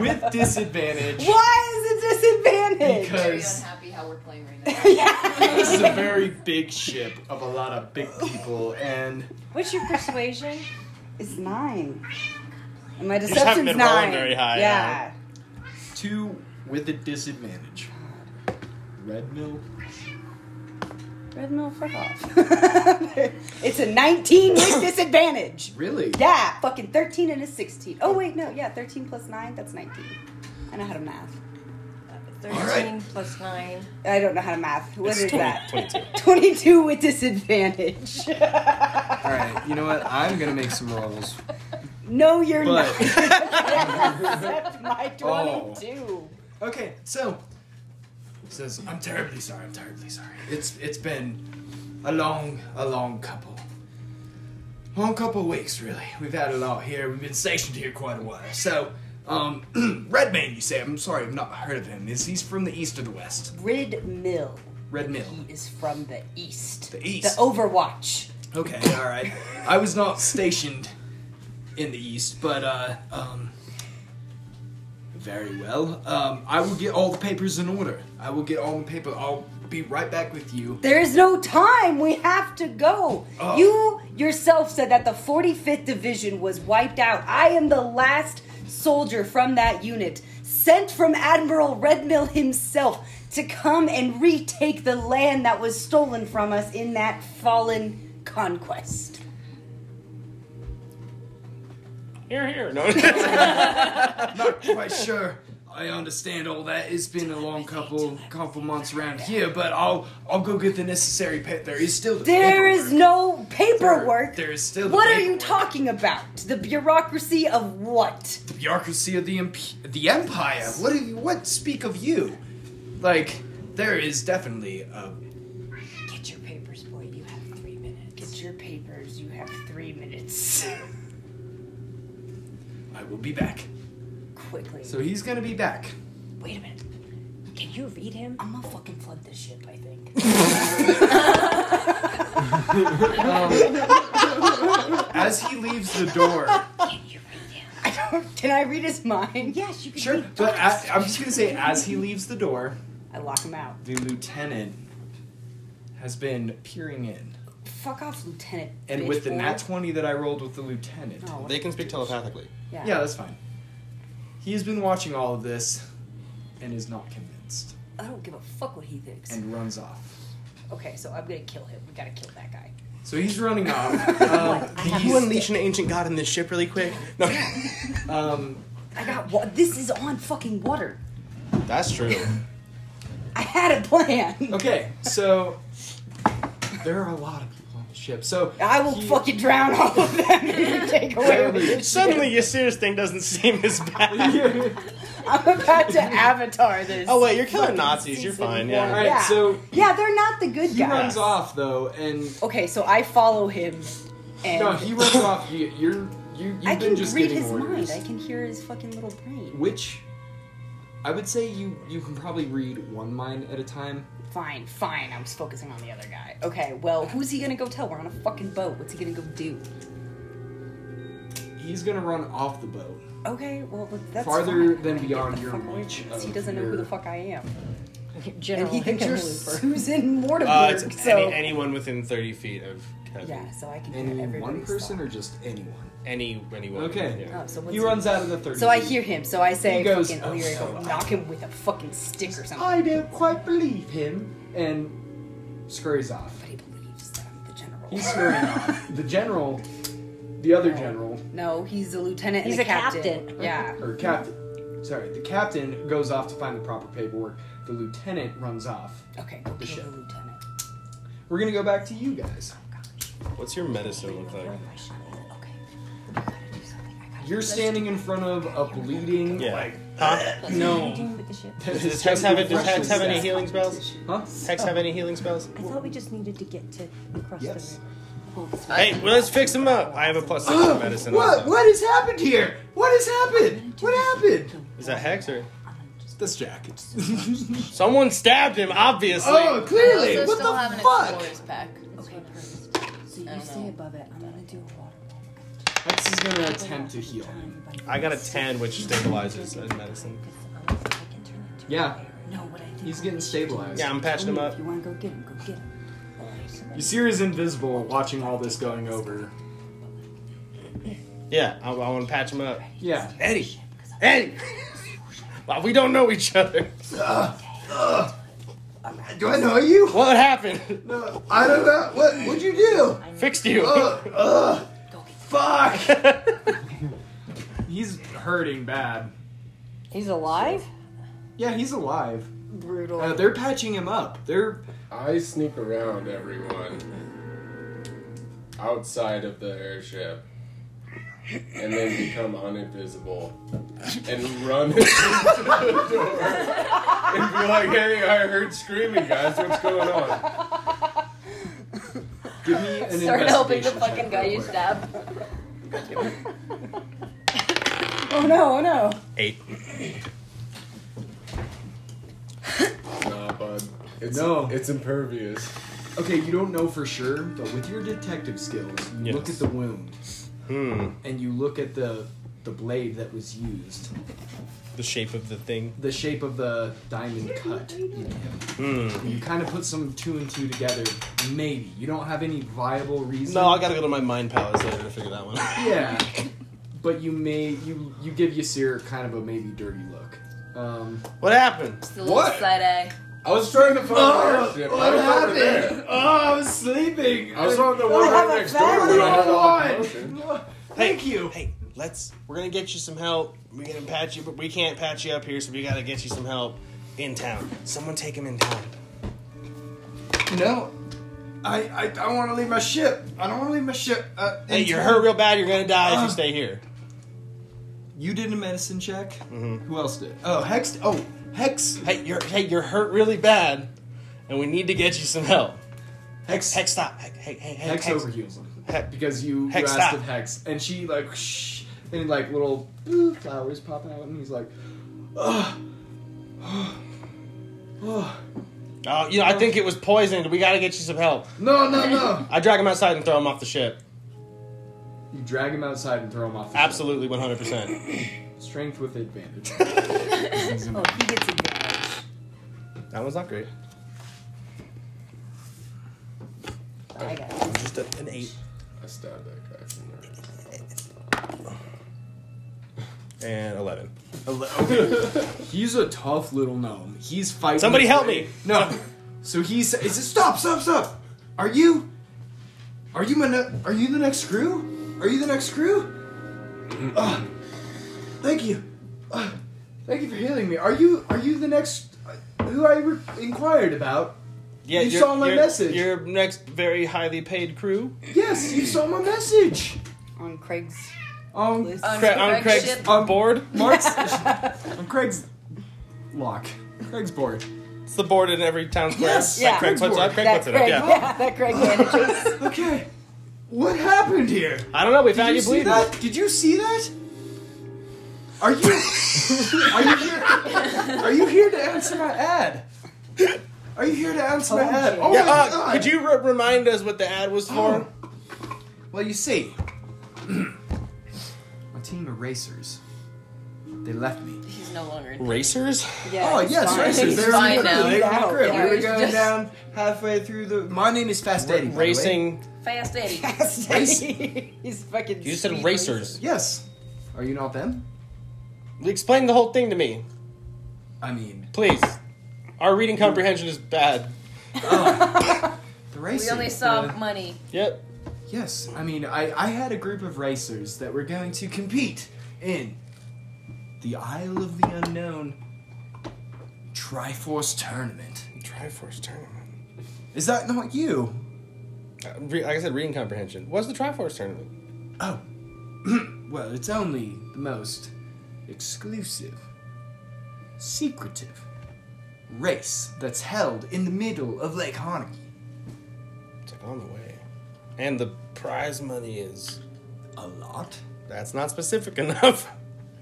Speaker 1: with disadvantage.
Speaker 3: Why is it disadvantage?
Speaker 1: Because-
Speaker 12: Happy how we're playing right
Speaker 1: This is a very big ship of a lot of big people, and
Speaker 3: What's your persuasion? It's nine. And my
Speaker 1: You just haven't
Speaker 3: deception's
Speaker 1: been rolling
Speaker 3: nine.
Speaker 1: very high,
Speaker 3: yeah.
Speaker 1: two with a disadvantage. Red mill.
Speaker 3: Red mill, fuck off. it's a 19 with disadvantage.
Speaker 1: Really?
Speaker 3: Yeah, fucking 13 and a 16. Oh, wait, no, yeah, 13 plus 9, that's 19. I know how to math.
Speaker 5: 13 plus 9.
Speaker 3: I don't know how to math. What
Speaker 5: It's
Speaker 3: is
Speaker 5: 20
Speaker 3: that? 22 with disadvantage.
Speaker 1: All right, you know what? I'm gonna make some rolls,
Speaker 3: no, you're
Speaker 1: but
Speaker 3: not. my 22.
Speaker 1: Okay, so says I'm terribly sorry. I'm terribly sorry. It's it's been a long, a long couple, long couple weeks really. We've had a lot here. We've been stationed here quite a while. So, um, Redman, you say? I'm sorry, I've not heard of him. Is he's from the east or the west?
Speaker 3: Red Mill
Speaker 1: Red Mill.
Speaker 3: is from the east. The
Speaker 1: east.
Speaker 3: The Overwatch.
Speaker 1: Okay, all right. I was not stationed in the east, but uh, um, very well. Um, I will get all the papers in order. I will get all the paper. I'll be right back with you.
Speaker 3: There is no time. We have to go.
Speaker 1: Oh.
Speaker 3: You yourself said that the 45th Division was wiped out. I am the last soldier from that unit, sent from Admiral Redmill himself to come and retake the land that was stolen from us in that fallen conquest.
Speaker 2: Here, here.
Speaker 1: not quite sure. I understand all that. It's been a long couple couple months around here, but I'll I'll go get the necessary pet. There is still the
Speaker 3: There is no paperwork.
Speaker 1: There is still the
Speaker 3: What are
Speaker 1: paperwork.
Speaker 3: you talking about? The bureaucracy of what?
Speaker 1: the bureaucracy of the imp- the empire. What do you, what speak of you? Like there is definitely a
Speaker 3: Get your papers, boy. You have three minutes. Get your papers. You have three minutes.
Speaker 1: I will be back.
Speaker 3: Quickly.
Speaker 1: So he's gonna be back.
Speaker 3: Wait a minute. Can you read him? I'm gonna fucking flood this ship, I think.
Speaker 1: As he leaves the door,
Speaker 3: I don't, can I read his mind? Yes, you can.
Speaker 1: sure. But as, I'm just gonna say, as he leaves the door,
Speaker 3: I lock him out.
Speaker 1: the lieutenant has been peering in,
Speaker 3: Fuck off, Lieutenant.
Speaker 1: and
Speaker 3: bitch
Speaker 1: with the
Speaker 3: boy.
Speaker 1: nat twenty that I rolled with the lieutenant,
Speaker 3: Oh, what
Speaker 2: They can speak telepathically.
Speaker 3: Yeah.
Speaker 1: yeah, that's fine. He has been watching all of this, and is not convinced,
Speaker 3: I don't give a fuck what he thinks.
Speaker 1: and runs off.
Speaker 3: Okay, so I'm gonna kill him. We gotta kill that guy.
Speaker 1: So he's running off.
Speaker 3: Oh
Speaker 1: Um,
Speaker 2: Can you unleash an ancient god in this ship really quick? No.
Speaker 1: um,
Speaker 3: I got what? This is on fucking water.
Speaker 2: That's true.
Speaker 3: I had a plan.
Speaker 1: Okay, so there are a lot of people on the ship. So
Speaker 3: I will fucking drown all of them if you take away what you
Speaker 2: Suddenly, your serious thing doesn't seem as bad.
Speaker 3: I'm about to avatar this.
Speaker 2: oh wait, you're killing
Speaker 3: fucking
Speaker 2: Nazis. You're
Speaker 3: season
Speaker 2: fine.
Speaker 3: one.
Speaker 2: Yeah.
Speaker 1: All right, so-
Speaker 3: yeah, they're not the good
Speaker 1: he
Speaker 3: guys.
Speaker 1: runs off though, and
Speaker 3: Okay, so I follow him, and
Speaker 1: no, he runs off. You, you're you. You've
Speaker 3: I
Speaker 1: been
Speaker 3: can
Speaker 1: just
Speaker 3: read
Speaker 1: getting
Speaker 3: his
Speaker 1: orders.
Speaker 3: mind. I can hear his fucking little brain.
Speaker 1: Which I would say you you can probably read one mind at a time.
Speaker 3: Fine, fine. I was focusing on the other guy. Okay, well, who's he gonna go tell? We're on a fucking boat. What's he gonna go do?
Speaker 1: He's gonna run off the boat,
Speaker 3: Okay, well, that's
Speaker 1: farther
Speaker 3: fine.
Speaker 1: than beyond your
Speaker 3: Fuck
Speaker 1: reach.
Speaker 3: knows?
Speaker 1: of
Speaker 3: He doesn't know who
Speaker 1: your-
Speaker 3: the fuck I am.
Speaker 5: General
Speaker 3: and he thinks you're
Speaker 5: Hickenlooper.
Speaker 3: Susan Mortimer.
Speaker 2: Uh, it's
Speaker 3: so
Speaker 2: any, anyone within 30 feet of Kevin.
Speaker 3: yeah, so I can hear
Speaker 1: Any
Speaker 3: everybody's
Speaker 1: one person
Speaker 3: thought.
Speaker 1: or just anyone?
Speaker 2: Any anyone.
Speaker 1: Okay.
Speaker 2: yeah.
Speaker 3: Oh, so what's
Speaker 1: He runs out of the thirty.
Speaker 3: So I hear him. So I say,
Speaker 1: He goes,
Speaker 3: fucking
Speaker 1: "Oh,
Speaker 3: O'Leary,
Speaker 1: so
Speaker 3: go knock him with a fucking stick or something.
Speaker 1: I don't quite believe him, and scurries off. But
Speaker 3: he believes that I'm the general.
Speaker 1: He's scurrying off. The general, the other general,
Speaker 3: No, he's a lieutenant
Speaker 5: He's
Speaker 3: and
Speaker 5: a
Speaker 3: a captain.
Speaker 5: captain.
Speaker 3: Yeah.
Speaker 1: or captain. Sorry, the captain goes off to find the proper paperwork. The lieutenant runs off.
Speaker 3: Okay, go
Speaker 1: the
Speaker 3: kill
Speaker 1: ship.
Speaker 3: the lieutenant.
Speaker 1: We're gonna go back to you guys.
Speaker 2: What's your medicine look like?
Speaker 1: You're standing in front of a bleeding.
Speaker 2: Yeah.
Speaker 1: Like,
Speaker 2: Huh?
Speaker 1: no.
Speaker 2: Does, does Hex have, it- does Hex have any healing spells?
Speaker 1: Huh?
Speaker 2: Hex have any healing spells?
Speaker 5: I thought we just needed to get to across the river.
Speaker 2: Hey, well, let's fix him up. I have a plus six to medicine.
Speaker 1: What?
Speaker 2: Also.
Speaker 1: What has happened here? What has happened? What happened?
Speaker 2: Is that Hex or?
Speaker 32: This jacket.
Speaker 2: Someone stabbed him, obviously.
Speaker 32: Oh, clearly.
Speaker 12: I also
Speaker 32: What
Speaker 12: still
Speaker 32: the
Speaker 12: have an
Speaker 32: fuck?
Speaker 12: explorer's pack. Okay, perfect. So
Speaker 3: you stay above it. I'm
Speaker 12: gonna do a water.
Speaker 1: Hex is gonna attempt to heal him.
Speaker 2: I got a 10, which stabilizes as medicine.
Speaker 1: Yeah. He's getting stabilized.
Speaker 2: Yeah, I'm patching him up.
Speaker 3: You wanna go get him? Go get him.
Speaker 1: You see her is invisible watching all this going over.
Speaker 2: Yeah, I, I want to patch him up.
Speaker 1: Yeah.
Speaker 2: Eddie! Eddie! Wow, we don't know each other.
Speaker 33: Do I know you?
Speaker 2: What happened?
Speaker 33: I don't know. What? What'd you do?
Speaker 2: Fixed you.
Speaker 33: Ugh, ugh. fuck.
Speaker 1: He's hurting bad.
Speaker 8: He's alive?
Speaker 1: Yeah, he's alive.
Speaker 8: Brutal.
Speaker 1: Uh, they're patching him up. They're.
Speaker 11: I sneak around everyone outside of the airship and then become uninvisible and run into the door and be like, hey, I heard screaming, guys. What's going on?
Speaker 1: Give me an
Speaker 12: Start helping the
Speaker 1: investigation check
Speaker 12: fucking guy
Speaker 1: real
Speaker 12: you
Speaker 1: quick.
Speaker 12: stabbed.
Speaker 5: Oh no, oh no.
Speaker 2: Eight.
Speaker 11: Nah, bud. It's,
Speaker 1: No.
Speaker 11: It's impervious.
Speaker 1: Okay, you don't know for sure, but with your detective skills, you
Speaker 11: Yes.
Speaker 1: look at the wound
Speaker 2: Hmm.
Speaker 1: and you look at the the blade that was used,
Speaker 2: The shape of the thing.
Speaker 1: the shape of the diamond cut.
Speaker 2: Hmm.
Speaker 1: You kind of put some two and two together. Maybe you don't have any viable reason.
Speaker 2: No, I gotta go to my mind palace later to figure that one out.
Speaker 1: Yeah, but you may you you give Yasir kind of a maybe dirty look. Um,
Speaker 2: what happened?
Speaker 12: It's the little side eye.
Speaker 11: I was trying to find
Speaker 1: Oh,
Speaker 11: the airship.
Speaker 1: what
Speaker 11: I was over
Speaker 1: happened?
Speaker 11: there.
Speaker 1: Oh, I was sleeping.
Speaker 11: I was on the one right next door when I had all the commotion.
Speaker 2: Thank you. Hey, let's. We're gonna get you some help. We're gonna patch you, but we can't patch you up here, so we gotta get you some help in town. Someone take him in town.
Speaker 33: No. I I, I don't want to leave my ship. I don't want to leave my ship. Uh,
Speaker 2: Hey,
Speaker 33: in
Speaker 2: you're
Speaker 33: town.
Speaker 2: hurt real bad. You're gonna die if
Speaker 33: Uh.
Speaker 2: you stay here.
Speaker 1: You did a medicine check.
Speaker 11: Mm-hmm.
Speaker 1: Who else did?
Speaker 33: Oh, Hex. Oh, Hex.
Speaker 2: Hey, you're hey, you're hurt really bad, and we need to get you some help.
Speaker 1: Hex,
Speaker 2: Hex, stop. Hex, hey, hey, hey,
Speaker 1: Hex,
Speaker 2: Hex.
Speaker 1: overheals him
Speaker 2: Hex.
Speaker 1: because you, you
Speaker 2: Hex,
Speaker 1: asked
Speaker 2: stop.
Speaker 1: if Hex, and she like shh, and like little blue flowers pop out, and he's like, Ugh. oh,
Speaker 2: Oh, you know, I think it was poisoned. We gotta get you some help.
Speaker 33: No, no, no.
Speaker 2: I drag him outside and throw him off the ship.
Speaker 1: you drag him outside and throw him off. The
Speaker 2: Absolutely, 100. percent
Speaker 1: Strength with advantage.
Speaker 3: Oh, he gets advantage.
Speaker 2: That one's not great.
Speaker 3: I got it.
Speaker 2: Just a, an eight.
Speaker 11: I stabbed that guy from there.
Speaker 2: And 11.
Speaker 1: he's a tough little gnome. He's fighting.
Speaker 2: Somebody
Speaker 1: his
Speaker 2: help
Speaker 1: way-
Speaker 2: me.
Speaker 1: No. So he sa- is this
Speaker 33: Stop, stop, stop. Are you? Are you my? Ne- are you the next crew? Are you the next crew? Ah, thank you. Ah, thank you for healing me. Are you? Are you the next? uh, Who I re- inquired about?
Speaker 2: Yeah,
Speaker 33: You
Speaker 2: you're-
Speaker 33: saw my
Speaker 2: you're-
Speaker 33: message.
Speaker 2: Your next very highly paid crew.
Speaker 33: Yes, you saw my message.
Speaker 3: On Craig's
Speaker 33: Um,
Speaker 3: list.
Speaker 12: On
Speaker 2: Cra- on
Speaker 12: Craig's
Speaker 2: Craig's
Speaker 12: ship.
Speaker 2: on board.
Speaker 1: Mark's on Craig's lock. Craig's board.
Speaker 2: It's the board in every town square.
Speaker 33: Yes,
Speaker 2: Like
Speaker 33: yeah.
Speaker 2: Craig puts it up. Craig puts it up. Yeah.
Speaker 33: that Greg manages. okay. What happened here?
Speaker 2: I don't know. We
Speaker 33: Did
Speaker 2: found
Speaker 33: you
Speaker 2: you,
Speaker 33: see
Speaker 2: bleeding.
Speaker 33: that? Did you see that? Are you are you here? Are you here to answer my ad? Are you here to answer my ad? Oh
Speaker 2: yeah,
Speaker 33: my
Speaker 2: uh,
Speaker 33: god! Oh.
Speaker 2: could you re- remind us what the ad was for?
Speaker 33: Well, you see,
Speaker 1: My team of racers. They left me.
Speaker 12: He's no longer in
Speaker 2: Racers?
Speaker 12: Yeah,
Speaker 33: oh
Speaker 12: he's
Speaker 33: yes,
Speaker 12: fine.
Speaker 33: racers.
Speaker 12: He's
Speaker 33: They're
Speaker 12: fine
Speaker 33: in the
Speaker 12: now.
Speaker 33: group. They're in the
Speaker 12: Out.
Speaker 33: group.
Speaker 12: Yeah,
Speaker 33: We were
Speaker 12: he's
Speaker 33: going
Speaker 12: just-
Speaker 33: down halfway through the. My name is Fast Eddie. by the way.
Speaker 2: Racing.
Speaker 12: Fast Eddie.
Speaker 8: He's fucking.
Speaker 2: You just said
Speaker 8: speed
Speaker 2: racers.
Speaker 1: Yes. Are you not them?
Speaker 2: Explain the whole thing to me,
Speaker 1: I mean,
Speaker 2: please. Our reading comprehension is bad.
Speaker 1: the
Speaker 12: We
Speaker 1: racers.
Speaker 12: only saw
Speaker 33: Uh,
Speaker 1: the-
Speaker 12: money.
Speaker 2: Yep.
Speaker 1: Yes, I mean, I, I had a group of racers that were going to compete in the Isle of the Unknown Triforce Tournament.
Speaker 2: Triforce tournament.
Speaker 1: Is that not you?
Speaker 2: Uh, re- like I said, reading comprehension. What's the Triforce tournament?
Speaker 1: Oh. well, it's only the most exclusive, secretive race that's held in the middle of Lake Hanukkah.
Speaker 2: It's like on the way. And the prize money is
Speaker 1: A lot?
Speaker 2: that's not specific enough.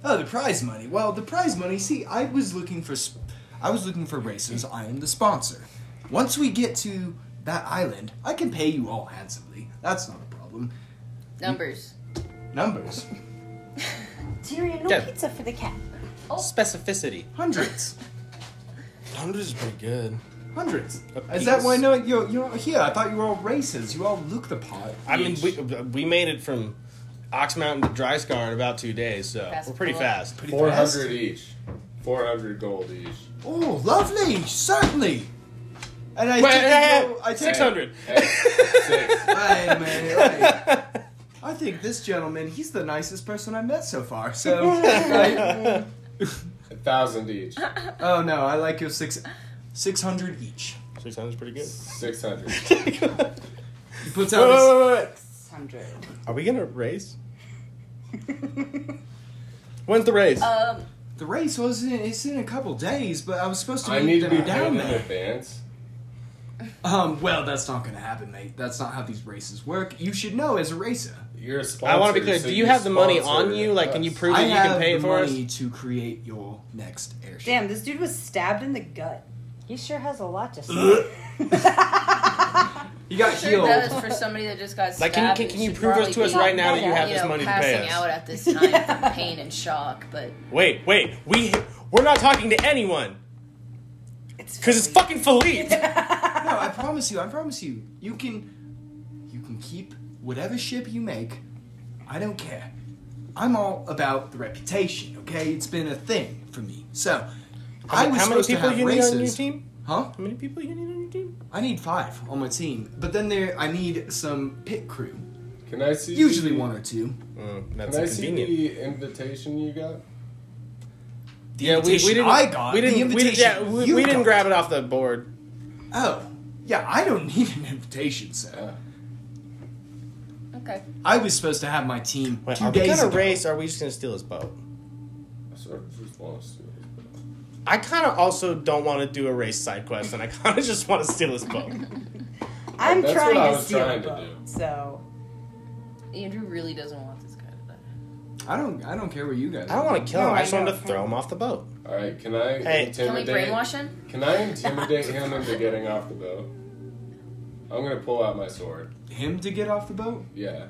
Speaker 1: Oh, the prize money. Well, the prize money. See, I was looking for, sp- I was looking for races. I am the sponsor. Once we get to that island, I can pay you all handsomely. That's not a problem.
Speaker 12: Numbers.
Speaker 1: Numbers.
Speaker 8: Tyrion, no
Speaker 2: Yeah.
Speaker 8: pizza for the cat.
Speaker 2: Specificity.
Speaker 1: Hundreds.
Speaker 2: Hundreds is pretty good.
Speaker 1: Hundreds.
Speaker 2: A
Speaker 1: Is that
Speaker 2: piece.
Speaker 1: why? No, you're you're here. I thought you were all races. You all look the part.
Speaker 2: I mean, we, we made it from Ox Mountain to Dry Scar in about two days, so we're pretty fast.
Speaker 11: Four hundred each. Four hundred gold each.
Speaker 1: Oh, lovely. Certainly. And I
Speaker 2: Wait,
Speaker 1: think
Speaker 2: eh,
Speaker 1: you know- I think-
Speaker 2: 600.
Speaker 1: Right, man, right. I think this gentleman, he's the nicest person I met so far. So, right?
Speaker 11: A thousand each.
Speaker 8: Uh-huh.
Speaker 1: Oh no, I like your six, six hundred each.
Speaker 2: Six hundred's pretty good.
Speaker 11: Six hundred.
Speaker 1: He puts out. his-
Speaker 2: Wait, wait, wait, wait, wait.
Speaker 3: Hundred.
Speaker 2: Are we gonna race? When's the race?
Speaker 8: Uh.
Speaker 12: Um,
Speaker 1: The race was in, it's in a couple days, but I was supposed to.
Speaker 11: I need to be
Speaker 1: down
Speaker 11: down in
Speaker 1: there.
Speaker 11: advance.
Speaker 1: Um, well, that's not going to happen, mate. That's not how these races work. You should know as a racer.
Speaker 11: You're a
Speaker 2: I want to be clear. do you have the money on you? Like, can you prove that you can pay it for us?
Speaker 1: money to create your next airship.
Speaker 8: Damn, this dude was stabbed in the gut. He sure has a lot to say.
Speaker 1: Ugh. You got
Speaker 12: sure
Speaker 1: healed.
Speaker 12: does for somebody that just got
Speaker 2: Like,
Speaker 12: stabbed.
Speaker 2: can you- can-
Speaker 12: It
Speaker 2: can you
Speaker 12: should
Speaker 2: prove us
Speaker 12: probably
Speaker 2: to us
Speaker 12: be,
Speaker 2: right now that you have this
Speaker 12: know,
Speaker 2: money to pay
Speaker 12: passing
Speaker 2: us?
Speaker 12: out at this time from pain and shock, but
Speaker 2: Wait, wait. We we're not talking to anyone. Because it's fucking Philippe.
Speaker 1: No, I promise you. I promise you. You can, you can keep whatever ship you make. I don't care. I'm all about the reputation. Okay, it's been a thing for me. So, I
Speaker 2: many-
Speaker 1: was
Speaker 2: how many
Speaker 1: supposed to
Speaker 2: people
Speaker 1: have
Speaker 2: you need on
Speaker 1: races.
Speaker 2: your team?
Speaker 1: Huh?
Speaker 2: How many people you need on your team?
Speaker 1: I need five on my team, but then there I need some pit crew.
Speaker 11: Can I see?
Speaker 1: Usually
Speaker 11: the-
Speaker 1: one or two.
Speaker 11: Can
Speaker 2: Mm, that's
Speaker 11: I see
Speaker 2: inconvenient.
Speaker 11: the invitation you got?
Speaker 1: The
Speaker 2: yeah, we, we
Speaker 1: invitation
Speaker 2: didn't.
Speaker 1: I got,
Speaker 2: We
Speaker 1: the
Speaker 2: didn't. we, didn't- yeah,
Speaker 1: invitation
Speaker 2: we,
Speaker 1: you
Speaker 2: we didn't
Speaker 1: got.
Speaker 2: grab it off the board.
Speaker 1: Oh, yeah. I don't need an invitation,
Speaker 11: Ah,
Speaker 1: sir.
Speaker 12: okay.
Speaker 1: I was supposed to have my team
Speaker 2: Wait,
Speaker 1: two
Speaker 2: are we
Speaker 1: days
Speaker 2: gonna
Speaker 1: ago.
Speaker 2: race? Or are we just gonna steal his boat?
Speaker 11: I sort of just want to see. it.
Speaker 2: I kind of also don't want to do a race side quest, and I kind of just want to steal his boat.
Speaker 8: I'm
Speaker 11: That's
Speaker 8: trying
Speaker 11: what I
Speaker 8: to
Speaker 11: was
Speaker 8: steal
Speaker 11: trying
Speaker 8: a
Speaker 11: to
Speaker 8: boat, so
Speaker 12: Andrew really doesn't want this guy to die.
Speaker 1: I don't. I don't care where you guys.
Speaker 2: I don't want to kill him.
Speaker 12: No,
Speaker 2: I
Speaker 12: I
Speaker 2: just want
Speaker 12: know.
Speaker 2: to throw him off the boat.
Speaker 11: All right. Can I
Speaker 2: Hey.
Speaker 12: Can we
Speaker 11: intimidate?
Speaker 12: brainwash him?
Speaker 11: Can I intimidate him into getting off the boat? I'm gonna pull out my sword.
Speaker 1: him to get off the boat.
Speaker 11: Yeah.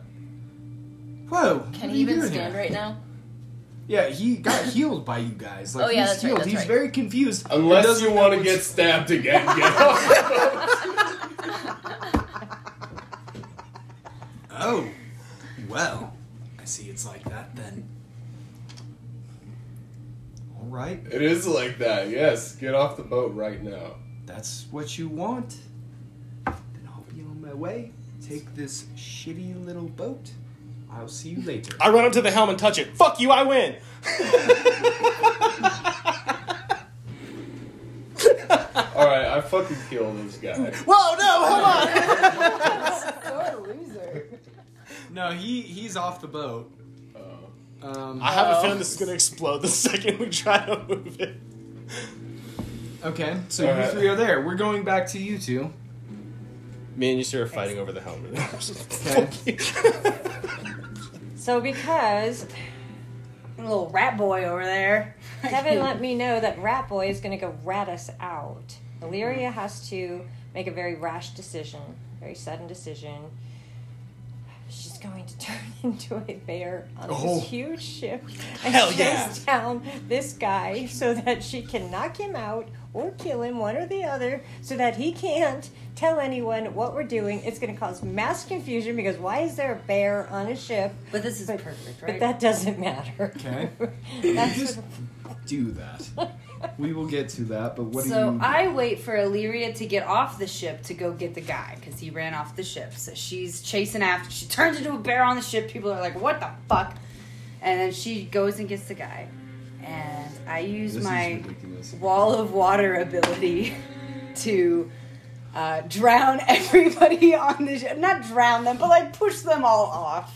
Speaker 1: Whoa! what
Speaker 12: Can
Speaker 1: are
Speaker 12: he
Speaker 1: you
Speaker 12: even
Speaker 1: doing
Speaker 12: stand
Speaker 1: here?
Speaker 12: right now?
Speaker 1: Yeah, he got healed by you guys. Like
Speaker 12: Oh, yeah,
Speaker 1: he's
Speaker 12: that's right,
Speaker 1: healed.
Speaker 12: that's
Speaker 1: he's
Speaker 12: right.
Speaker 1: very confused. He
Speaker 11: Unless
Speaker 1: doesn't
Speaker 11: you
Speaker 1: know
Speaker 11: want to
Speaker 1: which-
Speaker 11: get stabbed again, get off.
Speaker 1: Oh, well. I see it's like that then. All right,
Speaker 11: It is like that. Yes. Get off the boat right now.
Speaker 1: that's what you want. Then I'll be on my way. Take this shitty little boat. I'll see you later.
Speaker 2: I run up to the helm and touch it. Fuck you! I win.
Speaker 11: All right. I fucking kill this guy.
Speaker 1: Whoa, no, hold on.
Speaker 8: what a loser.
Speaker 1: No, he he's off the boat. Um,
Speaker 2: I have a feeling this is gonna explode the second we try to move it.
Speaker 1: Okay, so
Speaker 2: All
Speaker 1: you
Speaker 2: right.
Speaker 1: three are there. We're going back to you two.
Speaker 2: Me and you two are fighting over the helm.
Speaker 1: Okay.
Speaker 8: So because little rat boy over there, Kevin let me know that rat boy is going to go rat us out. Illyria has to make a very rash decision, very sudden decision. She's going to turn into a bear on
Speaker 34: Oh.
Speaker 8: this huge ship and
Speaker 34: Hell
Speaker 8: chase
Speaker 34: yeah.
Speaker 8: down this guy so that she can knock him out or kill him, one or the other, so that he can't tell anyone what we're doing. It's going to cause mass confusion because why is there a bear on a ship?
Speaker 3: But this is perfect,
Speaker 8: But that doesn't matter.
Speaker 1: Okay.
Speaker 8: That's
Speaker 1: you just do that. We will get to that, but what
Speaker 3: so
Speaker 1: do you?
Speaker 3: I wait for Illyria to get off the ship to go get the guy because he ran off the ship. So she's chasing after. She turns into a bear on the ship. People are like, "What the fuck?" And then she goes and gets the guy. And I use
Speaker 34: This is
Speaker 3: my
Speaker 34: ridiculous.
Speaker 3: wall of water ability to uh, drown everybody on the ship. Not drown them, but like push them all off.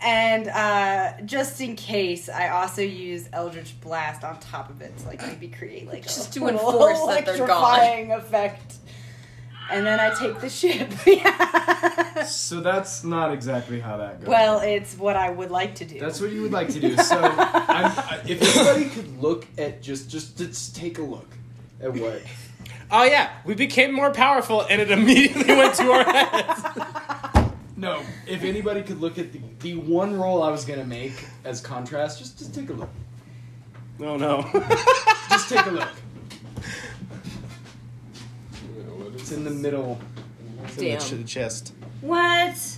Speaker 3: And uh, just in case, I also use Eldritch Blast on top of it to like maybe create like
Speaker 12: Just
Speaker 3: a
Speaker 12: to
Speaker 3: little
Speaker 12: enforce that they're gone.
Speaker 3: electrifying effect. and then I take the ship.
Speaker 1: so that's not exactly how that goes.
Speaker 3: well, it's what I would like to do.
Speaker 1: That's what you would like to do. So, I'm, I- if anybody could look at just just just take a look at what.
Speaker 2: Oh yeah, we became more powerful, and it immediately went to our heads.
Speaker 1: No, if anybody could look at the, the one roll I was gonna make as contrast, just just take a look.
Speaker 2: No, no.
Speaker 1: just take a look. It's in the middle.
Speaker 2: It's in the Damn. ch- the chest.
Speaker 3: What?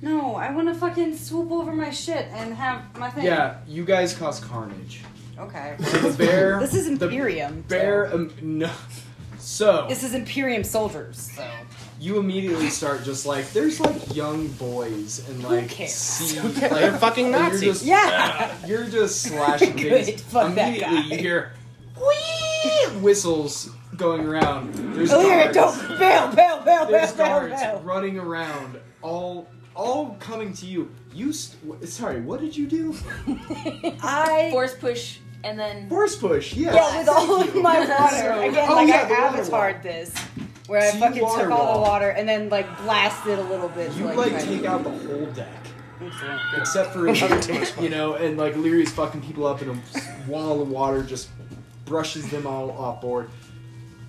Speaker 3: No, I want to fucking swoop over my shit and have my thing.
Speaker 1: Yeah, you guys cause carnage.
Speaker 3: Okay.
Speaker 1: The bear.
Speaker 3: This is
Speaker 1: the
Speaker 3: Imperium.
Speaker 1: Bear. Um, no. So.
Speaker 3: This is Imperium soldiers. So.
Speaker 1: you immediately start just like there's like young boys and like
Speaker 3: cares?
Speaker 1: see
Speaker 3: Who
Speaker 1: like
Speaker 3: cares? They're
Speaker 2: fucking
Speaker 1: and
Speaker 2: Nazis.
Speaker 1: You're just,
Speaker 2: Yeah.
Speaker 1: you're just slashing
Speaker 2: Good,
Speaker 1: things.
Speaker 2: fuck that
Speaker 1: immediately
Speaker 2: guy.
Speaker 1: you hear whee whistles going around. There's
Speaker 5: Oh, yeah,
Speaker 1: guards.
Speaker 5: don't- bail, bail, bail,
Speaker 1: There's
Speaker 5: bail, bail,
Speaker 1: guards
Speaker 5: bail.
Speaker 1: running around, all all coming to you. You st- w- sorry, what did you do?
Speaker 3: I
Speaker 12: force push and then
Speaker 1: Force push. Yeah.
Speaker 3: Yeah, with all
Speaker 1: thank
Speaker 3: of
Speaker 1: you.
Speaker 3: my water.
Speaker 1: So-
Speaker 3: Again,
Speaker 1: oh,
Speaker 3: like
Speaker 1: yeah, the
Speaker 3: I
Speaker 1: water wall.
Speaker 3: avatared this. Where
Speaker 1: So
Speaker 3: I
Speaker 1: you
Speaker 3: fucking
Speaker 1: water
Speaker 3: took all the
Speaker 1: wall.
Speaker 3: water and then like blasted a little bit.
Speaker 1: You
Speaker 3: to,
Speaker 1: like
Speaker 3: try to-
Speaker 1: take out the whole deck. Except for you know, and like Leary's fucking people up, and a wall of water just brushes them all off board.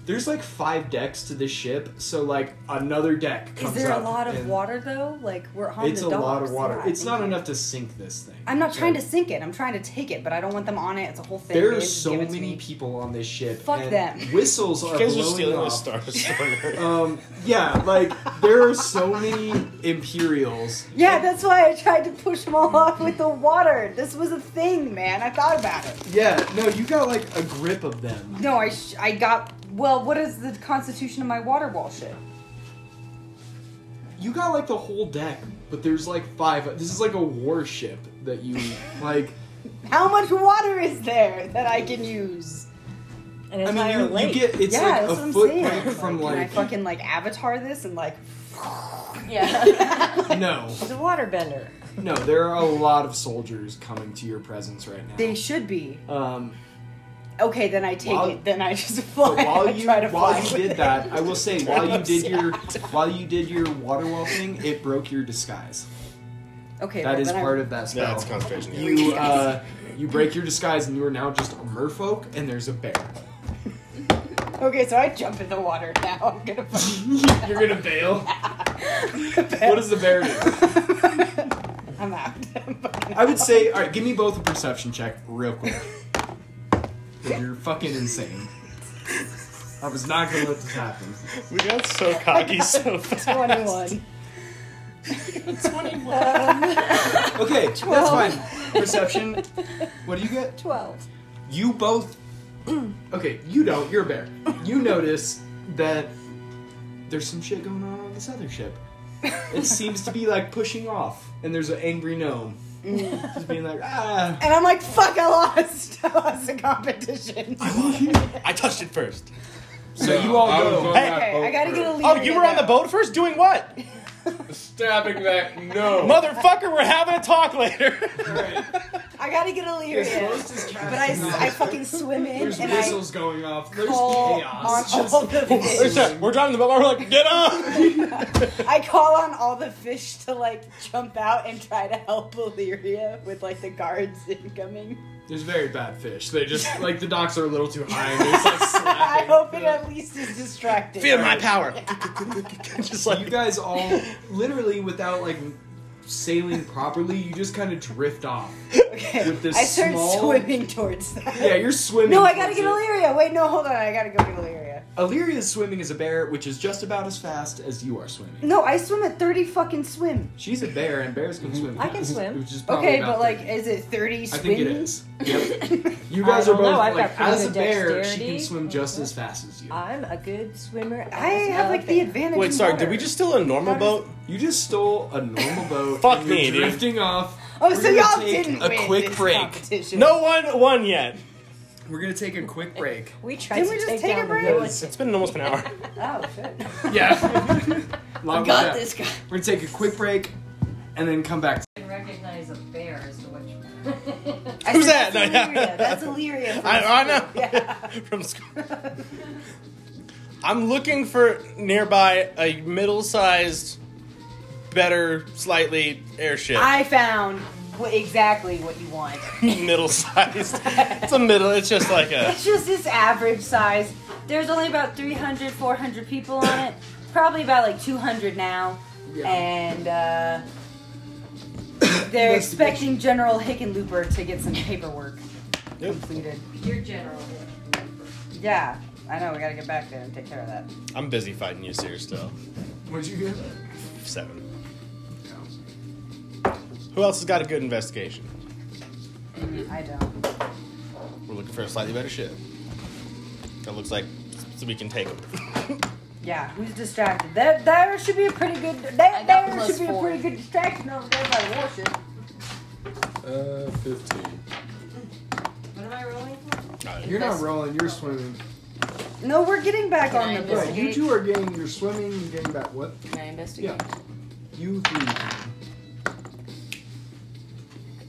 Speaker 1: There's like five decks to this ship, so like another deck
Speaker 8: Is
Speaker 1: comes
Speaker 8: there a
Speaker 1: up
Speaker 8: lot of
Speaker 1: and
Speaker 8: water though? Like we're on
Speaker 1: It's
Speaker 8: the
Speaker 1: a lot of
Speaker 8: docks.
Speaker 1: water.
Speaker 8: Yeah,
Speaker 1: It's not enough to sink this thing.
Speaker 3: I'm not trying
Speaker 1: So
Speaker 3: to sink it. I'm trying to take it, but I don't want them on it. It's a whole thing.
Speaker 1: There
Speaker 3: They
Speaker 1: are
Speaker 3: just
Speaker 1: so
Speaker 3: give it to
Speaker 1: many
Speaker 3: me.
Speaker 1: people on this ship.
Speaker 3: Fuck
Speaker 1: and
Speaker 3: them.
Speaker 1: Whistles are
Speaker 2: You guys are
Speaker 1: blowing
Speaker 2: stealing
Speaker 1: off.
Speaker 2: the Star Destroyer.
Speaker 1: Um, yeah, like there are so many Imperials
Speaker 3: Yeah, that's why I tried to push them all off with the water. This was a thing, man. I thought about it.
Speaker 1: Yeah, no, you got like a grip of them.
Speaker 3: No, I sh- I got. Well, what is the constitution of my water wall shit?
Speaker 1: You got like the whole deck, but there's like five. This is like a warship that you like.
Speaker 3: How much water is there that I can use?
Speaker 8: An
Speaker 1: I mean, you, you get it's
Speaker 3: yeah,
Speaker 1: like
Speaker 3: that's what
Speaker 1: a
Speaker 3: I'm
Speaker 1: foot
Speaker 3: saying.
Speaker 1: break from
Speaker 3: Can I
Speaker 1: like
Speaker 3: fucking like avatar this and like?
Speaker 1: no,
Speaker 8: She's a waterbender.
Speaker 1: no. There are a lot of soldiers coming to your presence right now.
Speaker 3: They should be.
Speaker 1: Um,
Speaker 3: Okay, then I take
Speaker 1: While-
Speaker 3: it. Then I just fly.
Speaker 1: but while
Speaker 3: I
Speaker 1: you
Speaker 3: try to
Speaker 1: while
Speaker 3: fly
Speaker 1: you
Speaker 3: with
Speaker 1: did
Speaker 3: it.
Speaker 1: that, I will say
Speaker 3: Try
Speaker 1: while
Speaker 3: to
Speaker 1: you did
Speaker 3: see
Speaker 1: your while you did your water wall thing, it broke your disguise.
Speaker 3: Okay,
Speaker 1: That
Speaker 3: well,
Speaker 1: is
Speaker 3: then I-
Speaker 1: part of that spell.
Speaker 2: Yeah, it's concentration, yeah.
Speaker 1: You uh, you break your disguise and you are now just a merfolk, and there's a bear.
Speaker 3: Okay, so I jump in the water now. I'm gonna fucking.
Speaker 1: You're gonna bail. what does the bear do?
Speaker 3: I'm out.
Speaker 1: I would say, all right, give me both a perception check real quick. 'Cause You're fucking insane. I was not gonna let this happen.
Speaker 2: We got so cocky so fast.
Speaker 3: Twenty-one.
Speaker 1: Okay,
Speaker 5: Twelve.
Speaker 1: that's fine. Perception. What do you get?
Speaker 8: Twelve.
Speaker 1: You both. Okay, you don't. You're a bear. You notice that there's some shit going on on this other ship. It seems to be like pushing off, and there's an angry gnome just being like, ah.
Speaker 3: And I'm like, fuck, I lost. I lost the competition.
Speaker 2: I touched it first.
Speaker 1: So you all
Speaker 11: I was
Speaker 2: go.
Speaker 11: on
Speaker 2: Hey.
Speaker 11: that
Speaker 2: Okay,
Speaker 11: boat
Speaker 3: I gotta
Speaker 11: first.
Speaker 3: get a leader.
Speaker 2: Oh, you were on the boat first, doing what?
Speaker 11: Stabbing that no.
Speaker 2: Motherfucker, we're having a talk later.
Speaker 3: I gotta get a leader.
Speaker 1: Yes,
Speaker 3: in.
Speaker 1: most is cast
Speaker 3: But I,
Speaker 1: tonight.
Speaker 3: I fucking swim in
Speaker 1: There's
Speaker 3: and
Speaker 1: whistles going off. There's
Speaker 3: call
Speaker 1: chaos.
Speaker 3: on
Speaker 1: Just-
Speaker 3: all the
Speaker 2: It's
Speaker 3: fish.
Speaker 2: like, we're driving the boat. We're like, get up.
Speaker 3: I call on all the fish to like jump out and try to help Illyria with like the guards incoming.
Speaker 1: There's very bad fish. They just like the docks are a little too high. And it's like
Speaker 3: I
Speaker 1: slapping.
Speaker 3: hope it at least is distracting.
Speaker 2: power. just like
Speaker 1: you guys all literally without like sailing properly, you just kind of drift off.
Speaker 3: Okay.
Speaker 1: With this
Speaker 3: I start
Speaker 1: small-
Speaker 3: swimming towards that.
Speaker 1: Yeah, you're swimming.
Speaker 3: No, I gotta
Speaker 1: towards
Speaker 3: get
Speaker 1: it.
Speaker 3: Illyria. Wait, no, hold on. I gotta go get Illyria.
Speaker 1: Illyria's swimming as a bear, which is just about as fast as you are swimming.
Speaker 3: No, I swim at 30 fucking swim.
Speaker 1: She's a bear, and bears can swim.
Speaker 3: Mhm. I can swim.
Speaker 1: Which is probably
Speaker 3: Okay,
Speaker 1: about
Speaker 3: but like, is it 30
Speaker 1: I
Speaker 3: swim?
Speaker 1: think it is. Yep. You
Speaker 8: I
Speaker 1: guys are
Speaker 8: don't know,
Speaker 1: both
Speaker 8: I've
Speaker 1: like
Speaker 8: got pretty
Speaker 1: as a
Speaker 8: good
Speaker 1: bear, she
Speaker 8: dexterity.
Speaker 1: can swim just as fast as you.
Speaker 8: I'm a good swimmer.
Speaker 3: I
Speaker 8: as
Speaker 3: have
Speaker 8: a
Speaker 3: like the
Speaker 8: bear.
Speaker 3: advantage. in
Speaker 2: Wait, sorry.
Speaker 3: water.
Speaker 2: Did we just steal a normal boat?
Speaker 1: You just stole a normal boat.
Speaker 2: Fuck
Speaker 1: and you're
Speaker 2: me, dude.
Speaker 1: drifting off.
Speaker 3: Oh,
Speaker 1: We're
Speaker 3: so
Speaker 1: gonna
Speaker 3: y'all
Speaker 1: take
Speaker 3: didn't
Speaker 1: a
Speaker 3: win
Speaker 1: quick
Speaker 3: this
Speaker 1: break.
Speaker 3: competition.
Speaker 2: No one won yet.
Speaker 1: We're gonna take a quick break.
Speaker 8: We tried
Speaker 3: Didn't
Speaker 8: to
Speaker 3: we just
Speaker 8: take,
Speaker 3: take
Speaker 8: down
Speaker 3: a
Speaker 8: the
Speaker 3: break?
Speaker 8: village.
Speaker 2: It's been almost an hour.
Speaker 3: Oh shit.
Speaker 1: yeah.
Speaker 3: I
Speaker 1: Long
Speaker 3: got
Speaker 1: way
Speaker 3: this guy.
Speaker 1: We're gonna take a quick break and then come back.
Speaker 8: can recognize a bear as to what you
Speaker 3: I
Speaker 2: Who's
Speaker 3: said,
Speaker 2: that? No, yeah.
Speaker 3: That's Illyria. That's Illyria. from
Speaker 2: I, I know.
Speaker 3: Yeah.
Speaker 2: From school. I'm looking for nearby a middle-sized, better, slightly airship.
Speaker 3: I found wh- exactly what you want.
Speaker 2: middle-sized. it's a middle. It's just like a.
Speaker 8: It's just this average size. There's only about 300, 400 people on it. Probably about like 200 now.
Speaker 3: Yeah.
Speaker 8: And uh, they're expecting General Hickenlooper to get some paperwork
Speaker 3: completed.
Speaker 8: You're general.
Speaker 3: Yeah, I know. We gotta get back there and take care of that.
Speaker 2: I'm busy fighting you, Seer. Still
Speaker 1: What'd you get?
Speaker 2: seven. Who else has got a good investigation?
Speaker 3: I don't.
Speaker 2: We're looking for a slightly better ship. That looks like so we can take them.
Speaker 3: Yeah, who's distracted? That there should be a pretty good. That there should be a pretty good distraction over there by the warship.
Speaker 11: Uh, 15.
Speaker 3: What am I rolling?
Speaker 1: You're not rolling, you're swimming.
Speaker 3: No, we're getting back
Speaker 1: Can
Speaker 3: on
Speaker 1: I
Speaker 3: the boat.
Speaker 1: Yeah, you two are getting, you're swimming and getting back what?
Speaker 35: Can I investigate?
Speaker 1: Yeah. You three.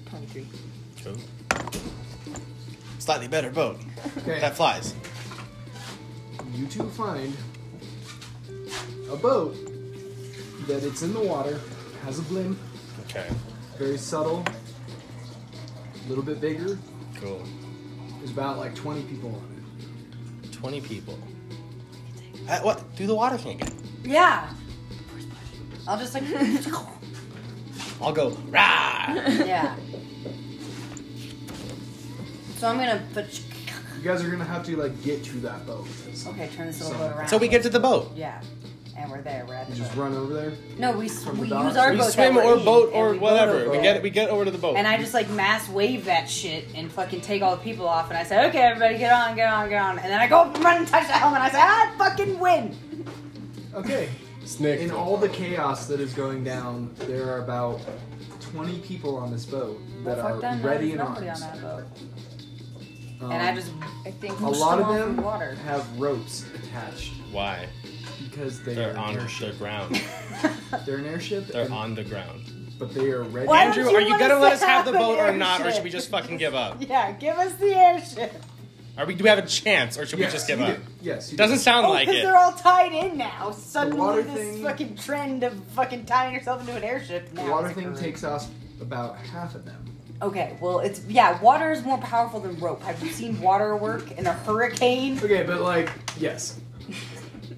Speaker 35: 23.
Speaker 2: Cool. Slightly better boat.
Speaker 1: Okay.
Speaker 2: That flies.
Speaker 1: You two find a boat that it's in the water, has a blimp,
Speaker 2: Okay.
Speaker 1: very subtle, a little bit bigger.
Speaker 2: Cool.
Speaker 1: There's about like 20 people on
Speaker 2: 20 people. Uh, what? Through the water can't get.
Speaker 3: Yeah. I'll just like.
Speaker 2: I'll go, rah!
Speaker 3: yeah. So I'm gonna put.
Speaker 1: it. You guys are gonna have to like get to that boat.
Speaker 3: Okay, turn this little
Speaker 1: Something.
Speaker 3: boat around.
Speaker 2: So we get to the boat.
Speaker 3: Yeah, and we're there. We're at
Speaker 1: You
Speaker 3: the
Speaker 1: just
Speaker 3: boat.
Speaker 1: run over there.
Speaker 3: No, we s-
Speaker 1: From the
Speaker 3: we
Speaker 1: dock?
Speaker 3: use our
Speaker 1: We
Speaker 3: boat.
Speaker 2: Swim
Speaker 3: that we're
Speaker 2: or
Speaker 3: in,
Speaker 2: boat
Speaker 3: and
Speaker 2: or
Speaker 3: we go to
Speaker 2: whatever.
Speaker 3: the
Speaker 2: We
Speaker 3: boat.
Speaker 2: get we get over to the boat.
Speaker 3: And I just like mass wave that shit and fucking take all the people off. And I say, okay, everybody, get on, get on, get on. And then I go up and run and touch the helm, and I say, I fucking win.
Speaker 1: Okay.
Speaker 11: Snake.
Speaker 1: In all the chaos that is going down, there are about 20 people on this boat that
Speaker 3: Well, fuck
Speaker 1: are
Speaker 3: them, there
Speaker 1: ready
Speaker 3: was
Speaker 1: and
Speaker 3: nobody
Speaker 1: armed.
Speaker 3: on that boat.
Speaker 1: Um,
Speaker 3: and I just
Speaker 12: I think
Speaker 1: a lot of them have ropes attached
Speaker 2: Why?
Speaker 1: because they
Speaker 2: They're
Speaker 1: are
Speaker 2: on the ground.
Speaker 1: They're an airship.
Speaker 2: They're on the ground.
Speaker 1: But they are ready.
Speaker 3: Why don't
Speaker 2: Andrew,
Speaker 3: you
Speaker 2: are you
Speaker 3: let
Speaker 2: gonna
Speaker 3: us
Speaker 2: let us have the
Speaker 3: have
Speaker 2: boat
Speaker 3: an
Speaker 2: or not, or
Speaker 3: airship?
Speaker 2: should we just fucking give up?
Speaker 3: Yeah, give us the airship.
Speaker 2: Are we do we have a chance, or should
Speaker 1: Yes,
Speaker 2: we just give
Speaker 1: you
Speaker 2: up?
Speaker 1: do. Yes. you
Speaker 2: Doesn't
Speaker 1: do.
Speaker 2: sound
Speaker 3: Oh,
Speaker 2: like
Speaker 3: because
Speaker 2: it.
Speaker 3: they're all tied in now. Suddenly,
Speaker 1: water
Speaker 3: this
Speaker 1: thing-
Speaker 3: fucking trend of fucking tying yourself into an airship
Speaker 1: The
Speaker 3: now.
Speaker 1: water
Speaker 3: is
Speaker 1: thing
Speaker 3: occurring.
Speaker 1: takes off about half of them.
Speaker 3: Okay, well, it's yeah. Water is more powerful than rope. Have you seen water work in a hurricane?
Speaker 1: Okay, but like, yes.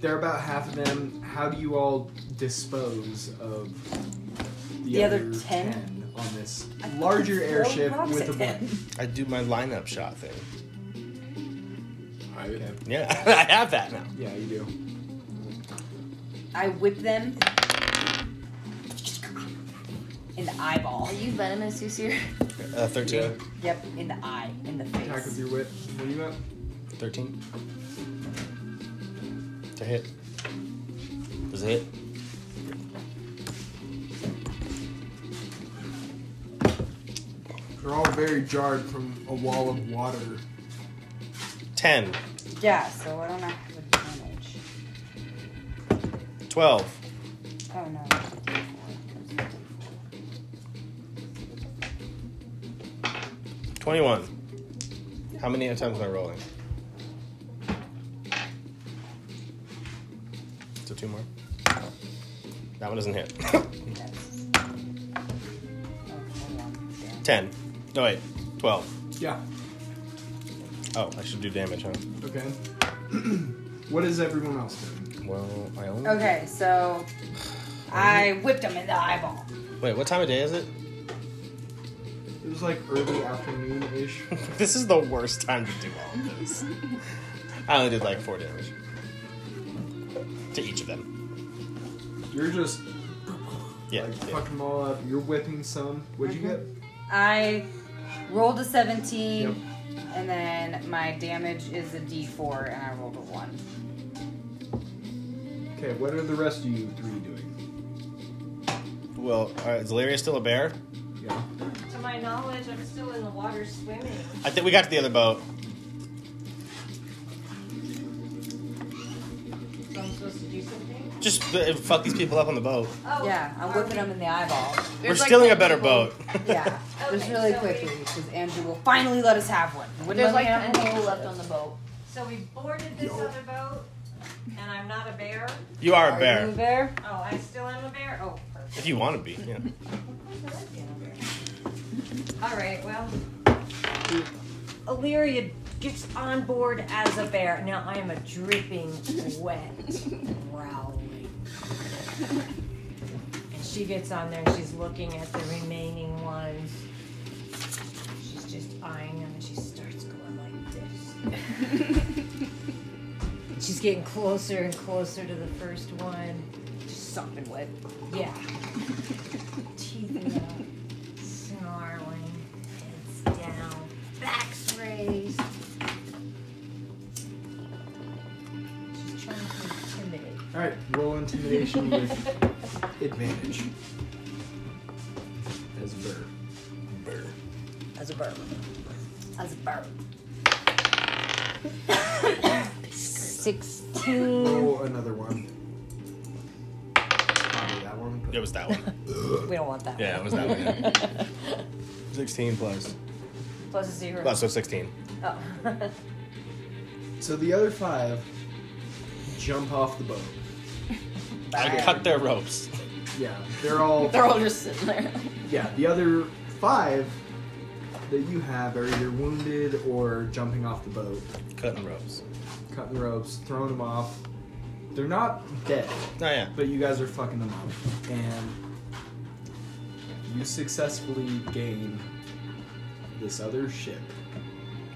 Speaker 1: They're about half of them. How do you all dispose of the,
Speaker 3: The other 10?
Speaker 1: 10? on this larger
Speaker 3: throw
Speaker 1: airship
Speaker 3: rocks
Speaker 1: with
Speaker 3: at
Speaker 1: a blimp?
Speaker 2: I do my lineup shot thing.
Speaker 11: I,
Speaker 2: Yeah, I have that now.
Speaker 1: Yeah, you do.
Speaker 3: I whip them in the eyeball.
Speaker 12: Are you venomous, Yusir?
Speaker 2: Uh, 13.
Speaker 3: Yep, in the eye, in the
Speaker 1: Attack with
Speaker 3: face.
Speaker 1: your whip. What are you at?
Speaker 2: 13. To hit. Does it hit?
Speaker 1: They're all very jarred from a wall of water.
Speaker 2: 10,
Speaker 3: Yeah, so I don't know have advantage.
Speaker 2: 12,
Speaker 3: Oh no.
Speaker 2: 21. How many times am I rolling? So two more. That one doesn't hit. 10. No, wait. 12.
Speaker 1: Yeah.
Speaker 2: Oh, I should do damage, huh?
Speaker 1: Okay. what is everyone else doing?
Speaker 2: Well, I only.
Speaker 3: Okay, so I whipped them in the eyeball.
Speaker 2: Wait, what time of day is it?
Speaker 1: It was like early afternoon ish.
Speaker 2: this is the worst time to do all of this. I only did like four damage to each of them.
Speaker 1: You're just
Speaker 2: Yeah.
Speaker 1: like
Speaker 2: yeah.
Speaker 1: fucking them all up. You're whipping some. What'd you get?
Speaker 3: I rolled a 17,
Speaker 1: Yep.
Speaker 3: and then my damage is a d4, and I rolled a 1.
Speaker 1: Okay, what are the rest of you three doing?
Speaker 2: Well, all right, is Lyria still a bear?
Speaker 1: Yeah.
Speaker 8: To my knowledge, I'm still in the water swimming.
Speaker 2: I think we got to the other boat.
Speaker 8: So I'm supposed to do something?
Speaker 2: Just uh, fuck these people up on the boat.
Speaker 8: Oh,
Speaker 3: Yeah, I'm whipping them in the eyeball.
Speaker 2: We're stealing a better boat.
Speaker 3: Yeah, just
Speaker 8: Okay,
Speaker 3: really
Speaker 8: so
Speaker 3: quickly, because Andrew will finally let us have one. Wouldn't let
Speaker 12: There's like
Speaker 3: me have
Speaker 12: ten
Speaker 3: one?
Speaker 12: people left on the boat.
Speaker 8: So we boarded this other boat, and I bear?
Speaker 2: You are a Are bear. you a
Speaker 8: bear? Oh, I still am a bear? Oh, perfect.
Speaker 2: If you want to be, yeah.
Speaker 8: All right, well. Illyria gets on board as a bear. Now I am a dripping, wet, growling. And she gets on there and she's looking at the remaining ones. She's just eyeing them and she starts going like this. she's getting closer and closer to the first one. Just something wet. Yeah. Teeth out, snarling, heads down, backs raised. She's trying to intimidate.
Speaker 1: All right, roll intimidation with advantage. As a bird. Bird.
Speaker 8: As a bird. As a bird. 16.
Speaker 1: Roll another one. Probably that one.
Speaker 2: It was that one.
Speaker 8: we don't want that.
Speaker 2: Yeah, it was that one. yeah. 16 plus.
Speaker 8: Plus a zero.
Speaker 2: Plus, so 16.
Speaker 8: Oh.
Speaker 1: So the other five jump off the boat.
Speaker 2: I cut their ropes.
Speaker 1: Yeah, they're all.
Speaker 3: They're all just sitting there.
Speaker 1: Yeah, the other five that you have are either wounded or jumping off the boat,
Speaker 2: Cutting ropes.
Speaker 1: cutting ropes, throwing them off. They're not dead.
Speaker 2: Oh, yeah.
Speaker 1: But you guys are fucking them up. And you successfully gain this other ship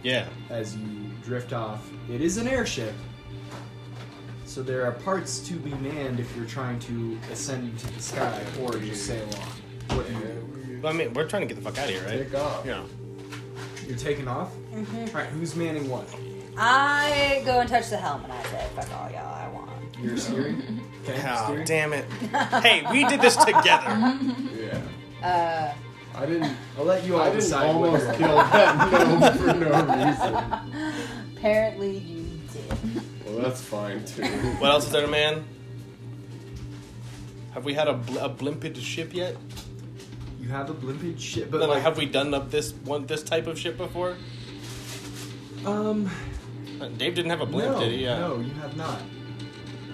Speaker 2: Yeah.
Speaker 1: as you drift off. It is an airship. So there are parts to be manned if you're trying to ascend to the sky or just sail on. What you,
Speaker 2: But, I mean, we're trying to get the fuck out of here, right?
Speaker 1: Take off.
Speaker 2: Yeah.
Speaker 1: You're taking off?
Speaker 36: Mhm.
Speaker 1: Alright, who's manning what?
Speaker 36: I go and touch the helm and I say, fuck all y'all, I want.
Speaker 1: You're steering? Okay,
Speaker 2: Oh,
Speaker 1: steering?
Speaker 2: damn it. hey, we did this together.
Speaker 1: Yeah.
Speaker 36: Uh,
Speaker 1: I didn't. I'll let you all
Speaker 11: I didn't
Speaker 1: decide. what
Speaker 11: almost
Speaker 1: you're-
Speaker 11: kill that gnome for no reason.
Speaker 36: apparently you did.
Speaker 11: Well, that's fine too.
Speaker 2: What else is there, man? Have we had a, bl- a blimped ship yet?
Speaker 1: You have a blimpage ship,
Speaker 2: But
Speaker 1: but like,
Speaker 2: have we done up this one this type of ship before?
Speaker 1: um,
Speaker 2: Uh, Dave didn't have a blimp,
Speaker 1: no,
Speaker 2: did he? Yeah.
Speaker 1: no, you have not.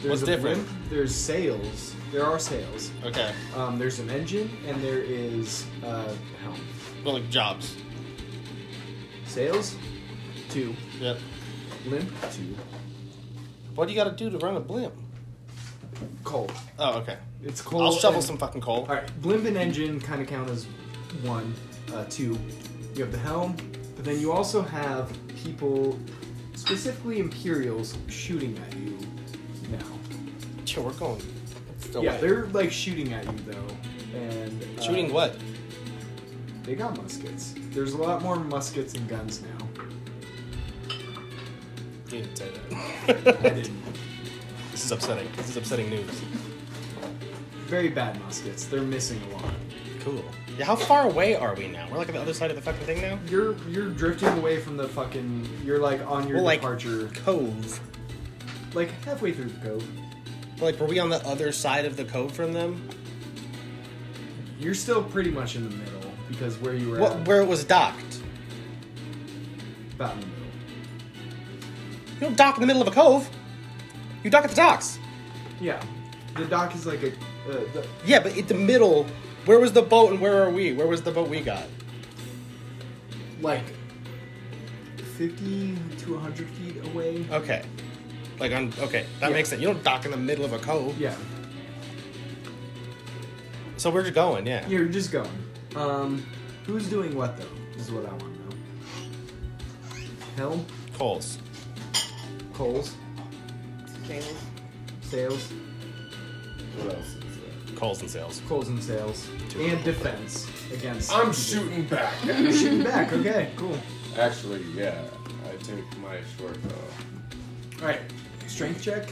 Speaker 2: What's
Speaker 1: a
Speaker 2: different?
Speaker 1: blimp, there's sails. There are sails.
Speaker 2: Okay.
Speaker 1: Um, there's an engine, and there is uh, helm.
Speaker 2: Well, like jobs.
Speaker 1: Sails, two.
Speaker 2: Yep.
Speaker 1: Blimp, two.
Speaker 2: What do you got to do to run a blimp?
Speaker 1: Coal.
Speaker 2: Oh, okay.
Speaker 1: It's coal.
Speaker 2: I'll shovel
Speaker 1: and-
Speaker 2: some fucking coal.
Speaker 1: All right, blimp and engine kind of count as one, uh, two. You have the helm, but then you also have people, specifically Imperials, shooting at you now.
Speaker 2: Sure, we're going. Still
Speaker 1: yeah,
Speaker 2: late.
Speaker 1: they're like shooting at you though, and uh,
Speaker 2: shooting what?
Speaker 1: They got muskets. There's a lot more muskets and guns now.
Speaker 2: You didn't say that.
Speaker 1: I didn't.
Speaker 2: uh, This is upsetting. This is upsetting news.
Speaker 1: Very bad muskets. They're missing a lot.
Speaker 2: Cool. Yeah, how far away are we now? We're like on the other side of the fucking thing now.
Speaker 1: You're you're drifting away from the fucking. You're like on your
Speaker 2: Well, like-
Speaker 1: departure,
Speaker 2: Cove.
Speaker 1: like halfway through the cove.
Speaker 2: Like, were we on the other side of the cove from them?
Speaker 1: You're still pretty much in the middle because where you were
Speaker 2: What,
Speaker 1: at,
Speaker 2: where it was docked?
Speaker 1: about in the middle.
Speaker 2: You don't dock in the middle of a cove. You dock at the docks.
Speaker 1: Yeah, the dock is like a. Uh, the,
Speaker 2: Yeah, but at the middle, where was the boat and where are we? Where was the boat we got?
Speaker 1: like 50 to 100 feet away.
Speaker 2: Okay. Like on okay, that makes sense. You don't dock in the middle of a cove.
Speaker 1: Yeah.
Speaker 2: So where'd you going? Yeah.
Speaker 1: You're just going. Um, who's doing what though? Is what I want to know. Helm,
Speaker 2: Coles.
Speaker 1: coals, sails,
Speaker 11: What else is there?
Speaker 2: Coles and sales.
Speaker 1: coals and sails, and defense against.
Speaker 11: I'm shooting back.
Speaker 1: You're shooting back. Okay, cool.
Speaker 11: Actually, yeah. I take my short bow.
Speaker 1: All right, strength check.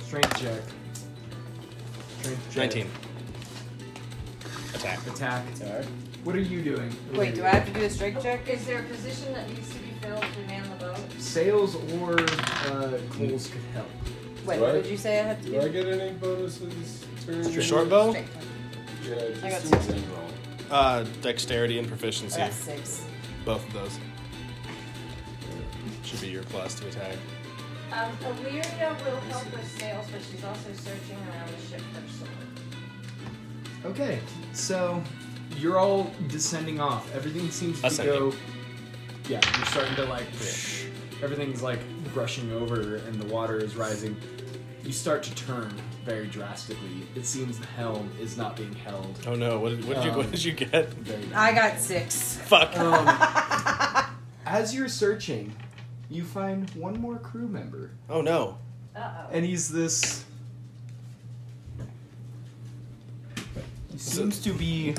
Speaker 1: Strength check. Strength check.
Speaker 2: Nineteen. Attack.
Speaker 1: Attack. What are you doing?
Speaker 3: Wait, do I have to do a strength check?
Speaker 8: Is there a position that needs to be filled to man the boat?
Speaker 1: Sails or uh, coals could help.
Speaker 3: Wait,
Speaker 11: Do I-
Speaker 3: what did you say I had to
Speaker 11: Do I
Speaker 3: do?
Speaker 11: get any bonuses? Turn
Speaker 2: Your short bow?
Speaker 3: Strength check.
Speaker 11: Yeah, just
Speaker 3: I got
Speaker 11: in
Speaker 3: six.
Speaker 11: general.
Speaker 2: Uh dexterity and proficiency.
Speaker 3: I got six.
Speaker 2: Both of those. Should be your plus to attack.
Speaker 12: Um, Illyria will help with sales, but she's also searching around the ship for sword.
Speaker 1: Okay, so you're all descending off. Everything seems to
Speaker 2: Ascending.
Speaker 1: go. Yeah, you're starting to like. Everything's like brushing over, and the water is rising. You start to turn very drastically. It seems the helm is not being held.
Speaker 2: Oh no! What did, what
Speaker 1: Uh.
Speaker 2: did you what did you get?
Speaker 3: I got six.
Speaker 2: Fuck.
Speaker 1: Um, As you're searching, you find one more crew member.
Speaker 2: Oh no!
Speaker 12: Uh
Speaker 1: And he's this. He seems to be.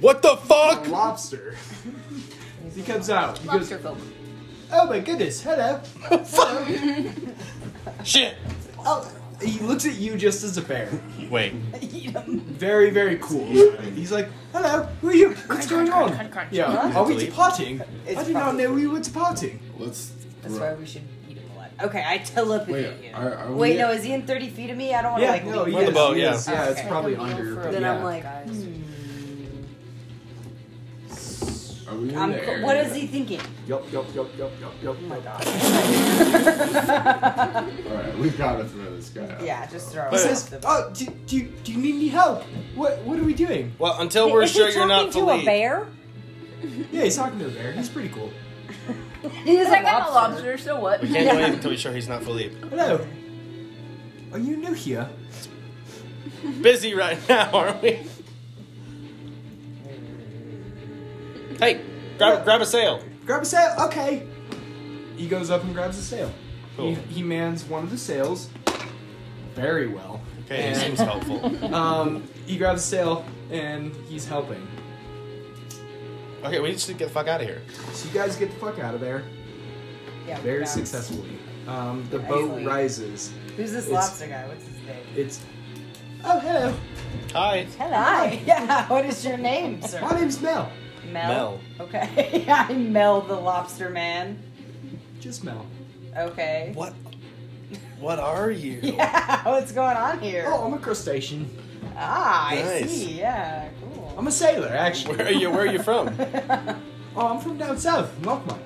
Speaker 2: What the fuck?
Speaker 1: lobster. he comes out. He goes,
Speaker 5: Lobster film.
Speaker 1: Oh my goodness! Hello. Fuck.
Speaker 2: Shit.
Speaker 1: Oh, he looks at you just as a bear.
Speaker 2: Wait.
Speaker 1: Very, very cool. He's like, "Hello, who are you? What's going on? Yeah,
Speaker 3: Huh?
Speaker 1: are we departing?
Speaker 3: It's
Speaker 1: I did not
Speaker 3: probably-
Speaker 1: know we were departing."
Speaker 11: Let's.
Speaker 3: That's why we should eat him alive. Okay, I telepathy
Speaker 1: Wait,
Speaker 3: you.
Speaker 1: are- are we-
Speaker 3: Wait, no, is he in 30 feet of me? I don't want to
Speaker 1: Yeah,
Speaker 3: like.
Speaker 1: no,
Speaker 3: leap
Speaker 1: he is,
Speaker 3: him.
Speaker 1: he is. Yeah, it's
Speaker 3: Okay.
Speaker 1: probably under. but
Speaker 3: Then
Speaker 1: yeah.
Speaker 3: I'm like,
Speaker 11: Are we in
Speaker 3: I'm,
Speaker 11: the area?
Speaker 3: what is he thinking?
Speaker 1: Yup, yup, yup, yup, yup, yup.
Speaker 3: Oh my god.
Speaker 11: Alright, we gotta throw this guy out.
Speaker 3: Yeah, just throw
Speaker 1: He
Speaker 3: him
Speaker 1: says,
Speaker 3: off the-
Speaker 1: "Oh, do, do, do you need any help? What What are we doing?"
Speaker 2: Well, until we're sure you're not the lead.
Speaker 12: bear?
Speaker 1: Yeah, he's talking to a bear. He's pretty cool.
Speaker 5: He is like,
Speaker 1: a
Speaker 5: I'm a lobster, so what?
Speaker 2: We can't do anything until we're sure he's not Philippe.
Speaker 1: Hello. Are you new here?
Speaker 2: Busy right now, aren't we? Hey, grab grab a sail.
Speaker 1: Grab a sail. Okay. He goes up and grabs a sail.
Speaker 2: Cool.
Speaker 1: He, he mans one of the sails very well.
Speaker 2: Okay, he
Speaker 1: And,
Speaker 2: seems helpful.
Speaker 1: um, he grabs a sail and he's helping.
Speaker 2: Okay, we just need to get the fuck out of here.
Speaker 1: So you guys get the fuck out of there
Speaker 3: Yeah,
Speaker 1: very
Speaker 3: bounce.
Speaker 1: successfully. Um, the
Speaker 3: Yeah,
Speaker 1: boat
Speaker 3: easily.
Speaker 1: rises.
Speaker 3: Who's this
Speaker 1: It's-
Speaker 3: lobster guy? What's his name?
Speaker 1: It's oh hello.
Speaker 2: Hi.
Speaker 3: Hello. Yeah. What is your name, sir?
Speaker 1: My name's Mel.
Speaker 3: Mel. Okay. I'm Mel the Lobster Man.
Speaker 1: Just Mel.
Speaker 3: Okay.
Speaker 2: What? What are you?
Speaker 3: Yeah. What's going on here?
Speaker 1: Oh, I'm a crustacean.
Speaker 3: Ah, I
Speaker 2: Nice.
Speaker 3: see. Yeah. Cool. Hmm.
Speaker 1: I'm a sailor, actually.
Speaker 2: Where are you? Where are you from?
Speaker 1: Oh, I'm from down south, Lockmart.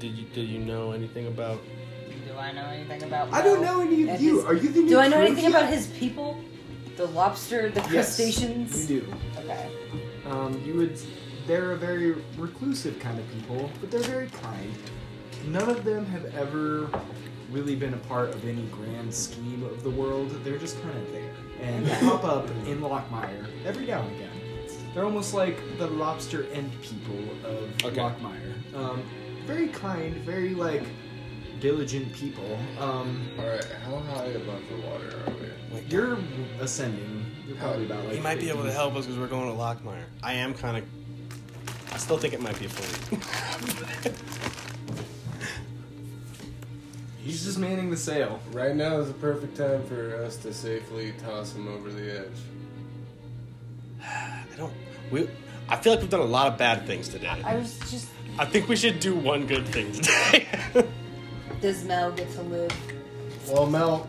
Speaker 2: Did you did you know anything about?
Speaker 3: Do I know anything about?
Speaker 1: I don't
Speaker 3: Mel?
Speaker 1: know any of
Speaker 3: And
Speaker 1: you.
Speaker 3: his-
Speaker 1: Are you the new
Speaker 3: Do I know
Speaker 1: crew
Speaker 3: anything
Speaker 1: here?
Speaker 3: about his people? The lobster, the
Speaker 1: Yes,
Speaker 3: crustaceans.
Speaker 1: You do.
Speaker 3: Okay.
Speaker 1: Um, you would. They're a very reclusive kind of people, but they're very kind. None of them have ever really been a part of any grand scheme of the world. They're just kind of there and they pop up in Lockmire every now and again. They're almost like the lobster end people of Lockmire. Um, very kind, very like diligent people. Um,
Speaker 11: Alright, how high above the water are we?
Speaker 1: like you're ascending. You're probably about like.
Speaker 2: Uh, he might be able
Speaker 1: 50.
Speaker 2: to help us because we're going to Lockmire. I am kind of. I still think it might be a Philippe.
Speaker 1: He's just manning the sail.
Speaker 11: Right now is the perfect time for us to safely toss him over the edge.
Speaker 2: I don't. We. I feel like we've done a lot of bad things today.
Speaker 3: I was just.
Speaker 2: I think we should do one good thing today.
Speaker 3: Does Mel get to live?
Speaker 11: Well, Mel.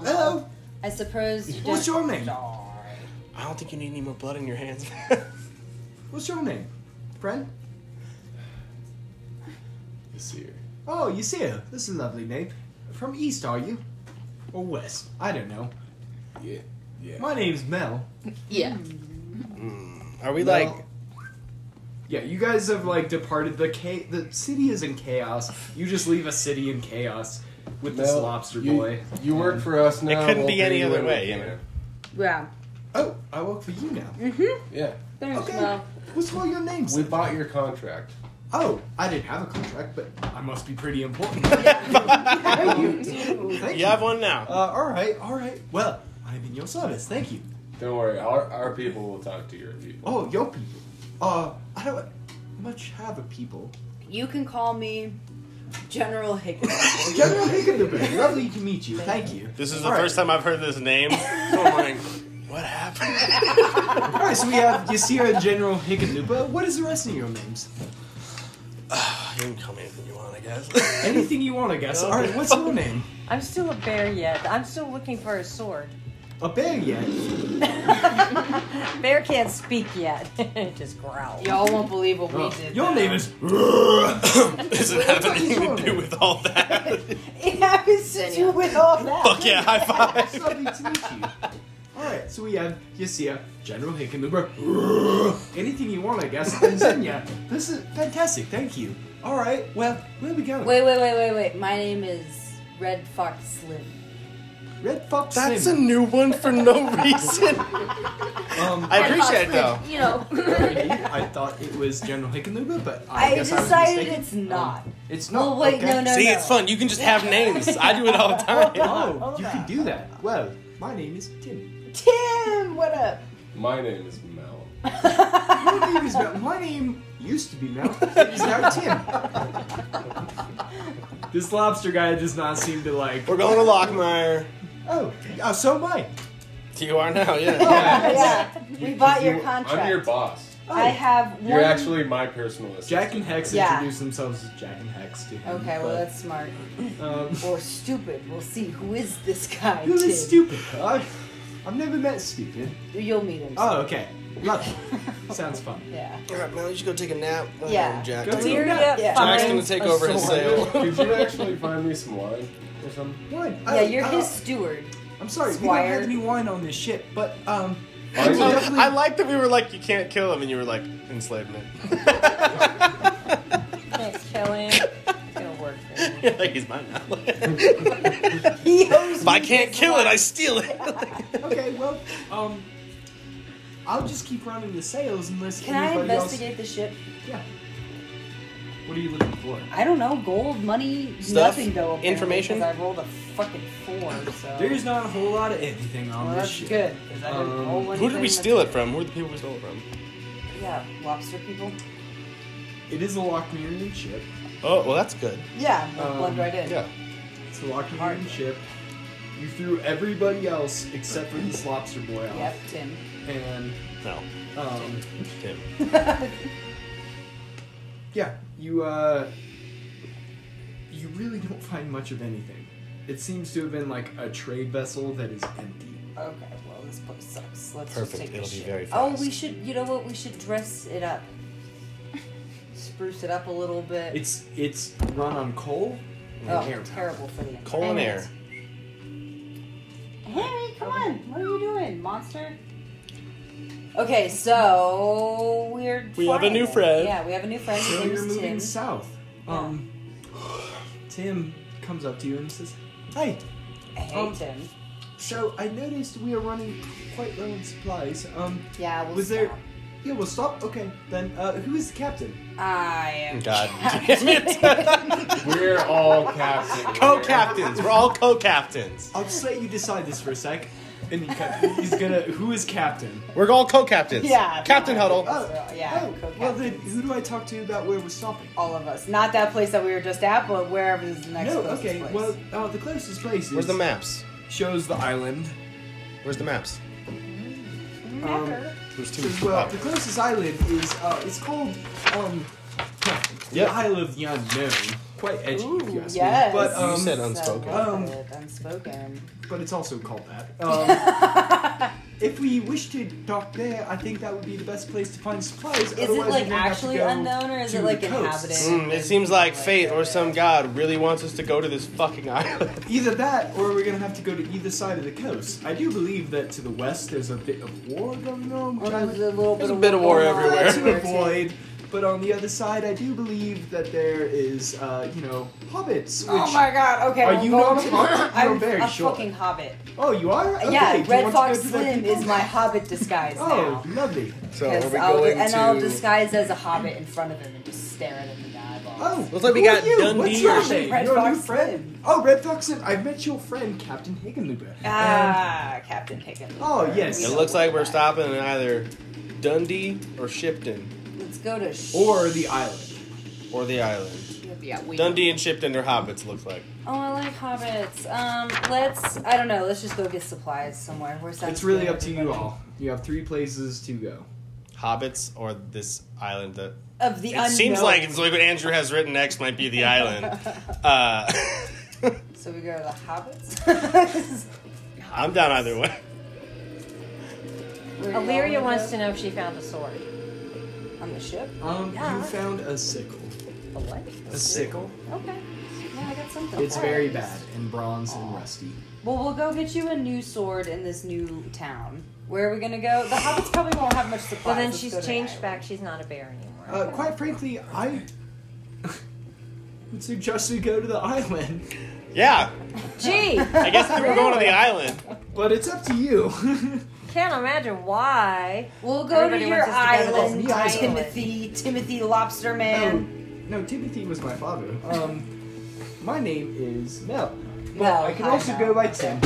Speaker 1: Well, hello.
Speaker 3: Mel, I suppose. You
Speaker 1: What's
Speaker 3: don't-
Speaker 1: your name?
Speaker 2: I don't think you need any more blood in your hands.
Speaker 1: What's your name, friend?
Speaker 11: You see her.
Speaker 1: Oh, you see her. This is a lovely name. From East, are you? Or West? I don't know.
Speaker 11: Yeah. Yeah.
Speaker 1: My name's Mel.
Speaker 5: Yeah.
Speaker 3: Hmm.
Speaker 2: Are we
Speaker 1: Mel-
Speaker 2: like?
Speaker 1: Yeah, you guys have like departed the ca- the city is in chaos. You just leave a city in chaos with this
Speaker 11: Mel,
Speaker 1: lobster
Speaker 11: you-
Speaker 1: boy.
Speaker 11: You work for us now.
Speaker 2: couldn't
Speaker 11: we'll
Speaker 2: be
Speaker 11: pay
Speaker 2: any
Speaker 11: you
Speaker 2: other
Speaker 11: when we
Speaker 2: way, you
Speaker 11: can.
Speaker 2: know.
Speaker 3: Yeah.
Speaker 1: Oh, I work for you now.
Speaker 11: Yeah.
Speaker 3: There's
Speaker 1: okay.
Speaker 3: Mel.
Speaker 1: What's all your names?
Speaker 11: We bought your contract.
Speaker 1: Oh, I didn't have a contract, but I must be pretty important. you do. Thank
Speaker 2: You
Speaker 1: you.
Speaker 2: have one now.
Speaker 1: Uh, all right, all right. Well, I'm in your service. Thank you.
Speaker 11: Don't worry, our, our people will talk to your people.
Speaker 1: Oh, your people. Uh, I don't much have a people.
Speaker 3: You can call me General Higgins.
Speaker 1: General Hickenlooper, lovely to meet you. Thank you.
Speaker 2: This is the
Speaker 1: All right.
Speaker 2: first time I've heard this name. So I'm like, what happened?
Speaker 1: All right, so we have Yasira and General Hickenlooper. What is the rest of your names?
Speaker 2: you can call me anything you want, I guess.
Speaker 1: Anything you want, I guess. All right, what's your name?
Speaker 12: I'm still a bear yet. I'm still looking for a sword.
Speaker 37: a bear yet.
Speaker 8: Bear can't speak yet. It Just growl.
Speaker 38: Y'all won't believe what we
Speaker 8: Oh.
Speaker 38: did.
Speaker 37: Your name is.
Speaker 2: Does it have anything to do with all that?
Speaker 3: It happens to do with all that.
Speaker 2: Fuck yeah, high five.
Speaker 1: It's lovely to meet you. Alright, so we have Yasia, General Hickenlooper. Anything you want, I guess. And Zinya. This is fantastic, thank you. Alright, well, where are we going?
Speaker 39: Wait, wait, wait, wait, wait. My name is Red Fox Slim.
Speaker 1: Red Fox
Speaker 2: That's a new one for no reason.
Speaker 1: Um,
Speaker 2: I appreciate it though.
Speaker 39: You know.
Speaker 1: Already, I thought it was General Hickenlooper, but I,
Speaker 39: I
Speaker 1: guess I was
Speaker 39: decided
Speaker 1: mistaken.
Speaker 39: it's not.
Speaker 1: It's not.
Speaker 39: Well, wait,
Speaker 1: okay.
Speaker 39: no, no,
Speaker 2: See, it's fun. You can just have names. I do it all the time.
Speaker 1: Oh, you can do that. Well, my name is Tim.
Speaker 3: Tim, what up?
Speaker 11: My name is Mel.
Speaker 1: My name is Mel. My name used to be Mel. It is now Tim. this lobster guy does not seem to like.
Speaker 2: We're going to Lockmire.
Speaker 1: Oh, uh, so am I.
Speaker 2: You are now, yeah.
Speaker 3: yeah. We bought your
Speaker 11: You-
Speaker 3: contract.
Speaker 11: I'm your boss.
Speaker 3: I have one.
Speaker 11: You're actually my personal assistant.
Speaker 1: Jack and Hex
Speaker 3: Yeah.
Speaker 1: introduce themselves as Jack and Hex to him.
Speaker 3: Okay, well that's smart.
Speaker 1: Um,
Speaker 3: or stupid. We'll see. Who is this guy?
Speaker 1: Who
Speaker 3: Tim?
Speaker 1: is stupid? I, I've never met stupid.
Speaker 3: You'll meet him.
Speaker 1: Oh, okay. Love it. Sounds fun.
Speaker 3: Yeah.
Speaker 2: All right, Mel, you should go take a nap.
Speaker 3: Yeah.
Speaker 2: Jack.
Speaker 1: Go
Speaker 2: take
Speaker 1: take
Speaker 2: a
Speaker 1: a
Speaker 2: nap.
Speaker 1: nap.
Speaker 3: Yeah.
Speaker 2: Jack's
Speaker 3: Find
Speaker 2: gonna take
Speaker 3: a
Speaker 2: over his
Speaker 3: sword.
Speaker 2: sale.
Speaker 11: Could you actually find me some wine or something?
Speaker 1: Wine. Oh, uh,
Speaker 3: Yeah, you're his steward.
Speaker 1: I'm sorry, we
Speaker 3: Squire.
Speaker 1: don't have any wine on this ship, but um,
Speaker 2: I,
Speaker 1: we definitely-
Speaker 2: I like that we were like, you can't kill him, and you were like, enslavement.
Speaker 8: Can't kill him. It's gonna work. For him.
Speaker 2: You're like he's mine now.
Speaker 3: he owes
Speaker 2: If I can't kill it, I steal it.
Speaker 1: okay, well, um, I'll just keep running the sales unless
Speaker 3: Can I
Speaker 1: anybody
Speaker 3: investigate the ship?
Speaker 1: else. Yeah. What are you looking for?
Speaker 3: I don't know. Gold, money,
Speaker 1: Stuff?
Speaker 3: nothing though. apparently,
Speaker 1: Information?
Speaker 3: 'cause I rolled a fucking four. So
Speaker 1: There's not a whole lot of anything on
Speaker 3: Well,
Speaker 1: this
Speaker 3: that's
Speaker 1: ship.
Speaker 3: good, 'cause I didn't
Speaker 1: Um,
Speaker 3: roll
Speaker 2: Who did we steal it from? Who are the people we stole it from?
Speaker 3: yeah, lobster people.
Speaker 1: It is a Lochmirian ship.
Speaker 2: Oh, well, that's good.
Speaker 3: Yeah, we'll blend right in.
Speaker 2: Yeah.
Speaker 1: It's a Lochmirian ship. You threw everybody else except for this lobster boy out.
Speaker 3: Yep, Tim.
Speaker 1: And
Speaker 2: no,
Speaker 1: um,
Speaker 2: Tim.
Speaker 1: yeah, you uh, you really don't find much of anything. It seems to have been like a trade vessel that is empty.
Speaker 3: Okay, well this place sucks. Let's
Speaker 2: Perfect,
Speaker 3: just take
Speaker 2: it'll
Speaker 3: the
Speaker 2: be
Speaker 3: ship.
Speaker 2: very
Speaker 3: Oh,
Speaker 2: fast.
Speaker 3: we should. You know what? We should dress it up. Spruce it up a little bit.
Speaker 1: It's it's run on coal and
Speaker 3: oh,
Speaker 1: air.
Speaker 3: terrible for the
Speaker 2: Coal and air.
Speaker 3: Harry, come on! What are you doing, monster? Okay, so we're.
Speaker 2: We have a
Speaker 3: flying.
Speaker 2: new friend.
Speaker 3: Yeah, we have a new friend. His
Speaker 1: So
Speaker 3: name
Speaker 1: you're
Speaker 3: is
Speaker 1: moving
Speaker 3: Tim.
Speaker 1: south. Um, Tim comes up to you and says, "Hey,
Speaker 3: Hey,
Speaker 1: um,
Speaker 3: Tim.
Speaker 1: so I noticed we are running quite low on supplies. Um,
Speaker 3: Yeah, we'll
Speaker 1: was
Speaker 3: stop.
Speaker 1: there? Yeah, we'll stop. Okay, then. Uh, who is the captain?
Speaker 3: I am.
Speaker 2: God damn it.
Speaker 11: We're all captains.
Speaker 2: Co-captains. We're all co-captains.
Speaker 1: I'll just let you decide this for a sec. And he cut- he's gonna. Who is captain?
Speaker 2: We're all co-captains.
Speaker 3: Yeah.
Speaker 2: Captain Huddle.
Speaker 3: Oh, yeah, co-captain.
Speaker 1: Well, then who do I talk to about where we're stopping?
Speaker 3: all of us. Not that place that we were just at, but wherever is the next
Speaker 1: no.
Speaker 3: closest
Speaker 1: Okay.
Speaker 3: place.
Speaker 1: Well, uh, the closest place is.
Speaker 2: Where's the maps?
Speaker 1: Shows the island.
Speaker 2: Where's the maps?
Speaker 1: Um,
Speaker 2: There's two.
Speaker 1: Says, well, the closest island is uh, it's called um,
Speaker 2: Yep.
Speaker 1: the Isle of the Unknown. Quite edgy, if you ask
Speaker 3: yes.
Speaker 1: me. But um,
Speaker 2: You said unspoken.
Speaker 1: um,
Speaker 3: Good, unspoken.
Speaker 1: but it's also called that. Um, if we wish to dock there, I think that would be the best place to find supplies.
Speaker 3: it,
Speaker 1: Otherwise,
Speaker 3: like,
Speaker 1: we're gonna have to
Speaker 3: actually
Speaker 1: go
Speaker 3: unknown, or is
Speaker 1: to
Speaker 3: it, like,
Speaker 1: the coast.
Speaker 3: inhabited?
Speaker 2: Mm, it seems like fate or some god really wants us to go to this fucking island.
Speaker 1: Either that, or we're gonna have to go to either side of the coast. I do believe that to the west there's a bit of war going on. which I
Speaker 3: There's
Speaker 1: would
Speaker 3: a little bit
Speaker 2: There's a
Speaker 3: of
Speaker 2: bit of war everywhere.
Speaker 1: to avoid. But on the other side, I do believe that there is, uh, you know, hobbits. Which,
Speaker 3: Oh my god, okay.
Speaker 1: Are
Speaker 3: we're
Speaker 1: you
Speaker 3: going
Speaker 1: not
Speaker 3: to-
Speaker 1: a hobbit?
Speaker 3: I'm
Speaker 1: You're very
Speaker 3: a
Speaker 1: short.
Speaker 3: fucking hobbit.
Speaker 1: Oh, you are? Okay, do
Speaker 3: yeah,
Speaker 1: you
Speaker 3: Red
Speaker 1: want
Speaker 3: Fox
Speaker 1: to go to that
Speaker 3: Slim
Speaker 1: people?
Speaker 3: is my hobbit disguise
Speaker 1: Oh,
Speaker 3: now.
Speaker 1: lovely.
Speaker 2: So are
Speaker 3: 'Cause
Speaker 2: we
Speaker 3: I'll,
Speaker 2: going
Speaker 3: and I'll
Speaker 2: to?
Speaker 3: disguise as a hobbit in front of him and just stare at him in the eyeballs.
Speaker 1: Oh,
Speaker 2: Looks like we
Speaker 1: who
Speaker 2: got
Speaker 1: are you? What's
Speaker 2: Dundee
Speaker 1: your
Speaker 2: or
Speaker 1: name?
Speaker 3: Red
Speaker 1: You're a new
Speaker 3: Fox
Speaker 1: friend.
Speaker 3: Slim.
Speaker 1: Oh, Red Fox Slim. I've met your friend, Captain Hickenlooper. And-
Speaker 3: Ah, Captain Higgins.
Speaker 1: Oh, yes.
Speaker 2: It looks like we're stopping in either Dundee or Shipton
Speaker 3: Let's go to. Sh-
Speaker 1: or the island.
Speaker 2: or the island.
Speaker 3: yeah, we.
Speaker 2: Dundee and Shipton are hobbits. Looks like.
Speaker 3: Oh, I like hobbits. Um, let's. I don't know. Let's just go get supplies somewhere. Where sounds
Speaker 1: It's really
Speaker 3: good,
Speaker 1: up to you
Speaker 3: everybody?
Speaker 1: all. You have three places to go.
Speaker 2: Hobbits or this island that
Speaker 3: Of the
Speaker 2: it
Speaker 3: unknown.
Speaker 2: seems like it's like what Andrew has written next might be the island. Uh,
Speaker 3: So we go to the hobbits.
Speaker 2: I'm down either way.
Speaker 8: Illyria wants to know if she found a sword.
Speaker 3: On the ship?
Speaker 40: Um,
Speaker 8: Yeah.
Speaker 40: you found a sickle.
Speaker 8: A what?
Speaker 40: A sickle.
Speaker 8: Okay. Yeah, I got something.
Speaker 1: It's very bad and bronze and rusty.
Speaker 3: Well, we'll go get you a new sword in this new town. Where are we gonna go? The hobbits probably won't have much supplies.
Speaker 8: Well, then
Speaker 3: Let's go
Speaker 8: she's
Speaker 3: to
Speaker 8: changed
Speaker 3: Ireland.
Speaker 8: back. She's not a bear anymore.
Speaker 40: Uh, quite frankly, I would suggest we go to the island.
Speaker 2: Yeah.
Speaker 8: Gee.
Speaker 2: I guess we were going to the island.
Speaker 40: But it's up to you.
Speaker 8: Can't imagine why.
Speaker 3: We'll go to your island,
Speaker 40: The island.
Speaker 3: Timothy, Timothy Lobster Man.
Speaker 40: Um, no, Timothy was my father. Um, my name is Mel.
Speaker 3: Mel,
Speaker 40: I can
Speaker 3: Oh, hi,
Speaker 40: also
Speaker 3: Mel.
Speaker 40: go by Tim.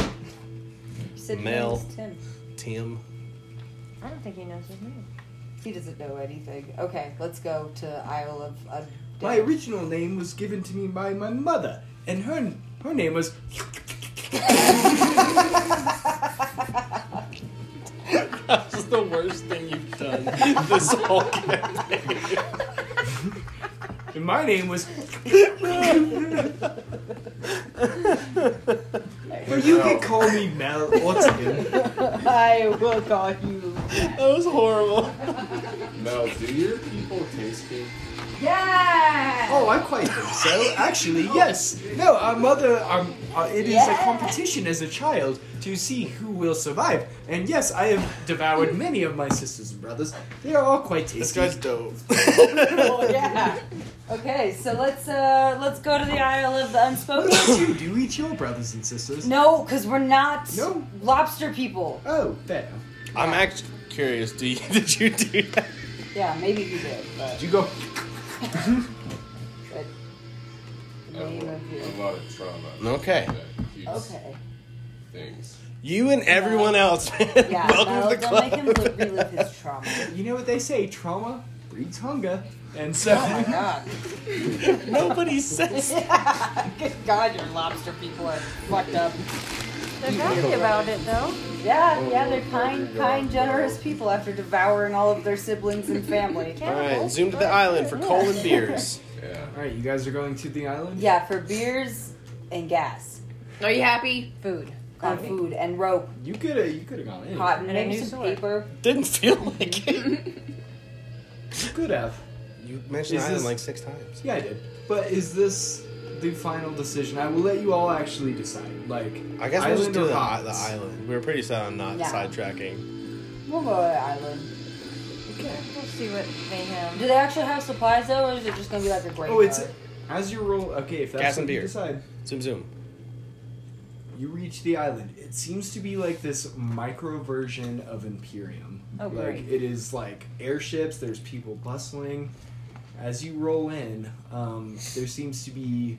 Speaker 3: Said
Speaker 2: Mel.
Speaker 3: Tim.
Speaker 2: Tim.
Speaker 8: I don't think he knows his name.
Speaker 3: He doesn't know anything. Okay, let's go to Isle of. Uh,
Speaker 40: My original name was given to me by my mother, and her her name was.
Speaker 2: That was the worst thing you've done this whole campaign.
Speaker 40: And my name was. But you can call me Mel once again.
Speaker 3: I will call you.
Speaker 2: That was horrible.
Speaker 11: Mel, do your people taste good?
Speaker 3: Yeah.
Speaker 40: Oh, I quite think so. Actually, yes. No, our mother. Um, uh, it is a competition as a child to see who will survive. And yes, I have devoured many of my sisters and brothers. They are all quite tasty. This guy's
Speaker 2: dope.
Speaker 3: Oh, yeah. Okay, so let's uh let's go to the Isle of the Unspoken.
Speaker 40: you do eat your brothers and sisters.
Speaker 3: no, because we're not
Speaker 40: No.
Speaker 3: lobster people.
Speaker 40: Oh, there.
Speaker 2: I'm actually curious. Do you, did you do that?
Speaker 3: Yeah, maybe he did, but
Speaker 40: Did you go?
Speaker 3: but the name of your
Speaker 11: A lot of trauma.
Speaker 2: Okay.
Speaker 3: okay.
Speaker 11: Things.
Speaker 2: You and everyone else.
Speaker 3: Yeah,
Speaker 2: Welcome to the
Speaker 3: that'll- that'll
Speaker 2: club.
Speaker 3: make him live- relive his trauma.
Speaker 40: You know what they say? Trauma breeds hunger. And so.
Speaker 3: Oh my god.
Speaker 2: Nobody says.
Speaker 3: Good God, your lobster people are fucked up.
Speaker 8: They're happy about it though.
Speaker 3: Yeah, yeah, they're kind, kind, generous people after devouring all of their siblings and family.
Speaker 2: All right, zoom to the island for coal and beers.
Speaker 11: Yeah.
Speaker 1: All right, you guys are going to the island.
Speaker 3: Yeah, for beers and gas,
Speaker 12: Are you happy?
Speaker 8: Food.
Speaker 3: and food and rope,
Speaker 1: You could have. You could have gone in.
Speaker 3: cotton,
Speaker 8: And a
Speaker 3: maybe
Speaker 8: new
Speaker 3: some
Speaker 8: sword.
Speaker 3: paper.
Speaker 2: Didn't feel like it.
Speaker 1: You could have.
Speaker 2: You mentioned
Speaker 1: Is
Speaker 2: island
Speaker 1: this-
Speaker 2: like six times.
Speaker 1: Yeah, I did. But is this the final decision? I will let you all actually decide. Like,
Speaker 2: I guess we'll
Speaker 1: island
Speaker 2: just do
Speaker 1: or
Speaker 2: the, the
Speaker 1: hobbits?
Speaker 2: island. We were pretty set on not
Speaker 3: Yeah.
Speaker 2: sidetracking.
Speaker 3: We'll go to the island.
Speaker 8: We'll see what they have.
Speaker 3: Do they actually have supplies though, or is it just gonna be like a graveyard?
Speaker 1: Oh, it's as you roll. Okay, if that's
Speaker 2: Gas
Speaker 1: what
Speaker 2: and
Speaker 1: you
Speaker 2: beer.
Speaker 1: decide,
Speaker 2: Zoom zoom.
Speaker 1: you reach the island. It seems to be like this micro version of Imperium.
Speaker 8: Oh,
Speaker 1: like
Speaker 8: great.
Speaker 1: it is like airships. There's people bustling. As you roll in, um, there seems to be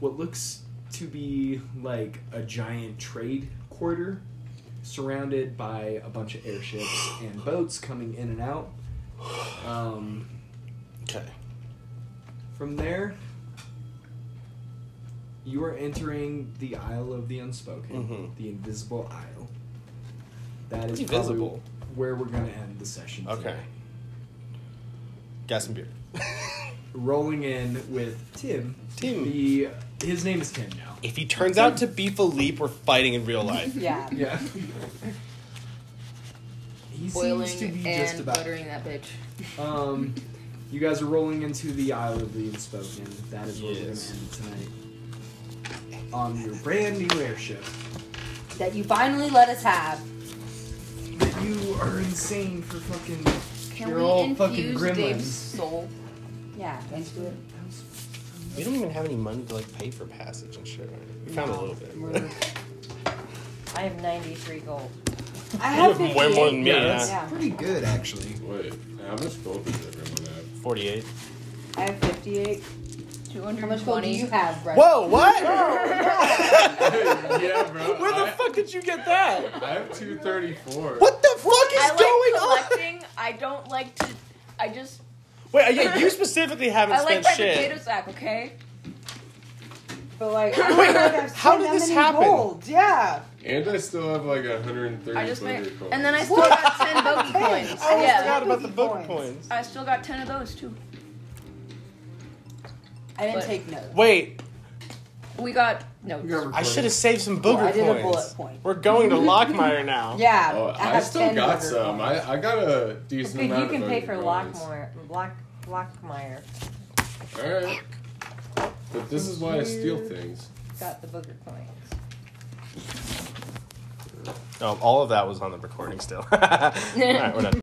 Speaker 1: what looks to be like a giant trade quarter surrounded by a bunch of airships and boats coming in and out. Um,
Speaker 2: Okay.
Speaker 1: from there, you are entering the Isle of the Unspoken,
Speaker 2: Mhm.
Speaker 1: the Invisible Isle. That is
Speaker 2: It's
Speaker 1: probably
Speaker 2: invisible.
Speaker 1: where we're going to end the session.
Speaker 2: Okay.
Speaker 1: today.
Speaker 2: Gas and beer.
Speaker 1: Rolling in with Tim.
Speaker 2: Tim.
Speaker 1: The, his name is Tim now.
Speaker 2: If he turns out to be Philippe, we're fighting in real life.
Speaker 3: yeah.
Speaker 1: Yeah. he
Speaker 12: Boiling
Speaker 1: seems to be
Speaker 12: and
Speaker 1: just about.
Speaker 12: buttering that bitch.
Speaker 1: Um, you guys are rolling into the Isle of the Unspoken. That is where
Speaker 2: Yes.
Speaker 1: we're going to end tonight. On your brand new airship.
Speaker 3: That you finally let us have.
Speaker 1: That you are insane for fucking.
Speaker 12: Can
Speaker 1: you're
Speaker 12: we
Speaker 1: all
Speaker 12: infuse
Speaker 1: fucking gremlins.
Speaker 12: Dave's soul?
Speaker 3: Yeah, thanks to it.
Speaker 2: We don't even have any money to like pay for passage and shit. Right? We found a little bit.
Speaker 8: I have 93 gold.
Speaker 3: I
Speaker 2: have
Speaker 3: have
Speaker 2: way more
Speaker 3: 58.
Speaker 2: than me, Yeah, that's
Speaker 3: yeah.
Speaker 40: Pretty good, actually.
Speaker 11: Wait, how much gold does everyone have?
Speaker 2: Forty-eight.
Speaker 3: I have 58. How much gold do
Speaker 12: 220.
Speaker 3: you have, Brett?
Speaker 2: Whoa! Oh, What?
Speaker 11: yeah, bro.
Speaker 2: Where the
Speaker 11: I,
Speaker 2: fuck did you get that?
Speaker 11: I have 234.
Speaker 2: What the fuck is
Speaker 12: I
Speaker 2: going
Speaker 12: like
Speaker 2: on?
Speaker 12: collecting. I don't like to. I just.
Speaker 2: Wait, uh, yeah, you specifically haven't
Speaker 12: I like
Speaker 2: spent
Speaker 12: my
Speaker 2: shit.
Speaker 12: potato sack. Okay.
Speaker 3: But like, I
Speaker 2: Wait,
Speaker 3: don't know if I've
Speaker 2: how
Speaker 3: seen
Speaker 2: did
Speaker 3: that
Speaker 2: this
Speaker 3: many
Speaker 2: happen?
Speaker 3: Gold. Yeah.
Speaker 11: And I still have like 130
Speaker 12: I just made.
Speaker 11: Twitter coins.
Speaker 12: And then I still got ten bogey coins.
Speaker 3: I almost
Speaker 12: yeah.
Speaker 2: forgot about the book coins.
Speaker 12: I still got ten of those too.
Speaker 3: I didn't
Speaker 12: But-
Speaker 3: take notes.
Speaker 2: Wait,
Speaker 5: We got no.
Speaker 2: I should have saved some booger
Speaker 5: Well, I did a
Speaker 2: points.
Speaker 5: bullet point.
Speaker 2: We're going to Lockmire now.
Speaker 41: Yeah,
Speaker 11: Oh, I, still got some. I, I got a
Speaker 3: But
Speaker 11: decent
Speaker 3: you
Speaker 11: amount
Speaker 3: can
Speaker 11: of
Speaker 3: pay
Speaker 11: booger
Speaker 3: for
Speaker 11: points.
Speaker 3: Lockmore, Lock, Lockmire.
Speaker 11: Alright. But this is why I steal things.
Speaker 3: Got the booger coin.
Speaker 2: Oh, all of that was on the recording still. all right, we're done.